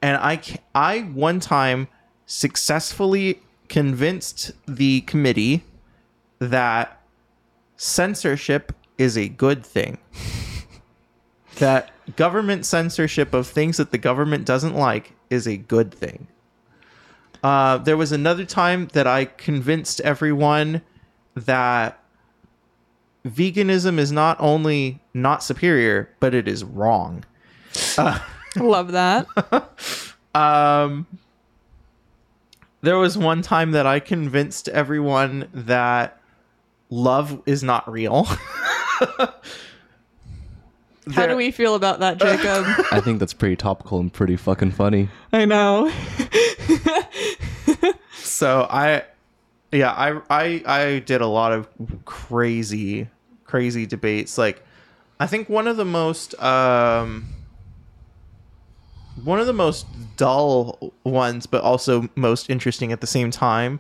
[SPEAKER 1] And I ca- I one time successfully convinced the committee that censorship is a good thing. that government censorship of things that the government doesn't like is a good thing. Uh, there was another time that I convinced everyone that veganism is not only not superior, but it is wrong.
[SPEAKER 3] Love that.
[SPEAKER 1] Um, there was one time that I convinced everyone that love is not real.
[SPEAKER 3] How do we feel about that, Jacob?
[SPEAKER 2] I think that's pretty topical and pretty fucking funny.
[SPEAKER 3] I know.
[SPEAKER 1] so I, yeah, I, I, I did a lot of crazy, crazy debates. Like, I think one of the most, um, one of the most dull ones, but also most interesting at the same time,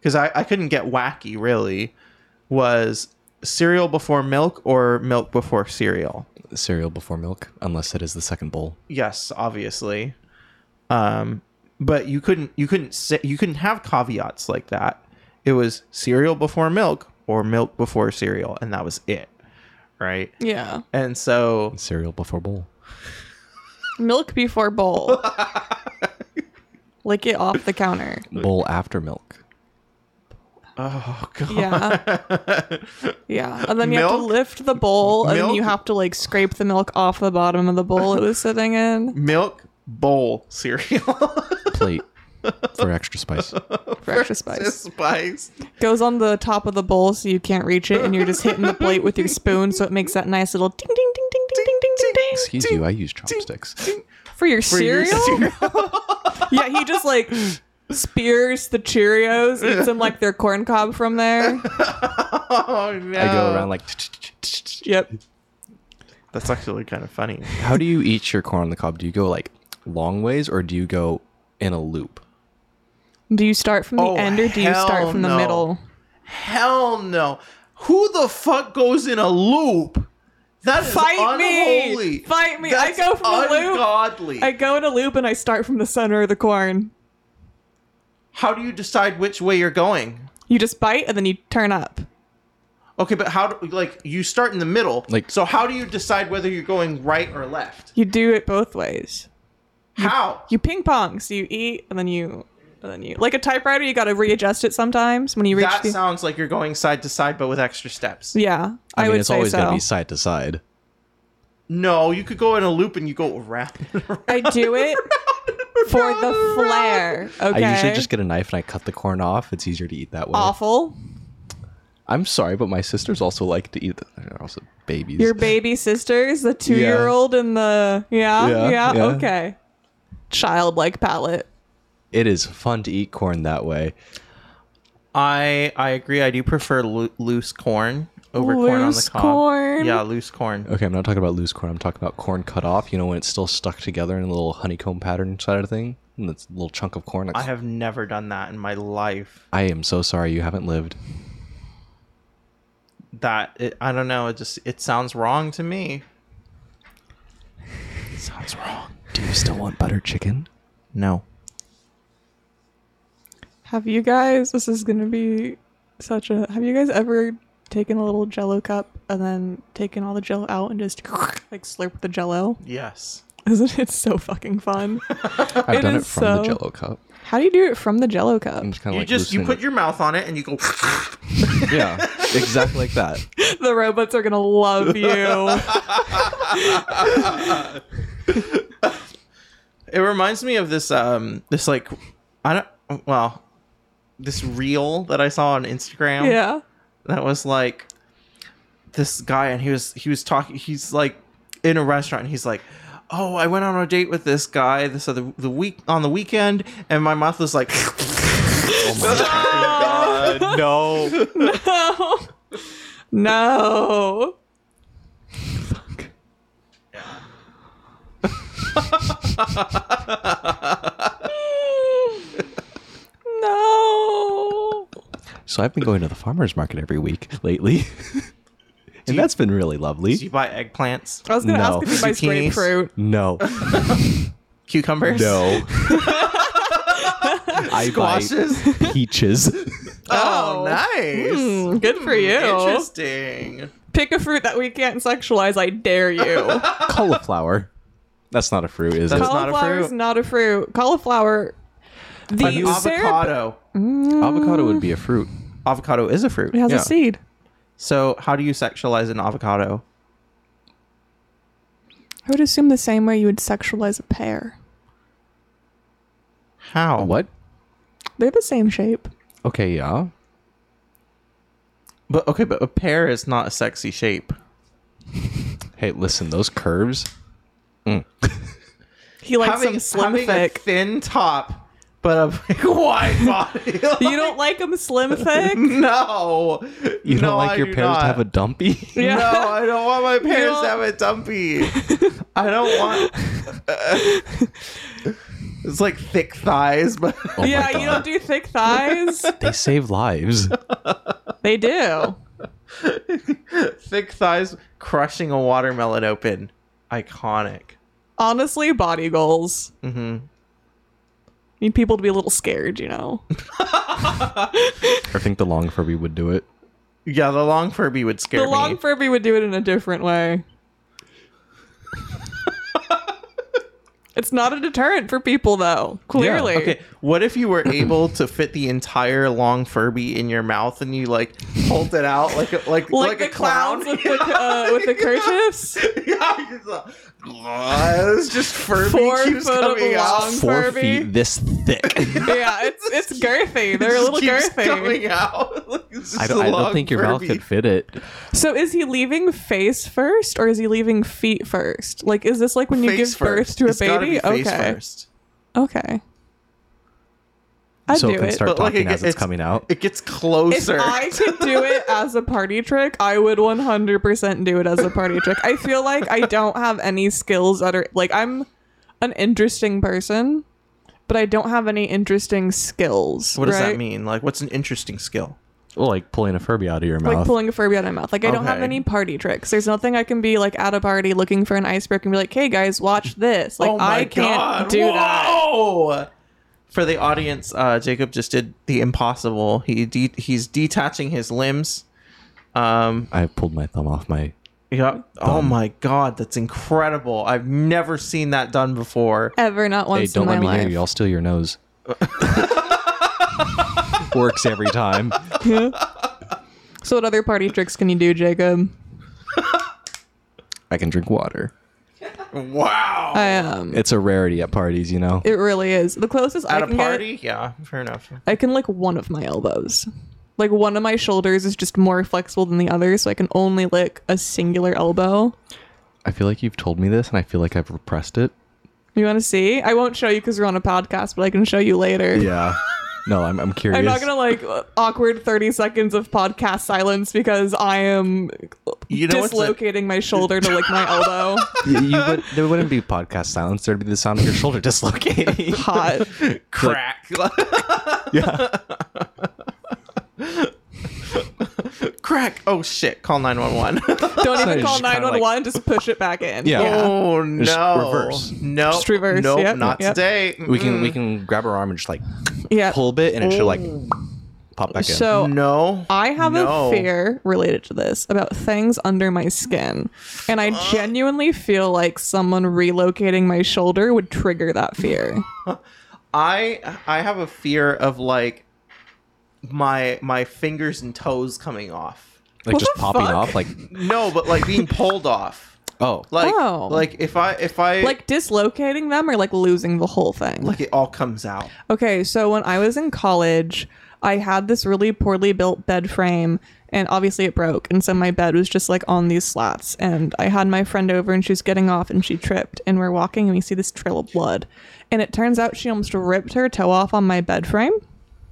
[SPEAKER 1] because I, I couldn't get wacky really, was cereal before milk or milk before cereal.
[SPEAKER 2] Cereal before milk, unless it is the second bowl.
[SPEAKER 1] Yes, obviously. Um, but you couldn't you couldn't say you couldn't have caveats like that. It was cereal before milk or milk before cereal, and that was it. Right?
[SPEAKER 3] yeah.
[SPEAKER 1] And so
[SPEAKER 2] Cereal before bowl.
[SPEAKER 3] Milk before bowl. Lick it off the counter.
[SPEAKER 2] Bowl after milk.
[SPEAKER 1] Oh god.
[SPEAKER 3] Yeah. Yeah. And then you have to
[SPEAKER 1] Milk?
[SPEAKER 3] lift the bowl and then you
[SPEAKER 1] Milk?
[SPEAKER 3] have to like scrape the milk off the bottom of the bowl it was sitting in
[SPEAKER 1] Milk bowl cereal.
[SPEAKER 2] Plate for extra spice.
[SPEAKER 3] for extra spice.
[SPEAKER 1] Spice.
[SPEAKER 3] Goes on the top of the bowl so you can't reach it and you're just hitting the plate with your spoon so it makes that nice little ding ding ding ding ding ding ding ding ding
[SPEAKER 2] Excuse you, I use chopsticks.
[SPEAKER 3] for your
[SPEAKER 1] For your
[SPEAKER 3] cereal? yeah, he just like spears the Cheerios, eats them like their corn cob from there.
[SPEAKER 1] oh no.
[SPEAKER 2] I go around like,
[SPEAKER 3] Yep.
[SPEAKER 1] That's actually kind of funny.
[SPEAKER 2] how do you eat your corn on the cob? Do you go like long ways or do you go in a loop?
[SPEAKER 3] Do you start from the
[SPEAKER 1] Oh,
[SPEAKER 3] end or do you start
[SPEAKER 1] hell
[SPEAKER 3] from the
[SPEAKER 1] no.
[SPEAKER 3] middle?
[SPEAKER 1] Hell no. Who the fuck goes in a loop? That is
[SPEAKER 3] Fight me!
[SPEAKER 1] unholy.
[SPEAKER 3] Fight me. I
[SPEAKER 1] That's
[SPEAKER 3] go from a loop.
[SPEAKER 1] Ungodly.
[SPEAKER 3] I go in a loop and I start from the center of the corn.
[SPEAKER 1] How do you decide which way you're going?
[SPEAKER 3] You just bite and then you turn up.
[SPEAKER 1] Okay, but how do like you start in the middle?
[SPEAKER 2] Like-
[SPEAKER 1] so, how do you decide whether you're going right or left?
[SPEAKER 3] You do it both ways.
[SPEAKER 1] How?
[SPEAKER 3] You ping pong, so you eat and then you and then you like a typewriter, you gotta readjust it sometimes when you reach
[SPEAKER 1] That
[SPEAKER 3] the
[SPEAKER 1] sounds like you're going side to side, but with extra steps.
[SPEAKER 3] Yeah.
[SPEAKER 2] I,
[SPEAKER 3] I,
[SPEAKER 2] mean,
[SPEAKER 3] would
[SPEAKER 2] it's
[SPEAKER 3] say
[SPEAKER 2] always
[SPEAKER 3] so.
[SPEAKER 2] going to be side to side.
[SPEAKER 1] No, you could go in a loop and you go around. and around.
[SPEAKER 3] I do it for the flair. Okay.
[SPEAKER 2] I usually just get a knife and I cut the corn off. It's easier to eat that way.
[SPEAKER 3] awful.
[SPEAKER 2] I'm sorry, but my sisters also like to eat. They're also babies.
[SPEAKER 3] Your baby sisters, the two year old and the yeah, yeah,
[SPEAKER 2] Yeah, yeah.
[SPEAKER 3] okay. Childlike palate.
[SPEAKER 2] it is fun to eat corn that way.
[SPEAKER 1] I I agree. I do prefer loo- loose corn over corn on the
[SPEAKER 3] Loose
[SPEAKER 1] cob.
[SPEAKER 3] corn?
[SPEAKER 1] Yeah, loose corn.
[SPEAKER 2] Okay, I'm not talking about loose corn. I'm talking about corn cut off. You know when it's still stuck together in a little honeycomb pattern inside of the thing, and it's a little chunk of corn.
[SPEAKER 1] I have never done that in my life.
[SPEAKER 2] I am so sorry you haven't lived.
[SPEAKER 1] That it, I don't know. It just it sounds wrong to me.
[SPEAKER 2] Sounds wrong. Do you still want butter chicken?
[SPEAKER 1] No.
[SPEAKER 3] Have you guys this is gonna be such a have you guys ever taken a little jello cup and then taken all the jello out and just like slurp the jello?
[SPEAKER 1] Yes.
[SPEAKER 3] Isn't it so fucking fun?
[SPEAKER 2] I've
[SPEAKER 3] It
[SPEAKER 2] done it
[SPEAKER 3] is
[SPEAKER 2] from the
[SPEAKER 3] so-
[SPEAKER 2] Jello cup.
[SPEAKER 3] How do you do it from the jello cup?
[SPEAKER 2] I'm just kind of
[SPEAKER 1] You
[SPEAKER 2] like
[SPEAKER 1] just you put
[SPEAKER 2] loosening
[SPEAKER 1] your mouth on it and you go.
[SPEAKER 2] it. yeah, exactly like that.
[SPEAKER 3] The robots are gonna love you.
[SPEAKER 1] It reminds me of this um this like I don't well this reel that I saw on Instagram
[SPEAKER 3] yeah.
[SPEAKER 1] that was like this guy and he was he was talking he's like in a restaurant and he's like oh I went on a date with this guy this other the week on the weekend and my mouth was like
[SPEAKER 2] Oh no.
[SPEAKER 3] no. No. no.
[SPEAKER 2] So I've been going to the farmers market every week lately, and that's been really lovely.
[SPEAKER 1] do you buy eggplants
[SPEAKER 3] I was gonna
[SPEAKER 2] No.
[SPEAKER 3] ask if you buy
[SPEAKER 1] Zucchinis?
[SPEAKER 3] grapefruit.
[SPEAKER 2] no.
[SPEAKER 1] cucumbers
[SPEAKER 2] No.
[SPEAKER 4] I buy
[SPEAKER 1] Squashes.
[SPEAKER 4] peaches.
[SPEAKER 1] Oh,
[SPEAKER 3] Oh.
[SPEAKER 1] nice.
[SPEAKER 3] Hmm, good for
[SPEAKER 1] Hmm,
[SPEAKER 3] you.
[SPEAKER 1] Interesting.
[SPEAKER 3] Pick a fruit that we can't sexualize. I dare you.
[SPEAKER 4] cauliflower. That's not a fruit, is it?
[SPEAKER 1] That's- not a
[SPEAKER 3] Cauliflower is
[SPEAKER 1] fruit.
[SPEAKER 3] not a fruit. Cauliflower. The
[SPEAKER 1] An avocado.
[SPEAKER 3] Um,
[SPEAKER 4] Avocado would be a fruit.
[SPEAKER 1] Avocado is a fruit.
[SPEAKER 3] It has
[SPEAKER 4] Yeah.
[SPEAKER 3] a seed.
[SPEAKER 1] So how do you sexualize an avocado?
[SPEAKER 3] I would assume the same way you would sexualize a pear.
[SPEAKER 1] How?
[SPEAKER 4] What?
[SPEAKER 3] They're the same shape.
[SPEAKER 4] Okay, yeah.
[SPEAKER 1] But okay, but a pear is not a sexy shape.
[SPEAKER 4] Hey, listen, those curves.
[SPEAKER 3] He likes
[SPEAKER 1] having
[SPEAKER 3] them slim
[SPEAKER 1] having a
[SPEAKER 3] thick.
[SPEAKER 1] thin top, but a big wide body.
[SPEAKER 3] you don't like them slim thick?
[SPEAKER 1] No.
[SPEAKER 4] You
[SPEAKER 1] No,
[SPEAKER 4] don't like
[SPEAKER 1] I
[SPEAKER 4] your
[SPEAKER 1] do
[SPEAKER 4] pears
[SPEAKER 1] not.
[SPEAKER 4] to have a dumpy?
[SPEAKER 3] Yeah.
[SPEAKER 1] No, I don't want my pears
[SPEAKER 3] don't-
[SPEAKER 1] to have a dumpy. I don't want. it's like thick thighs, but
[SPEAKER 4] Oh my
[SPEAKER 3] yeah, you
[SPEAKER 4] God.
[SPEAKER 3] don't do thick thighs.
[SPEAKER 4] They save lives.
[SPEAKER 3] they do.
[SPEAKER 1] thick thighs crushing a watermelon open. Iconic.
[SPEAKER 3] Honestly, body goals.
[SPEAKER 1] Mhm.
[SPEAKER 3] Need people to be a little scared, you know.
[SPEAKER 4] I think the long Furby would do it.
[SPEAKER 1] Yeah, the long Furby would scare
[SPEAKER 3] the long
[SPEAKER 1] me.
[SPEAKER 3] Furby would do it in a different way. it's not a deterrent for people, though. Clearly,
[SPEAKER 1] Okay, what if you were able to fit the entire long Furby in your mouth and you like pulled it out like a, like
[SPEAKER 3] like,
[SPEAKER 1] like
[SPEAKER 3] the
[SPEAKER 1] a clown?
[SPEAKER 3] clowns with the uh, with the kerchiefs.
[SPEAKER 1] yeah, it's a- Ah, it's just Furby
[SPEAKER 3] Four
[SPEAKER 1] keeps
[SPEAKER 3] foot of
[SPEAKER 1] coming out.
[SPEAKER 3] long
[SPEAKER 4] Four
[SPEAKER 3] Furby.
[SPEAKER 4] feet this thick.
[SPEAKER 3] yeah, it's it's girthy. They're a
[SPEAKER 1] Just
[SPEAKER 3] little
[SPEAKER 1] keeps
[SPEAKER 3] girthy.
[SPEAKER 1] Coming out. Like, it's just
[SPEAKER 4] I
[SPEAKER 1] a
[SPEAKER 4] don't, I don't
[SPEAKER 1] long
[SPEAKER 4] think your mouth
[SPEAKER 1] Furby.
[SPEAKER 4] could fit it.
[SPEAKER 3] So is he leaving face first or is he leaving feet first? Like is this like when you
[SPEAKER 1] Face
[SPEAKER 3] give birth
[SPEAKER 1] first.
[SPEAKER 3] to a
[SPEAKER 1] It's gotta
[SPEAKER 3] baby?
[SPEAKER 1] be face
[SPEAKER 3] okay.
[SPEAKER 1] first.
[SPEAKER 3] Okay. I'd
[SPEAKER 4] so
[SPEAKER 3] do
[SPEAKER 4] it can
[SPEAKER 3] it.
[SPEAKER 4] start
[SPEAKER 1] But, like,
[SPEAKER 4] talking
[SPEAKER 1] it-
[SPEAKER 4] as it's,
[SPEAKER 1] it's-
[SPEAKER 4] coming out.
[SPEAKER 1] It gets
[SPEAKER 3] if
[SPEAKER 1] closer.
[SPEAKER 3] I could do it as a party trick, I would 100% do it as a party trick. I feel like I don't have any skills that are like I'm an interesting person, but I don't have any interesting skills.
[SPEAKER 1] what does that
[SPEAKER 3] right?
[SPEAKER 1] mean? Like, what's an interesting skill?
[SPEAKER 4] Well, like pulling a Furby out of your
[SPEAKER 3] like
[SPEAKER 4] mouth.
[SPEAKER 3] pulling a Furby out of my mouth. Like I don't have
[SPEAKER 1] Okay.
[SPEAKER 3] any party tricks. There's nothing I can be like at a party looking for an iceberg and be like, "Hey guys, watch this!" Like
[SPEAKER 1] oh my
[SPEAKER 3] I can't
[SPEAKER 1] God.
[SPEAKER 3] do
[SPEAKER 1] Whoa!
[SPEAKER 3] that.
[SPEAKER 1] For the audience, uh, Jacob just did the impossible. He de- he's detaching his limbs. Um.
[SPEAKER 4] I pulled my thumb off my.
[SPEAKER 1] Yep. Oh my God, that's incredible! I've never seen that done before.
[SPEAKER 3] Ever, not
[SPEAKER 4] Hey,
[SPEAKER 3] once
[SPEAKER 4] don't
[SPEAKER 3] in my
[SPEAKER 4] let me
[SPEAKER 3] life.
[SPEAKER 4] hear you. I'll steal your nose. Works every time.
[SPEAKER 3] So what other party tricks can you do, Jacob?
[SPEAKER 4] I can drink water.
[SPEAKER 1] Wow.
[SPEAKER 3] I um,
[SPEAKER 4] It's a rarity at parties, you know.
[SPEAKER 3] it really is the closest I
[SPEAKER 1] At a
[SPEAKER 3] can
[SPEAKER 1] party? Yeah. Fair enough.
[SPEAKER 3] get. I can lick one of my elbows. Like one of my shoulders is just more flexible than the other, so I can only lick a singular elbow.
[SPEAKER 4] I feel like you've told me this, and I feel like I've repressed it.
[SPEAKER 3] You want to see? I won't show you because we're on a podcast, but I can show you later.
[SPEAKER 4] Yeah. No, I'm, I'm curious.
[SPEAKER 3] I'm not gonna like awkward 30 seconds of podcast silence because I am
[SPEAKER 1] You know what's a-
[SPEAKER 3] dislocating my shoulder to lick my elbow.
[SPEAKER 4] Y- you would, there wouldn't be podcast silence. There'd be the sound of your shoulder dislocating.
[SPEAKER 3] Hot.
[SPEAKER 1] Crack.
[SPEAKER 4] yeah.
[SPEAKER 1] Crack. Oh shit! Call nine one one.
[SPEAKER 3] Don't even
[SPEAKER 4] It's
[SPEAKER 3] call
[SPEAKER 4] just kinda
[SPEAKER 3] 911. Just push it back in.
[SPEAKER 4] Yeah.
[SPEAKER 1] Oh no!
[SPEAKER 4] Just reverse.
[SPEAKER 1] No,
[SPEAKER 3] Just reverse,
[SPEAKER 1] Nope,
[SPEAKER 3] yep,
[SPEAKER 1] not
[SPEAKER 3] yep.
[SPEAKER 1] today.
[SPEAKER 4] We can we
[SPEAKER 1] Mm-mm.
[SPEAKER 4] can grab her arm and just like
[SPEAKER 3] Yeah.
[SPEAKER 4] pull a bit, and it should like pop back in.
[SPEAKER 3] So
[SPEAKER 1] no.
[SPEAKER 3] I have
[SPEAKER 1] No.
[SPEAKER 3] a fear related to this about things under my skin, and I genuinely feel like someone relocating my shoulder would trigger that fear.
[SPEAKER 1] I I have a fear of like my my fingers and toes coming off.
[SPEAKER 4] like
[SPEAKER 3] What
[SPEAKER 4] just
[SPEAKER 3] the
[SPEAKER 4] popping
[SPEAKER 3] fuck?
[SPEAKER 4] off. Like
[SPEAKER 1] No, but like being pulled off.
[SPEAKER 4] oh,
[SPEAKER 1] Like
[SPEAKER 3] Oh.
[SPEAKER 1] like if I if I
[SPEAKER 3] like dislocating them or like losing the whole thing.
[SPEAKER 1] like it all comes out.
[SPEAKER 3] Okay, so when I was in college, I had this really poorly built bed frame, and obviously it broke. And so my bed was just like on these slats. And I had my friend over, and she was getting off, and she tripped. And we're walking, and we see this trail of blood. And it turns out she almost ripped her toe off on my bed frame.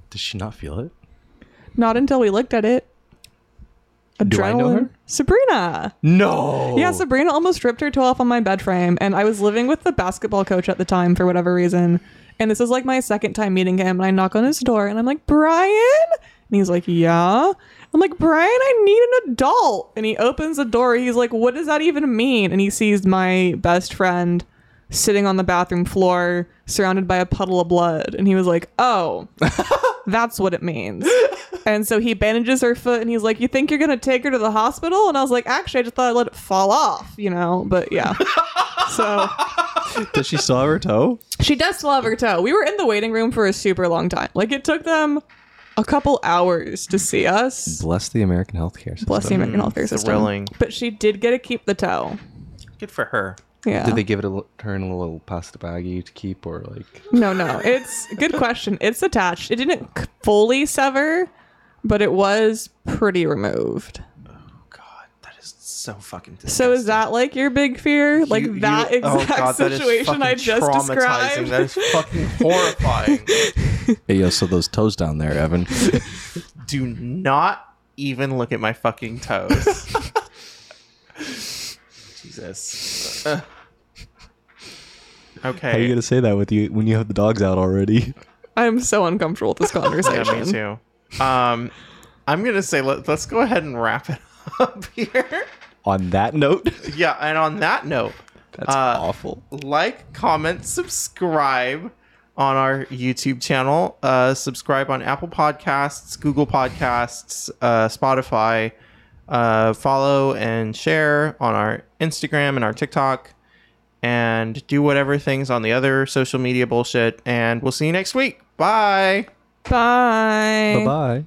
[SPEAKER 4] does she not feel it?
[SPEAKER 3] Not until we looked at it.
[SPEAKER 4] Do I know her?
[SPEAKER 3] Adrenaline. Sabrina.
[SPEAKER 4] No.
[SPEAKER 3] Yeah, Sabrina almost ripped her toe off on my bed frame, and I was living with the basketball coach at the time for whatever reason. And this is like my second time meeting him, and I knock on his door, and I'm like, Brian? And he's like, Yeah. I'm like, Brian, I need an adult. And he opens the door. He's like, What does that even mean? And he sees my best friend sitting on the bathroom floor, surrounded by a puddle of blood. And he was like, oh, that's what it means. And so he bandages her foot and he's like, you think you're going to take her to the hospital? And I was like, actually, I just thought I'd let it fall off, you know? But yeah. So
[SPEAKER 4] Does she still have her toe?
[SPEAKER 3] she does still have her toe. We were in the waiting room for a super long time. Like it took them a couple hours to see us.
[SPEAKER 4] Bless the American healthcare system.
[SPEAKER 3] Bless the American healthcare system.
[SPEAKER 1] Thrilling.
[SPEAKER 3] But she did get to keep the toe.
[SPEAKER 1] Good for her.
[SPEAKER 3] Yeah.
[SPEAKER 4] Did they give it a l- turn a little pasta baggie to keep or like?
[SPEAKER 3] No, no. It's good question. It's attached. It didn't c- fully sever, but it was pretty removed.
[SPEAKER 1] God, that is so fucking disgusting.
[SPEAKER 3] So is that like your big fear? Like
[SPEAKER 1] You- you-
[SPEAKER 3] that
[SPEAKER 1] oh
[SPEAKER 3] exact
[SPEAKER 1] God, that is
[SPEAKER 3] situation I
[SPEAKER 1] fucking
[SPEAKER 3] just
[SPEAKER 1] traumatizing.
[SPEAKER 3] described?
[SPEAKER 1] That is fucking horrifying.
[SPEAKER 2] Hey, yo, so those toes down there, Evan.
[SPEAKER 1] Do not even look at my fucking toes. Jesus. Uh. Okay.
[SPEAKER 4] How are you gonna say that with you when you have the dogs out already?
[SPEAKER 3] I'm so uncomfortable with this
[SPEAKER 1] Yeah, me
[SPEAKER 3] conversation.
[SPEAKER 1] too. Um, I'm gonna say let, let's go ahead and wrap it up here.
[SPEAKER 4] On that note,
[SPEAKER 1] Yeah, and on that note,
[SPEAKER 4] that's
[SPEAKER 1] Uh,
[SPEAKER 4] awful.
[SPEAKER 1] like, comment, subscribe on our YouTube channel. Uh, subscribe on Apple Podcasts, Google Podcasts, uh, Spotify. Uh, follow and share on our Instagram and our TikTok, and do whatever things on the other social media bullshit. And we'll see you next week. Bye.
[SPEAKER 3] Bye.
[SPEAKER 4] Bye bye.